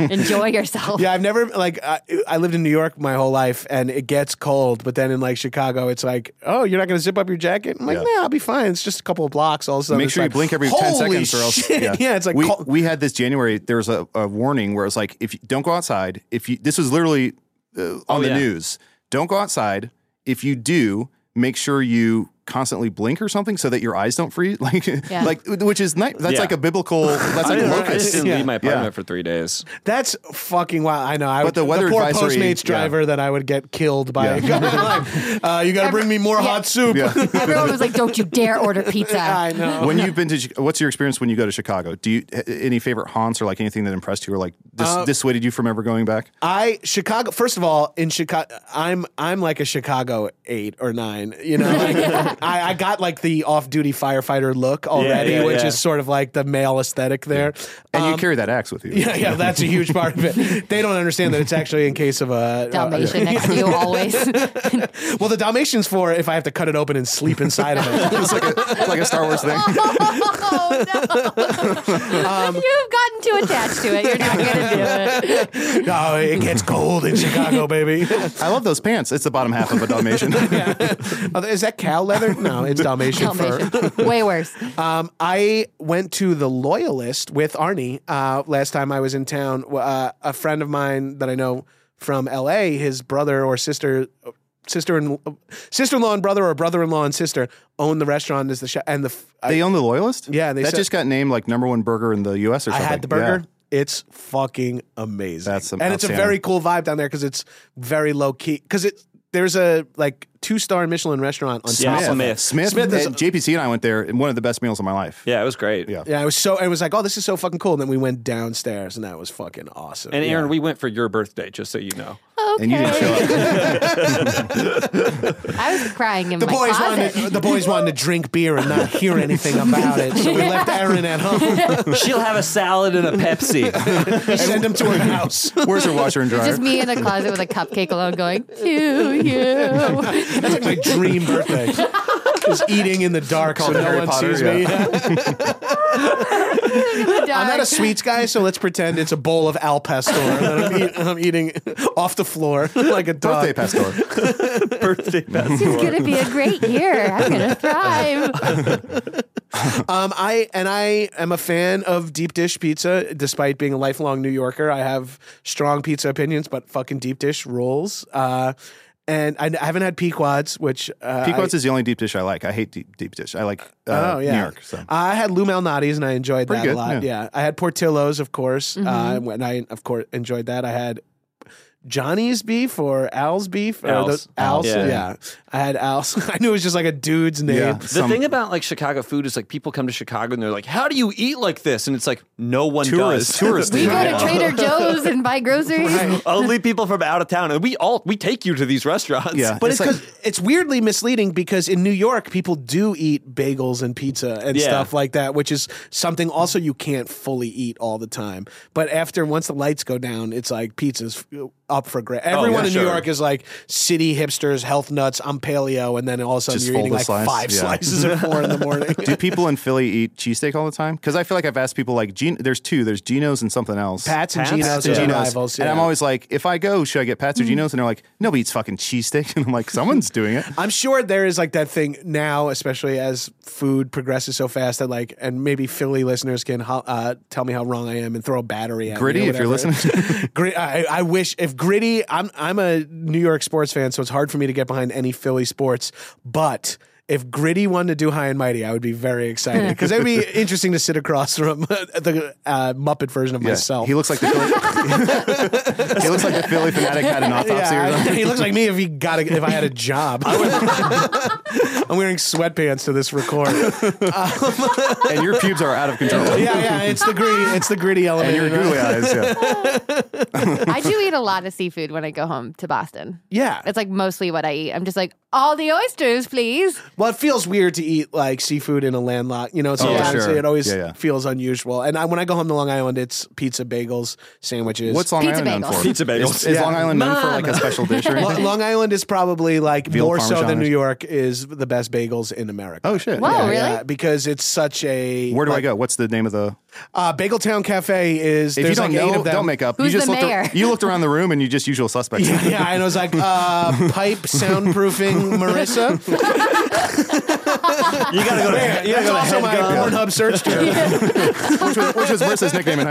[SPEAKER 4] Enjoy yourself.
[SPEAKER 1] Yeah, I've never like I, I lived in New York my whole life, and it gets cold. But then in like Chicago, it's like, oh, you're not going to zip up your jacket. I'm like,
[SPEAKER 2] Yeah.
[SPEAKER 1] nah, I'll be fine. It's just a couple of blocks. All of a sudden,
[SPEAKER 2] Make
[SPEAKER 1] it's
[SPEAKER 2] sure
[SPEAKER 1] like,
[SPEAKER 2] you blink every ten
[SPEAKER 1] "Holy
[SPEAKER 2] seconds, or else.
[SPEAKER 1] shit." Yeah. it's like
[SPEAKER 2] we
[SPEAKER 1] cold.
[SPEAKER 2] we had this January. There was a, a warning where it's like if you don't go outside, if you this was literally uh,
[SPEAKER 1] Oh,
[SPEAKER 2] on the
[SPEAKER 3] yeah.
[SPEAKER 2] news, don't go outside. If you do, make sure you constantly blink or something so that your eyes don't freeze. Like
[SPEAKER 4] Yeah.
[SPEAKER 2] like which is nice. That's
[SPEAKER 3] Yeah.
[SPEAKER 2] like a biblical. That's
[SPEAKER 3] I
[SPEAKER 2] like a
[SPEAKER 3] didn't, I
[SPEAKER 2] locust.
[SPEAKER 3] just didn't
[SPEAKER 1] Yeah.
[SPEAKER 3] leave my
[SPEAKER 2] Yeah.
[SPEAKER 3] apartment for three days.
[SPEAKER 1] That's fucking wild. I know. I
[SPEAKER 2] But
[SPEAKER 1] would,
[SPEAKER 2] the weather
[SPEAKER 1] poor
[SPEAKER 2] advisory-
[SPEAKER 1] Postmates
[SPEAKER 2] yeah.
[SPEAKER 1] driver that I would get killed by.
[SPEAKER 2] Yeah.
[SPEAKER 1] Like, uh, you got to bring me more
[SPEAKER 4] Yeah.
[SPEAKER 1] hot soup.
[SPEAKER 2] Yeah.
[SPEAKER 4] Everyone was like, don't you dare order pizza.
[SPEAKER 1] I know.
[SPEAKER 2] when you've been to, Chi- what's your experience when you go to Chicago? Do you h- any favorite haunts or like anything that impressed you or like dis-
[SPEAKER 1] Uh,
[SPEAKER 2] dissuaded you from ever going back?
[SPEAKER 1] I Chicago. First of all, in Chicago, I'm I'm like a Chicago eight or nine. You know, like, I, I got like the off-duty firefighter look already,
[SPEAKER 3] yeah,
[SPEAKER 1] which
[SPEAKER 3] yeah.
[SPEAKER 1] is sort of like the male aesthetic there.
[SPEAKER 2] And
[SPEAKER 1] Um,
[SPEAKER 2] you carry that axe with you.
[SPEAKER 1] yeah, yeah, that's a huge part of it. They don't understand that it's actually in case of a uh,
[SPEAKER 4] Dalmatian next to you always.
[SPEAKER 1] Well, the Dalmatians for if I have to cut it open and sleep inside of it.
[SPEAKER 2] it's, like a, it's like a Star Wars thing.
[SPEAKER 4] oh, no. You've gotten too attached to it. You're not going to do it.
[SPEAKER 1] No, it gets cold in Chicago, baby.
[SPEAKER 2] I love those pants. It's the bottom half of a Dalmatian.
[SPEAKER 1] Oh, is that cow leather? No, it's Dalmatian, fur.
[SPEAKER 4] Dalmatian. Way worse.
[SPEAKER 1] Um, I went to the Loyalist with Arnie uh, last time I was in town. W- Uh, a friend of mine that I know from L.A. His brother or sister. Sister and sister in law and brother, or brother in law and sister, own the restaurant as the chef. And the f- I,
[SPEAKER 2] They own the Loyalist.
[SPEAKER 1] Yeah, they
[SPEAKER 2] that
[SPEAKER 1] said-
[SPEAKER 2] just got named like number one burger in the U.S. or
[SPEAKER 1] I
[SPEAKER 2] something.
[SPEAKER 1] had the burger.
[SPEAKER 2] Yeah.
[SPEAKER 1] It's fucking amazing.
[SPEAKER 2] That's
[SPEAKER 1] and it's a
[SPEAKER 2] outstanding.
[SPEAKER 1] very cool vibe down there because it's very low key. Because it there's a like two star Michelin restaurant on
[SPEAKER 3] Yeah,
[SPEAKER 1] top of
[SPEAKER 3] Smith.
[SPEAKER 1] it.
[SPEAKER 2] Smith,
[SPEAKER 1] Smith is-
[SPEAKER 2] and JPC and I went there, and one of the best meals of my life.
[SPEAKER 3] Yeah, it was great.
[SPEAKER 2] Yeah.
[SPEAKER 1] Yeah, I was so I was like, oh, this is so fucking cool. And then we went downstairs, and that was fucking awesome.
[SPEAKER 3] And Aaron, we went for your birthday, just so you know.
[SPEAKER 2] And you didn't show
[SPEAKER 4] Okay.
[SPEAKER 2] up.
[SPEAKER 4] I was crying in
[SPEAKER 1] the
[SPEAKER 4] my
[SPEAKER 1] boys
[SPEAKER 4] closet.
[SPEAKER 1] wanted the boys wanted to drink beer and not hear anything about it, so we left Aaron at home.
[SPEAKER 3] She'll have a salad and a Pepsi.
[SPEAKER 1] We sent him to her house.
[SPEAKER 2] Where's your washer and dryer?
[SPEAKER 4] Just me in a closet with a cupcake alone going, to you.
[SPEAKER 1] That's like my dream birthday. Just eating in the dark so
[SPEAKER 2] Called
[SPEAKER 1] no
[SPEAKER 2] Harry
[SPEAKER 1] one
[SPEAKER 2] Potter,
[SPEAKER 1] sees me. I'm
[SPEAKER 4] uh,
[SPEAKER 1] not a sweets guy, so let's pretend it's a bowl of al pastor that I'm, eat, I'm eating off the floor like a dog.
[SPEAKER 2] Birthday pastor.
[SPEAKER 3] birthday
[SPEAKER 5] This is going to be a great year. I'm going to thrive.
[SPEAKER 1] Um, I and I am a fan of deep dish pizza. Despite being a lifelong New Yorker, I have strong pizza opinions, but fucking deep dish rules. Uh, and I, I haven't had Pequods, which uh,
[SPEAKER 2] Pequots is the only deep dish I like. I hate deep, deep dish. I like
[SPEAKER 1] I,
[SPEAKER 2] uh,
[SPEAKER 1] oh yeah,
[SPEAKER 2] New York. So.
[SPEAKER 1] I had Lou Malnati's and I enjoyed
[SPEAKER 2] Pretty
[SPEAKER 1] that a
[SPEAKER 2] good,
[SPEAKER 1] lot. Yeah.
[SPEAKER 2] yeah.
[SPEAKER 1] I had Portillo's, of course, uh, and I of course enjoyed that. I had. Johnny's beef or Al's beef or
[SPEAKER 3] Al's.
[SPEAKER 1] those- Al's,
[SPEAKER 3] Yeah.
[SPEAKER 1] yeah. I had Al's. I knew it was just like a dude's name.
[SPEAKER 2] Yeah.
[SPEAKER 3] The
[SPEAKER 2] Some-
[SPEAKER 3] thing about like Chicago food is like people come to Chicago and they're like, "How do you eat like this?" And it's like no one
[SPEAKER 2] Tourists,
[SPEAKER 3] does.
[SPEAKER 2] tourists.
[SPEAKER 4] We go to
[SPEAKER 2] Yeah.
[SPEAKER 4] Trader Joe's and buy groceries.
[SPEAKER 3] Only people from out of town, and we all we take you to these restaurants.
[SPEAKER 2] Yeah.
[SPEAKER 1] But
[SPEAKER 2] It's
[SPEAKER 1] it's
[SPEAKER 2] like-
[SPEAKER 1] because it's weirdly misleading because in New York people do eat bagels and pizza and
[SPEAKER 3] Yeah.
[SPEAKER 1] stuff like that, which is something also you can't fully eat all the time. But after once the lights go down, it's like pizza's up for grabs.
[SPEAKER 2] Oh,
[SPEAKER 1] Everyone
[SPEAKER 3] yeah,
[SPEAKER 1] in
[SPEAKER 3] sure.
[SPEAKER 1] New York is like city hipsters, health nuts. I'm paleo, and then all of a sudden
[SPEAKER 2] Just
[SPEAKER 1] you're eating
[SPEAKER 2] fold
[SPEAKER 1] like
[SPEAKER 2] a slice,
[SPEAKER 1] five
[SPEAKER 2] yeah.
[SPEAKER 1] slices at four in the morning.
[SPEAKER 2] Do people in Philly eat cheesesteak all the time? Because I feel like I've asked people like, Gen- there's two. There's Geno's and something else.
[SPEAKER 1] Pat's and
[SPEAKER 3] Pat's
[SPEAKER 1] Gino's
[SPEAKER 3] and
[SPEAKER 1] are
[SPEAKER 3] Gino's.
[SPEAKER 1] rivals,
[SPEAKER 2] And
[SPEAKER 1] yeah.
[SPEAKER 2] I'm
[SPEAKER 1] Mm-hmm.
[SPEAKER 2] always like, if I go, should I get Pat's or Geno's? And they're like, nobody eats fucking cheesesteak. And I'm like, someone's doing it.
[SPEAKER 1] I'm sure there is like that thing now, especially as food progresses so fast that like, and maybe Philly listeners can ho- uh, tell me how wrong I am and throw a battery at
[SPEAKER 2] Gritty,
[SPEAKER 1] me or
[SPEAKER 2] if you're
[SPEAKER 1] whatever.
[SPEAKER 2] listening.
[SPEAKER 1] Grit- I, I wish if gritty. I'm I'm a New York sports fan, so it's hard for me to get behind any Philly sports, but. If Gritty wanted to do High and Mighty, I would be very excited because it'd be interesting to sit across from the uh, Muppet version of
[SPEAKER 2] Yeah.
[SPEAKER 1] myself.
[SPEAKER 2] He looks like the Philly. he looks like the Philly fanatic had an autopsy or
[SPEAKER 1] Yeah,
[SPEAKER 2] something.
[SPEAKER 1] he looks like me if he got a, if I had a job. I'm wearing sweatpants to this record.
[SPEAKER 2] and your pubes are out of control.
[SPEAKER 1] yeah, yeah, it's the gritty, it's the gritty
[SPEAKER 2] And
[SPEAKER 1] element.
[SPEAKER 2] your
[SPEAKER 1] right?
[SPEAKER 2] googly eyes. Yeah.
[SPEAKER 4] I do eat a lot of seafood when I go home to Boston.
[SPEAKER 1] Yeah.
[SPEAKER 4] It's like mostly what I eat. I'm just like, all the oysters, please.
[SPEAKER 1] Well, it feels weird to eat like seafood in a landlocked. You know, sometimes
[SPEAKER 2] Oh, sure.
[SPEAKER 1] it always
[SPEAKER 2] Yeah, yeah.
[SPEAKER 1] feels unusual. And I, when I go home to Long Island, it's pizza, bagels, sandwiches.
[SPEAKER 2] What's Long
[SPEAKER 4] Pizza
[SPEAKER 2] Island known
[SPEAKER 4] bagels.
[SPEAKER 2] for?
[SPEAKER 3] Pizza bagels.
[SPEAKER 2] Is, is
[SPEAKER 3] Yeah.
[SPEAKER 2] Long Island known for like a
[SPEAKER 3] Mom.
[SPEAKER 2] special dish or
[SPEAKER 1] Lo-
[SPEAKER 2] anything?
[SPEAKER 1] Long Island is probably like
[SPEAKER 2] Veal
[SPEAKER 1] more so
[SPEAKER 2] Parmesan
[SPEAKER 1] than
[SPEAKER 2] or-
[SPEAKER 1] New York is the best bagels in America.
[SPEAKER 2] Oh shit.
[SPEAKER 4] Whoa,
[SPEAKER 2] Yeah.
[SPEAKER 4] really?
[SPEAKER 1] because it's such a
[SPEAKER 2] Where do I go? What's the name of the?
[SPEAKER 1] Uh, Bagel Town Cafe is
[SPEAKER 2] If
[SPEAKER 1] there's
[SPEAKER 2] you don't
[SPEAKER 1] like eight
[SPEAKER 2] know,
[SPEAKER 1] of them.
[SPEAKER 2] don't make up.
[SPEAKER 4] Who's
[SPEAKER 2] you just
[SPEAKER 4] the
[SPEAKER 2] looked. ar-
[SPEAKER 4] mayor?
[SPEAKER 2] you looked around the room and you just usual suspects.
[SPEAKER 1] yeah, and I was like, uh, pipe soundproofing Marissa.
[SPEAKER 3] You gotta go to.
[SPEAKER 1] Man,
[SPEAKER 3] You gotta
[SPEAKER 1] that's
[SPEAKER 3] go to
[SPEAKER 1] also
[SPEAKER 3] Head
[SPEAKER 1] my uh,
[SPEAKER 3] Gun.
[SPEAKER 1] Pornhub search term.
[SPEAKER 2] which was which was Marissa's nickname in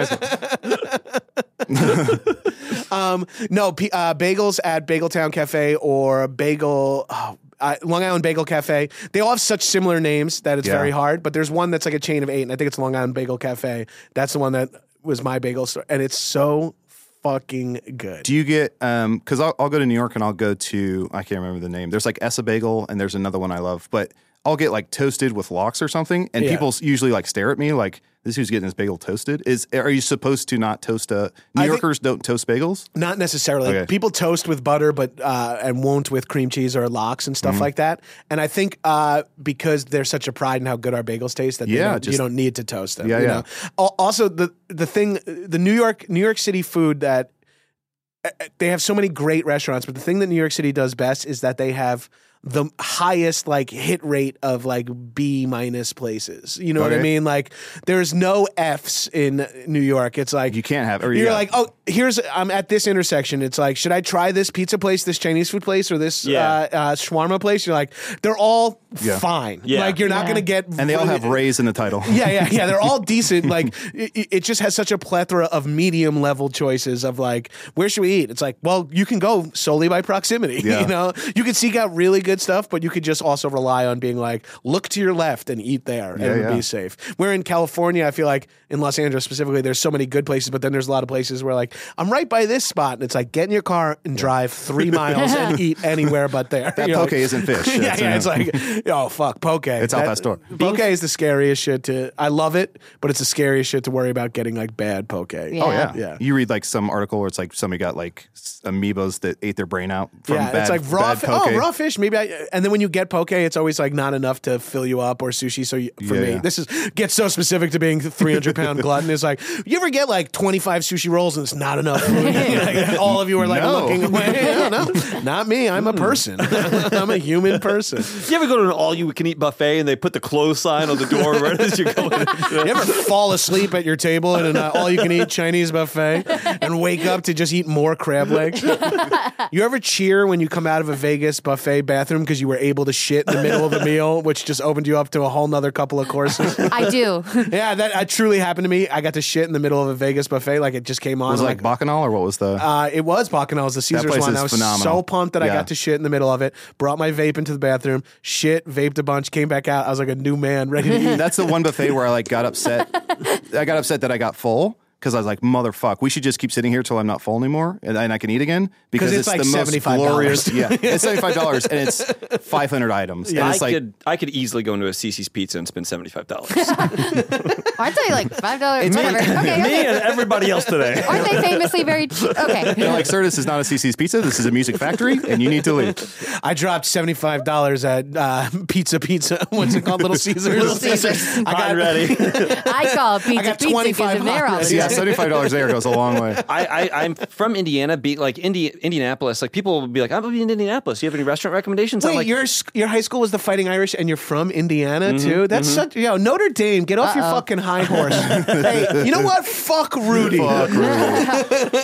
[SPEAKER 2] high school.
[SPEAKER 1] No, p- uh, bagels at Bageltown Cafe or Bagel. Oh, uh, Long Island Bagel Cafe. They all have such similar names that it's
[SPEAKER 2] Yeah.
[SPEAKER 1] very hard. But there's one that's like a chain of eight, and I think it's Long Island Bagel Cafe. That's the one that was my bagel store, and it's so fucking good.
[SPEAKER 2] Do you get um? Because I'll, I'll go to New York and I'll go to I can't remember the name. There's like Essa Bagel and there's another one I love, but I'll get like toasted with lox or something, and
[SPEAKER 1] Yeah.
[SPEAKER 2] people s- usually like stare at me like this who's getting his bagel toasted. Is are you supposed to not toast a
[SPEAKER 1] I
[SPEAKER 2] New
[SPEAKER 1] think-
[SPEAKER 2] Yorkers don't toast bagels?
[SPEAKER 1] Not necessarily.
[SPEAKER 2] Okay.
[SPEAKER 1] People toast with butter, but uh, and won't with cream cheese or lox and
[SPEAKER 2] Mm-hmm.
[SPEAKER 1] stuff like that. And I think uh, because there's such a pride in how good our bagels taste that they
[SPEAKER 2] Yeah,
[SPEAKER 1] don't- you
[SPEAKER 2] just-
[SPEAKER 1] don't need to toast them.
[SPEAKER 2] Yeah,
[SPEAKER 1] you
[SPEAKER 2] yeah.
[SPEAKER 1] know? Al- Also, the the thing, the New York New York City food that uh, they have so many great restaurants, but the thing that New York City does best is that they have the highest like hit rate of like B minus places. You know what I
[SPEAKER 2] Okay.
[SPEAKER 1] mean? Like there's no Fs in New York. It's like
[SPEAKER 2] You can't have. Or
[SPEAKER 1] you're
[SPEAKER 2] yeah.
[SPEAKER 1] like, oh, here's I'm at this intersection. It's like, should I try this pizza place, this Chinese food place, or this
[SPEAKER 3] Yeah.
[SPEAKER 1] uh, uh, shawarma place? You're like, they're all
[SPEAKER 2] Yeah.
[SPEAKER 1] fine.
[SPEAKER 3] Yeah.
[SPEAKER 1] Like you're not
[SPEAKER 5] Yeah.
[SPEAKER 1] gonna get
[SPEAKER 2] and they all have rays in the title.
[SPEAKER 1] yeah, yeah, yeah. They're all decent. Like it, it just has such a plethora of medium level choices of like, where should we eat? It's like, well, you can go solely by proximity.
[SPEAKER 2] Yeah.
[SPEAKER 1] You know, you can seek out really good stuff, but you could just also rely on being like, look to your left and eat there, and it would
[SPEAKER 2] yeah.
[SPEAKER 1] be safe. Where in California, I feel like in Los Angeles specifically, there's so many good places, but then there's a lot of places where like, I'm right by this spot, and it's like, get in your car and drive three miles and eat anywhere but there.
[SPEAKER 2] That
[SPEAKER 1] You're
[SPEAKER 2] poke
[SPEAKER 1] like-
[SPEAKER 2] isn't fish.
[SPEAKER 1] yeah,
[SPEAKER 2] That's-
[SPEAKER 1] yeah, it's like, oh fuck, poke. It's
[SPEAKER 2] al pastor.
[SPEAKER 1] Poke is the scariest shit to. I love it, but it's the scariest shit to worry about getting like bad poke.
[SPEAKER 4] Yeah.
[SPEAKER 2] Oh yeah.
[SPEAKER 1] Yeah.
[SPEAKER 2] You read like some article where it's like somebody got like s- amoebas that ate their brain out from
[SPEAKER 1] yeah,
[SPEAKER 2] bad,
[SPEAKER 1] it's like raw.
[SPEAKER 2] bad
[SPEAKER 1] fi-
[SPEAKER 2] poke.
[SPEAKER 1] oh, raw fish. Maybe I I, and then when you get poke, it's always like not enough to fill you up or sushi. So you, for
[SPEAKER 2] Yeah,
[SPEAKER 1] me,
[SPEAKER 2] yeah.
[SPEAKER 1] this is gets so specific to being 300 pound glutton. It's like you ever get like 25 sushi rolls and it's not enough. Like, all of you are like
[SPEAKER 2] No. Hmm.
[SPEAKER 1] looking away. No, no, not me. I'm a person. I'm a human person.
[SPEAKER 3] You ever go to an all you can eat buffet and they put the close sign on the door right as you go in?
[SPEAKER 1] You ever fall asleep at your table at an uh, all you can eat Chinese buffet and wake up to just eat more crab legs? You ever cheer when you come out of a Vegas buffet bathroom because you were able to shit in the middle of a meal, which just opened you up to a whole nother couple of courses?
[SPEAKER 4] I do.
[SPEAKER 1] yeah, that uh, truly happened to me. I got to shit in the middle of a Vegas buffet, like it just came on.
[SPEAKER 2] was
[SPEAKER 1] I'm
[SPEAKER 2] it like Bacchanal or what was the?
[SPEAKER 1] uh, it was Bacchanal's, the Caesars
[SPEAKER 2] place
[SPEAKER 1] one.
[SPEAKER 2] is
[SPEAKER 1] I was
[SPEAKER 2] phenomenal.
[SPEAKER 1] so pumped that I
[SPEAKER 2] Yeah.
[SPEAKER 1] got to shit in the middle of it. Brought my vape into the bathroom, shit, vaped a bunch, came back out. I was like a new man, ready to eat.
[SPEAKER 2] That's the one buffet where I like got upset. I got upset that I got full because I was like, "Motherfuck, we should just keep sitting here till I'm not full anymore and, and I can eat again." Because
[SPEAKER 1] 'Cause it's like $75.
[SPEAKER 2] yeah, it's seventy five dollars and it's five hundred items. And
[SPEAKER 3] I
[SPEAKER 2] it's like
[SPEAKER 3] could I could easily go into a CC's Pizza and spend seventy five dollars.
[SPEAKER 4] Or I'd say like five dollars. Whatever. Okay,
[SPEAKER 3] Me
[SPEAKER 4] okay.
[SPEAKER 3] and everybody else today.
[SPEAKER 4] Aren't they famously very cheap?
[SPEAKER 2] they're
[SPEAKER 4] Okay.
[SPEAKER 2] like, "Sir, this is not a CC's Pizza. This is a music factory, and you need to leave."
[SPEAKER 1] I dropped seventy five dollars at uh, Pizza Pizza. What's it called, Little Caesars?
[SPEAKER 4] Little Caesars.
[SPEAKER 1] I got,
[SPEAKER 3] ready.
[SPEAKER 4] I call it pizza
[SPEAKER 1] got
[SPEAKER 4] pizza because
[SPEAKER 1] 25
[SPEAKER 4] they're all
[SPEAKER 3] Oh,
[SPEAKER 1] dollars.
[SPEAKER 2] Yeah, seventy five dollars there goes a long way.
[SPEAKER 3] I, I I'm from Indiana. Be like Indi- Indianapolis. Like people will be like, I'm in Indianapolis. Do you have any restaurant recommendations?
[SPEAKER 1] Wait,
[SPEAKER 3] I'm like,
[SPEAKER 1] your sc- your high school was the Fighting Irish, and you're from Indiana
[SPEAKER 3] Mm-hmm,
[SPEAKER 1] too. That's such yo Notre Dame. Get off your fucking high horse. hey, you know what? Fuck Rudy.
[SPEAKER 2] Fuck, Rudy.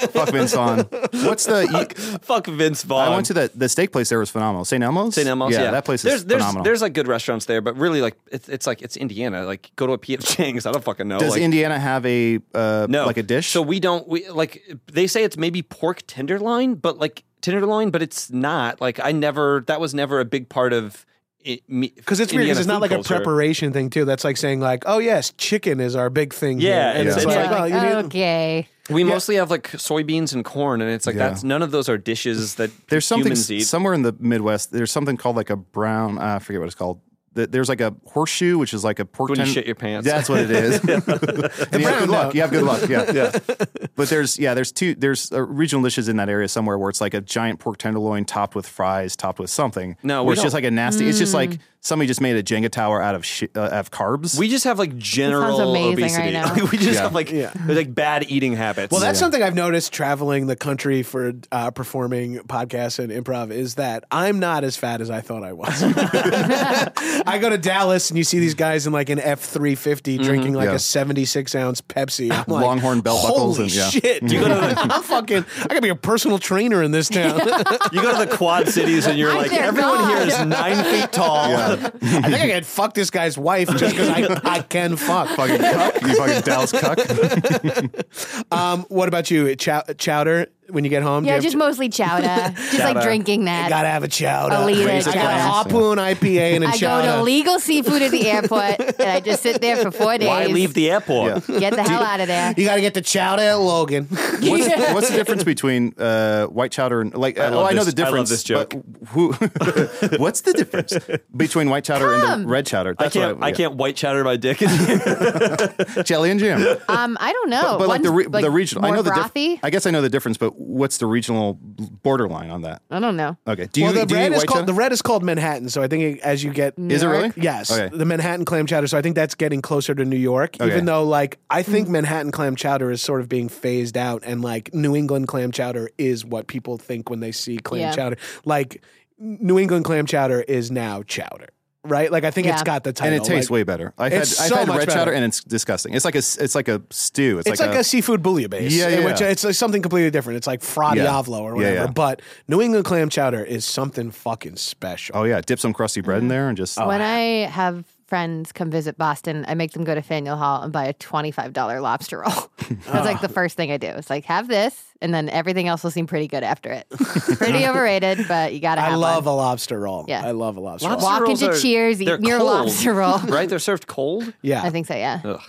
[SPEAKER 2] Fuck Vince Vaughn. What's the? You,
[SPEAKER 3] fuck Vince Vaughn.
[SPEAKER 2] I went to the the steak place there was phenomenal. St. Elmo's.
[SPEAKER 3] St. Elmo's. Yeah,
[SPEAKER 2] that place is
[SPEAKER 3] there's, there's,
[SPEAKER 2] phenomenal.
[SPEAKER 3] There's like good restaurants there, but really like it's, it's like it's Indiana. Like go to a P.F. Chang's. I don't fucking know.
[SPEAKER 2] Does
[SPEAKER 3] like,
[SPEAKER 2] Indiana have a uh,
[SPEAKER 3] no
[SPEAKER 2] like a dish?
[SPEAKER 3] So we don't we like they say it's maybe pork tenderloin, but like tenderloin, but it's not. Like I never that was never a big part of it, me
[SPEAKER 1] Because it's weird. Because
[SPEAKER 3] Indiana
[SPEAKER 1] it's not
[SPEAKER 3] food
[SPEAKER 1] like
[SPEAKER 3] culture.
[SPEAKER 1] a preparation thing too. That's like saying like, oh yes, chicken is our big thing. here.
[SPEAKER 3] Yeah,
[SPEAKER 1] and
[SPEAKER 3] it's-
[SPEAKER 1] it's,
[SPEAKER 3] it's
[SPEAKER 1] like,
[SPEAKER 3] like-
[SPEAKER 1] well, you need-
[SPEAKER 4] okay.
[SPEAKER 3] We mostly have like soybeans and corn, and it's like
[SPEAKER 2] Yeah.
[SPEAKER 3] that's none of those are dishes that
[SPEAKER 2] there's something
[SPEAKER 3] humans eat.
[SPEAKER 2] somewhere in the Midwest. There's something called like a brown. Uh, I forget what it's called. Th- There's like a horseshoe, which is like a pork.
[SPEAKER 3] When you shit your pants.
[SPEAKER 2] That's what it is. And you have good luck. You have good luck. Yeah, yeah. But there's yeah, there's two. There's uh, regional dishes in that area somewhere where it's like a giant pork tenderloin topped with fries, topped with something.
[SPEAKER 3] No,
[SPEAKER 2] where
[SPEAKER 3] we
[SPEAKER 2] it's just
[SPEAKER 3] don't-
[SPEAKER 2] like a nasty. It's just like somebody just made a Jenga tower out of shi uh, out of carbs.
[SPEAKER 3] we just have like general
[SPEAKER 4] amazing
[SPEAKER 3] obesity.
[SPEAKER 4] right now.
[SPEAKER 3] Like, we just
[SPEAKER 2] Yeah.
[SPEAKER 3] have like like bad eating habits.
[SPEAKER 1] Well, that's something I've noticed traveling the country for uh, performing podcasts and improv is that I'm not as fat as I thought I was. I go to Dallas and you see these guys in like an F three fifty drinking like
[SPEAKER 2] Mm-hmm. Yeah.
[SPEAKER 1] a seventy six ounce Pepsi. I'm like,
[SPEAKER 2] Longhorn belt buckles
[SPEAKER 1] Holy
[SPEAKER 2] and- yeah.
[SPEAKER 1] shit, dude! I'm fucking. I gotta be a personal trainer in this town.
[SPEAKER 3] you go to the Quad Cities and you're
[SPEAKER 4] I'm
[SPEAKER 3] like
[SPEAKER 4] their
[SPEAKER 3] everyone here
[SPEAKER 4] god."
[SPEAKER 3] is nine feet tall.
[SPEAKER 1] I think I could fuck this guy's wife just because I, I can fuck.
[SPEAKER 2] fucking cuck. You fucking Dallas cuck.
[SPEAKER 1] Um, what about you, Chow- chowder? When you get home, Do you
[SPEAKER 4] Yeah,
[SPEAKER 1] have
[SPEAKER 4] just
[SPEAKER 1] ch-
[SPEAKER 4] mostly chowder. Just like drinking that.
[SPEAKER 1] gotta have a chowder.
[SPEAKER 4] Alita
[SPEAKER 1] I got
[SPEAKER 4] chowder.
[SPEAKER 1] a harpoon IPA and a
[SPEAKER 4] I
[SPEAKER 1] chowder.
[SPEAKER 4] go to legal seafood at the airport and I just sit there for four days.
[SPEAKER 3] Why leave the airport?
[SPEAKER 4] Get the hell out of there.
[SPEAKER 1] You got to get the chowder at Logan.
[SPEAKER 2] What's, what's the difference between uh, white chowder and like? I
[SPEAKER 3] love
[SPEAKER 2] well, I know
[SPEAKER 3] this-
[SPEAKER 2] the
[SPEAKER 3] I
[SPEAKER 2] difference.
[SPEAKER 3] love this joke.
[SPEAKER 2] but Who, what's the difference between white chowder and the red chowder?
[SPEAKER 3] I can't.
[SPEAKER 2] what
[SPEAKER 3] I can't white chatter my dick. In here.
[SPEAKER 2] can't. Jelly and jam.
[SPEAKER 4] Um, I don't know.
[SPEAKER 2] But like the,
[SPEAKER 4] One's,
[SPEAKER 2] re- the regional, I
[SPEAKER 4] more
[SPEAKER 2] know the
[SPEAKER 4] brothy?
[SPEAKER 2] difference. I guess I know the difference, but what's the regional borderline on that?
[SPEAKER 4] I don't know.
[SPEAKER 2] Okay. Do you,
[SPEAKER 1] well, the
[SPEAKER 2] do you
[SPEAKER 1] red
[SPEAKER 2] eat
[SPEAKER 1] is
[SPEAKER 2] white
[SPEAKER 1] called
[SPEAKER 2] chowder?
[SPEAKER 1] the red is called Manhattan. So I think it- as you get
[SPEAKER 2] Is it really?
[SPEAKER 1] yes,
[SPEAKER 2] Okay.
[SPEAKER 1] the Manhattan clam chowder. So I think that's getting closer to New York.
[SPEAKER 2] Okay.
[SPEAKER 1] Even though, like, I think Manhattan clam chowder is sort of being phased out, and like New England clam chowder is what people think when they see clam
[SPEAKER 4] Yeah.
[SPEAKER 1] chowder. Like New England clam chowder is now chowder, right? Like I think it's
[SPEAKER 4] Yeah.
[SPEAKER 1] got the title.
[SPEAKER 2] and it tastes
[SPEAKER 1] like-
[SPEAKER 2] way better. I've had,
[SPEAKER 1] It's
[SPEAKER 2] I've
[SPEAKER 1] so
[SPEAKER 2] had
[SPEAKER 1] much
[SPEAKER 2] red
[SPEAKER 1] better.
[SPEAKER 2] chowder, and it's disgusting. It's like a s- it's like a stew. It's,
[SPEAKER 1] It's like, a, seafood bouillabaisse.
[SPEAKER 2] Yeah,
[SPEAKER 1] in
[SPEAKER 2] yeah,
[SPEAKER 1] Which
[SPEAKER 2] yeah.
[SPEAKER 1] it's like something completely different. It's like fra
[SPEAKER 2] Yeah.
[SPEAKER 1] diavolo or
[SPEAKER 2] Yeah,
[SPEAKER 1] whatever.
[SPEAKER 2] yeah.
[SPEAKER 1] But New England clam chowder is something fucking special.
[SPEAKER 2] oh yeah, dip some crusty bread in
[SPEAKER 1] Mm.
[SPEAKER 2] there and just
[SPEAKER 4] When I have friends come visit Boston, I make them go to Faneuil Hall and buy a $25 lobster roll. That's like the first thing I do. It's like, have this, and then everything else will seem pretty good after it. pretty overrated, but you got to have
[SPEAKER 1] I love
[SPEAKER 4] one.
[SPEAKER 1] a lobster roll.
[SPEAKER 4] Yeah.
[SPEAKER 1] I love a lobster roll.
[SPEAKER 3] Lobster
[SPEAKER 4] Walk
[SPEAKER 3] rolls
[SPEAKER 4] into
[SPEAKER 3] are-
[SPEAKER 4] Cheers, eat
[SPEAKER 3] they're
[SPEAKER 4] your
[SPEAKER 3] cold,
[SPEAKER 4] lobster roll.
[SPEAKER 3] right? They're served cold.
[SPEAKER 1] Yeah.
[SPEAKER 4] I think so, yeah.
[SPEAKER 3] Ugh.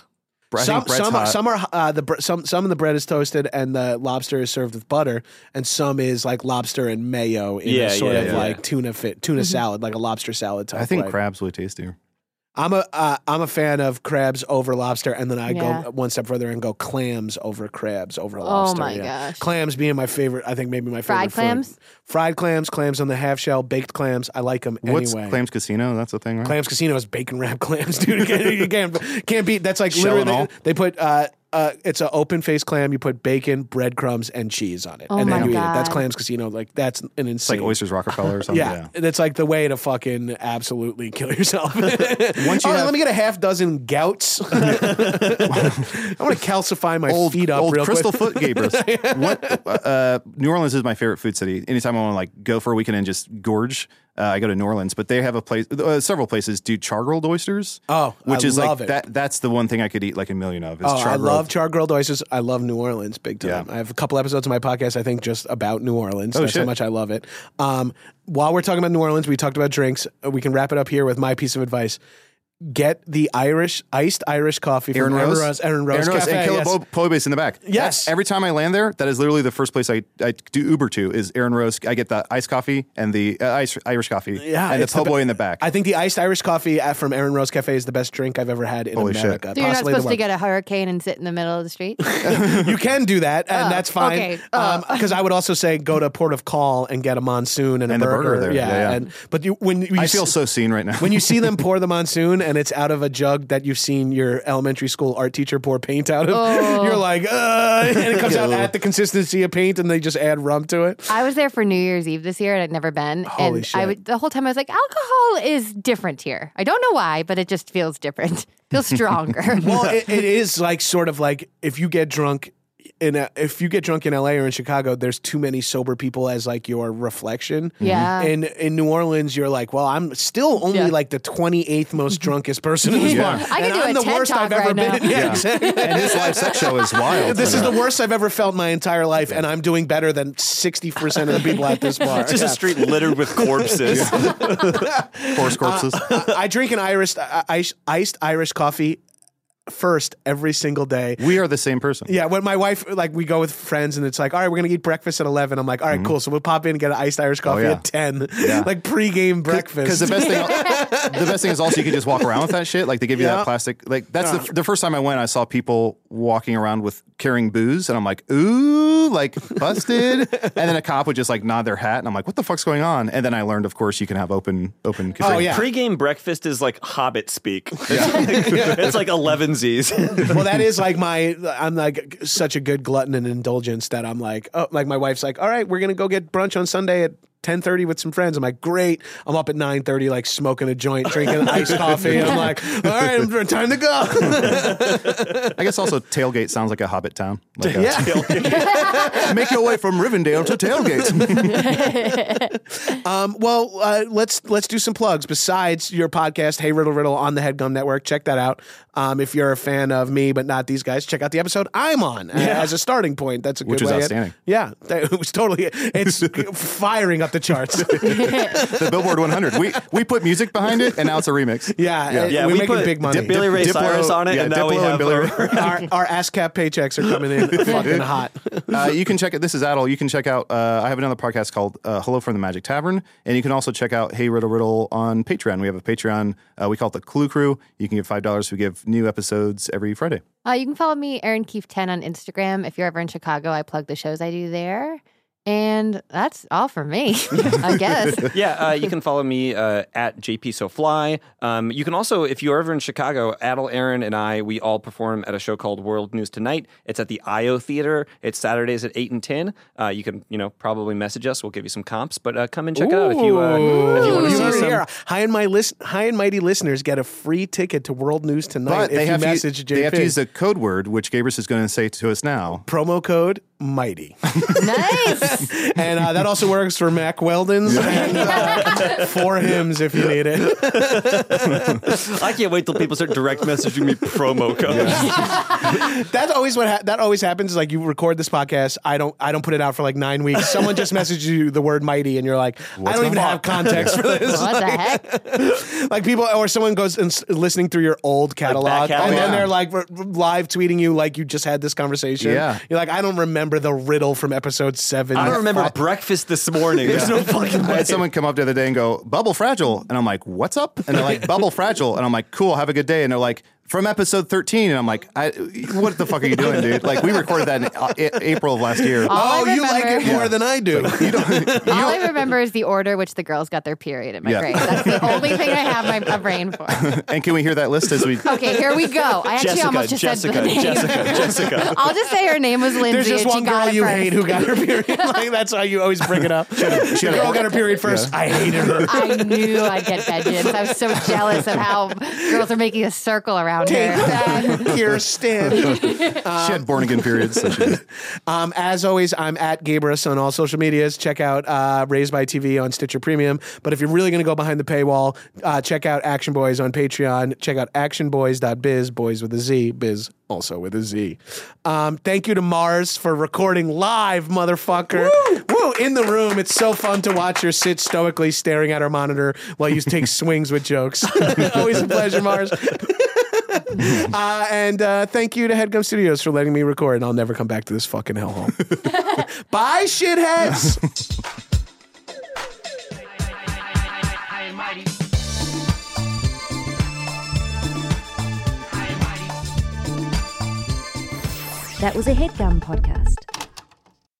[SPEAKER 2] I think
[SPEAKER 1] some
[SPEAKER 2] bread's
[SPEAKER 1] some
[SPEAKER 2] hot.
[SPEAKER 1] some are uh, the bre- some some of the bread is toasted and the lobster is served with butter and some is like lobster and mayo in
[SPEAKER 3] Yeah,
[SPEAKER 1] a sort
[SPEAKER 3] yeah,
[SPEAKER 1] of
[SPEAKER 3] yeah.
[SPEAKER 4] Mm-hmm.
[SPEAKER 1] like tuna fit tuna salad like a lobster salad type.
[SPEAKER 2] I think
[SPEAKER 1] way.
[SPEAKER 2] crab's way tastier.
[SPEAKER 1] I'm a uh, I'm a fan of crabs over lobster, and then I
[SPEAKER 4] Yeah.
[SPEAKER 1] go one step further and go clams over crabs over
[SPEAKER 4] Oh
[SPEAKER 1] lobster.
[SPEAKER 4] my
[SPEAKER 1] yeah.
[SPEAKER 4] gosh.
[SPEAKER 1] Clams being my favorite. I think maybe my favorite.
[SPEAKER 4] Fried
[SPEAKER 1] food.
[SPEAKER 4] clams?
[SPEAKER 1] fried clams, clams on the half shell, baked clams. I like them
[SPEAKER 2] What's
[SPEAKER 1] anyway.
[SPEAKER 2] Clams Casino? That's a thing, right?
[SPEAKER 1] Clams Casino is bacon wrap clams, dude. Again, you can't, can't beat. That's like
[SPEAKER 2] Shell and
[SPEAKER 1] literally
[SPEAKER 2] all?
[SPEAKER 1] they put. Uh, uh, it's an open faced clam. You put bacon, breadcrumbs, and cheese on it,
[SPEAKER 4] Oh
[SPEAKER 1] and then
[SPEAKER 4] my
[SPEAKER 1] you eat it. That's
[SPEAKER 4] God.
[SPEAKER 1] Clams Casino. Like that's an
[SPEAKER 2] It's
[SPEAKER 1] insane.
[SPEAKER 2] like Oysters Rockefeller or something.
[SPEAKER 1] Yeah, that's like the way to fucking absolutely kill yourself. Once you All right,
[SPEAKER 2] have-
[SPEAKER 1] let me get a half dozen gouts. I'm gonna calcify my
[SPEAKER 2] old
[SPEAKER 1] feet up
[SPEAKER 2] old
[SPEAKER 1] real
[SPEAKER 2] crystal
[SPEAKER 1] quick.
[SPEAKER 2] foot gapers. What- uh, New Orleans is my favorite food city. Anytime I want to like go for a weekend and just gorge, uh, I go to New Orleans. But they have a place, uh, several places do char grilled oysters.
[SPEAKER 1] Oh, I
[SPEAKER 2] which is
[SPEAKER 1] love it.
[SPEAKER 2] like that. That's the one thing I could eat like a million of. Is
[SPEAKER 1] Oh, I
[SPEAKER 2] char-grilled.
[SPEAKER 1] love char grilled oysters. I love New Orleans big time.
[SPEAKER 2] Yeah. Oh,
[SPEAKER 1] I have a couple episodes of my podcast, I think, just about New Orleans. That's how
[SPEAKER 2] shit.
[SPEAKER 1] much I love it. Um, while we're talking about New Orleans, we talked about drinks. We can wrap it up here with my piece of advice. Get the Irish iced Irish coffee
[SPEAKER 2] Aaron
[SPEAKER 1] from Aaron
[SPEAKER 2] Rose,
[SPEAKER 1] Rose, Aaron Rose, Cafe.
[SPEAKER 2] and Killer
[SPEAKER 1] yes.
[SPEAKER 2] Bo- Ploy Base in the back.
[SPEAKER 1] Yes.
[SPEAKER 2] That- every time I land there, that is literally the first place I, I do Uber to is Aaron Rose. I get the iced coffee and the uh, ice, Irish coffee,
[SPEAKER 1] Yeah,
[SPEAKER 2] and the
[SPEAKER 1] it's the
[SPEAKER 2] po'
[SPEAKER 1] be-
[SPEAKER 2] boy in the back.
[SPEAKER 1] I think the iced Irish coffee at- from Aaron Rose Cafe is the best drink I've ever had in
[SPEAKER 2] Holy shit.
[SPEAKER 1] America.
[SPEAKER 4] So you're not
[SPEAKER 1] Possibly the
[SPEAKER 4] supposed to
[SPEAKER 1] one.
[SPEAKER 4] get a hurricane and sit in the middle of the street.
[SPEAKER 1] you can do that, and
[SPEAKER 4] Oh,
[SPEAKER 1] that's fine.
[SPEAKER 4] okay. Oh.
[SPEAKER 1] Um, 'cause I would also say go to Port of Call and get a monsoon and,
[SPEAKER 2] And
[SPEAKER 1] a
[SPEAKER 2] the
[SPEAKER 1] burger.
[SPEAKER 2] burger there.
[SPEAKER 1] Yeah,
[SPEAKER 2] Yeah, yeah.
[SPEAKER 1] And, but you, when you
[SPEAKER 2] I
[SPEAKER 1] s-
[SPEAKER 2] feel so seen right now.
[SPEAKER 1] when you see them pour the monsoon and it's out of a jug that you've seen your elementary school art teacher pour paint out of,
[SPEAKER 4] Oh.
[SPEAKER 1] you're like, uh, and it comes out at the consistency of paint, and they just add rum to it.
[SPEAKER 4] I was there for New Year's Eve this year, and I'd never been.
[SPEAKER 1] Holy
[SPEAKER 4] and
[SPEAKER 1] shit.
[SPEAKER 4] I would, the whole time I was like, alcohol is different here. I don't know why, but it just feels different. Feels stronger.
[SPEAKER 1] well, it, it is like sort of like if you get drunk in a, if you get drunk in LA or in Chicago, there's too many sober people as like your reflection.
[SPEAKER 4] Mm-hmm. Yeah.
[SPEAKER 1] And in New Orleans, you're like, well, I'm still only
[SPEAKER 4] Yeah.
[SPEAKER 1] like the 28th most drunkest person in this
[SPEAKER 4] Yeah.
[SPEAKER 1] bar.
[SPEAKER 4] I can
[SPEAKER 1] and
[SPEAKER 4] do
[SPEAKER 1] I'm
[SPEAKER 4] a
[SPEAKER 1] the
[SPEAKER 4] TED
[SPEAKER 1] worst
[SPEAKER 4] talk
[SPEAKER 1] I've ever
[SPEAKER 4] right now.
[SPEAKER 1] been. Yeah,
[SPEAKER 2] Yeah.
[SPEAKER 1] exactly.
[SPEAKER 2] and his live sex show is wild.
[SPEAKER 1] This is
[SPEAKER 2] Yeah.
[SPEAKER 1] the worst I've ever felt in my entire life, and I'm doing better than 60% of the people at this bar.
[SPEAKER 3] It's just a
[SPEAKER 1] Yeah.
[SPEAKER 3] street littered with corpses.
[SPEAKER 2] Horse corpses.
[SPEAKER 1] I, I drink an Irish, I- I- iced Irish coffee first every single day.
[SPEAKER 2] we are the same person.
[SPEAKER 1] Yeah, when my wife like we go with friends and it's like, all right, we're gonna eat breakfast at eleven. I'm like, all right,
[SPEAKER 3] Mm-hmm.
[SPEAKER 1] cool. So we'll pop in and get an iced Irish
[SPEAKER 3] Oh,
[SPEAKER 1] coffee
[SPEAKER 2] yeah.
[SPEAKER 1] at ten,
[SPEAKER 2] Yeah.
[SPEAKER 1] like pregame breakfast.
[SPEAKER 2] Because the best thing, the best thing is also you can just walk around with that shit. Like they give you
[SPEAKER 1] Yeah.
[SPEAKER 2] that plastic. Like that's the, the first time I went, I saw people walking around with carrying booze, and I'm like, ooh, like busted. and then a cop would just like nod their hat, and I'm like, what the fuck's going on? And then I learned, of course, you can have open open.
[SPEAKER 1] Oh, yeah.
[SPEAKER 3] Pre-game breakfast is like hobbit speak. It's, like, it's like 11sies.
[SPEAKER 1] well, that is like my I'm like such a good glutton and indulgence that I'm like, oh, like my wife's like, all right, we're gonna go get brunch on Sunday at. 10:30 with some friends. I'm like, great. I'm up at 9:30, like smoking a joint, drinking iced coffee. I'm like, all right, time to go.
[SPEAKER 2] I guess also tailgate sounds like a hobbit town. Like a-
[SPEAKER 1] yeah.
[SPEAKER 2] make your way from Rivendell to tailgate.
[SPEAKER 1] Um, well, uh, let's let's do some plugs. Besides your podcast, Hey Riddle Riddle on the Headgum Network, check that out. Um, if you're a fan of me, but not these guys, check out the episode I'm on uh, as a starting point. That's a good
[SPEAKER 2] Which
[SPEAKER 1] way.
[SPEAKER 2] was
[SPEAKER 1] in.
[SPEAKER 2] outstanding.
[SPEAKER 1] yeah, that, it was totally. It's firing up the charts.
[SPEAKER 2] the Billboard 100. We we put music behind it, and now it's a remix.
[SPEAKER 1] Yeah, yeah.
[SPEAKER 3] Yeah,
[SPEAKER 1] we're
[SPEAKER 3] we
[SPEAKER 1] making
[SPEAKER 3] put
[SPEAKER 1] big money.
[SPEAKER 3] Billy Ray
[SPEAKER 2] Diplo-
[SPEAKER 3] Cyrus on it,
[SPEAKER 2] yeah,
[SPEAKER 3] and now we
[SPEAKER 2] Diplo and
[SPEAKER 3] have
[SPEAKER 2] Billy
[SPEAKER 3] our-
[SPEAKER 2] Ray.
[SPEAKER 1] our, our ASCAP paychecks are coming in fucking hot.
[SPEAKER 2] uh, you can check it. This is Adel. You can check out. Uh, I have another podcast called uh, Hello from the Magic Tavern, and you can also check out Hey Riddle Riddle on Patreon. We have a Patreon. Uh, we call it the Clue Crew. You can give five dollars. We give new episodes every Friday.
[SPEAKER 4] Uh, you can follow me, Erin Keefe 10 on Instagram. If you're ever in Chicago, I plug the shows I do there. And that's all for me, I guess.
[SPEAKER 3] yeah, uh, you can follow me uh, at JPSoFly. Um, you can also, if you're ever in Chicago, Adel, Aaron, and I, we all perform at a show called World News Tonight. It's at the IO Theater. It's Saturdays at 8 and 10. Uh, you can, you know, probably message us. We'll give you some comps, but uh, come and check it out if you, uh, if you want
[SPEAKER 1] Ooh,
[SPEAKER 3] to
[SPEAKER 1] you heard
[SPEAKER 3] see
[SPEAKER 1] it
[SPEAKER 3] some.
[SPEAKER 1] here. high and my list, high and mighty listeners get a free ticket to World News tonight if you message
[SPEAKER 2] to,
[SPEAKER 1] JP.
[SPEAKER 2] they have to use the code word, which Gabrus is going to say to us now.
[SPEAKER 1] promo code mighty.
[SPEAKER 4] nice.
[SPEAKER 1] and uh, that also works for Mac Weldon's and uh, for hims if you need it.
[SPEAKER 3] I can't wait till people start direct messaging me promo codes.
[SPEAKER 1] That's always what ha- that always happens. Is like you record this podcast. I don't I don't put it out for like nine weeks. Someone just messages you the word mighty, and you're like, I don't even have context for this.
[SPEAKER 4] What the heck?
[SPEAKER 1] like people or someone goes and s- listening through your old catalog,
[SPEAKER 3] catalog.
[SPEAKER 1] and then
[SPEAKER 2] Yeah.
[SPEAKER 1] they're like r- r- live tweeting you like you just had this conversation.
[SPEAKER 2] Yeah.
[SPEAKER 1] you're like, I don't remember the riddle from episode seven.
[SPEAKER 3] I remember breakfast this morning. There's no fucking
[SPEAKER 2] I
[SPEAKER 3] way.
[SPEAKER 2] had someone come up the other day and go, Bubble Fragile. And I'm like, what's up? And they're like, Bubble Fragile. And I'm like, cool, have a good day. And they're like, from episode 13. And I'm like, I, what the fuck are you doing, dude? Like, we recorded that in uh, A- April of last year.
[SPEAKER 4] All
[SPEAKER 1] Oh,
[SPEAKER 4] I
[SPEAKER 1] you like it
[SPEAKER 4] remember-
[SPEAKER 1] more than I do.
[SPEAKER 4] All I remember is the order which the girls got their period at my
[SPEAKER 2] Yeah.
[SPEAKER 4] grave. That's the only thing I have my a brain for.
[SPEAKER 2] And can we hear that list as we.
[SPEAKER 4] Okay, here we go. I actually
[SPEAKER 3] Jessica,
[SPEAKER 4] almost just
[SPEAKER 3] Jessica,
[SPEAKER 4] said the name.
[SPEAKER 3] Jessica, Jessica.
[SPEAKER 4] I'll just say her name was Lindsay.
[SPEAKER 1] There's just
[SPEAKER 4] and
[SPEAKER 1] one
[SPEAKER 4] she got
[SPEAKER 1] girl
[SPEAKER 4] it
[SPEAKER 1] you
[SPEAKER 4] first.
[SPEAKER 1] hate who got her period. Like, that's how you always bring it up.
[SPEAKER 2] she
[SPEAKER 1] the
[SPEAKER 2] had a-
[SPEAKER 1] girl got her period first. I hated her.
[SPEAKER 4] I knew I'd get vengeance. I was so jealous of how girls are making a circle around
[SPEAKER 1] Take
[SPEAKER 4] her.
[SPEAKER 1] that, Kirsten.
[SPEAKER 2] She had born again periods. So she did.
[SPEAKER 1] Um, as always, I'm at Gabrus on all social medias. Check out uh, Raised by TV on Stitcher Premium. But if you're really going to go behind the paywall, uh, check out Action Boys on Patreon. Check out actionboys.biz, boys with a Z, biz also with a Z. Um, thank you to Mars for recording live, motherfucker. Woo! In the room. It's so fun to watch her sit stoically staring at her monitor while you take swings with jokes. always a pleasure, Mars. Uh, and uh, thank you to Headgum Studios for letting me record, and I'll never come back to this fucking hellhole. Bye, shitheads.
[SPEAKER 6] That was a headgum podcast.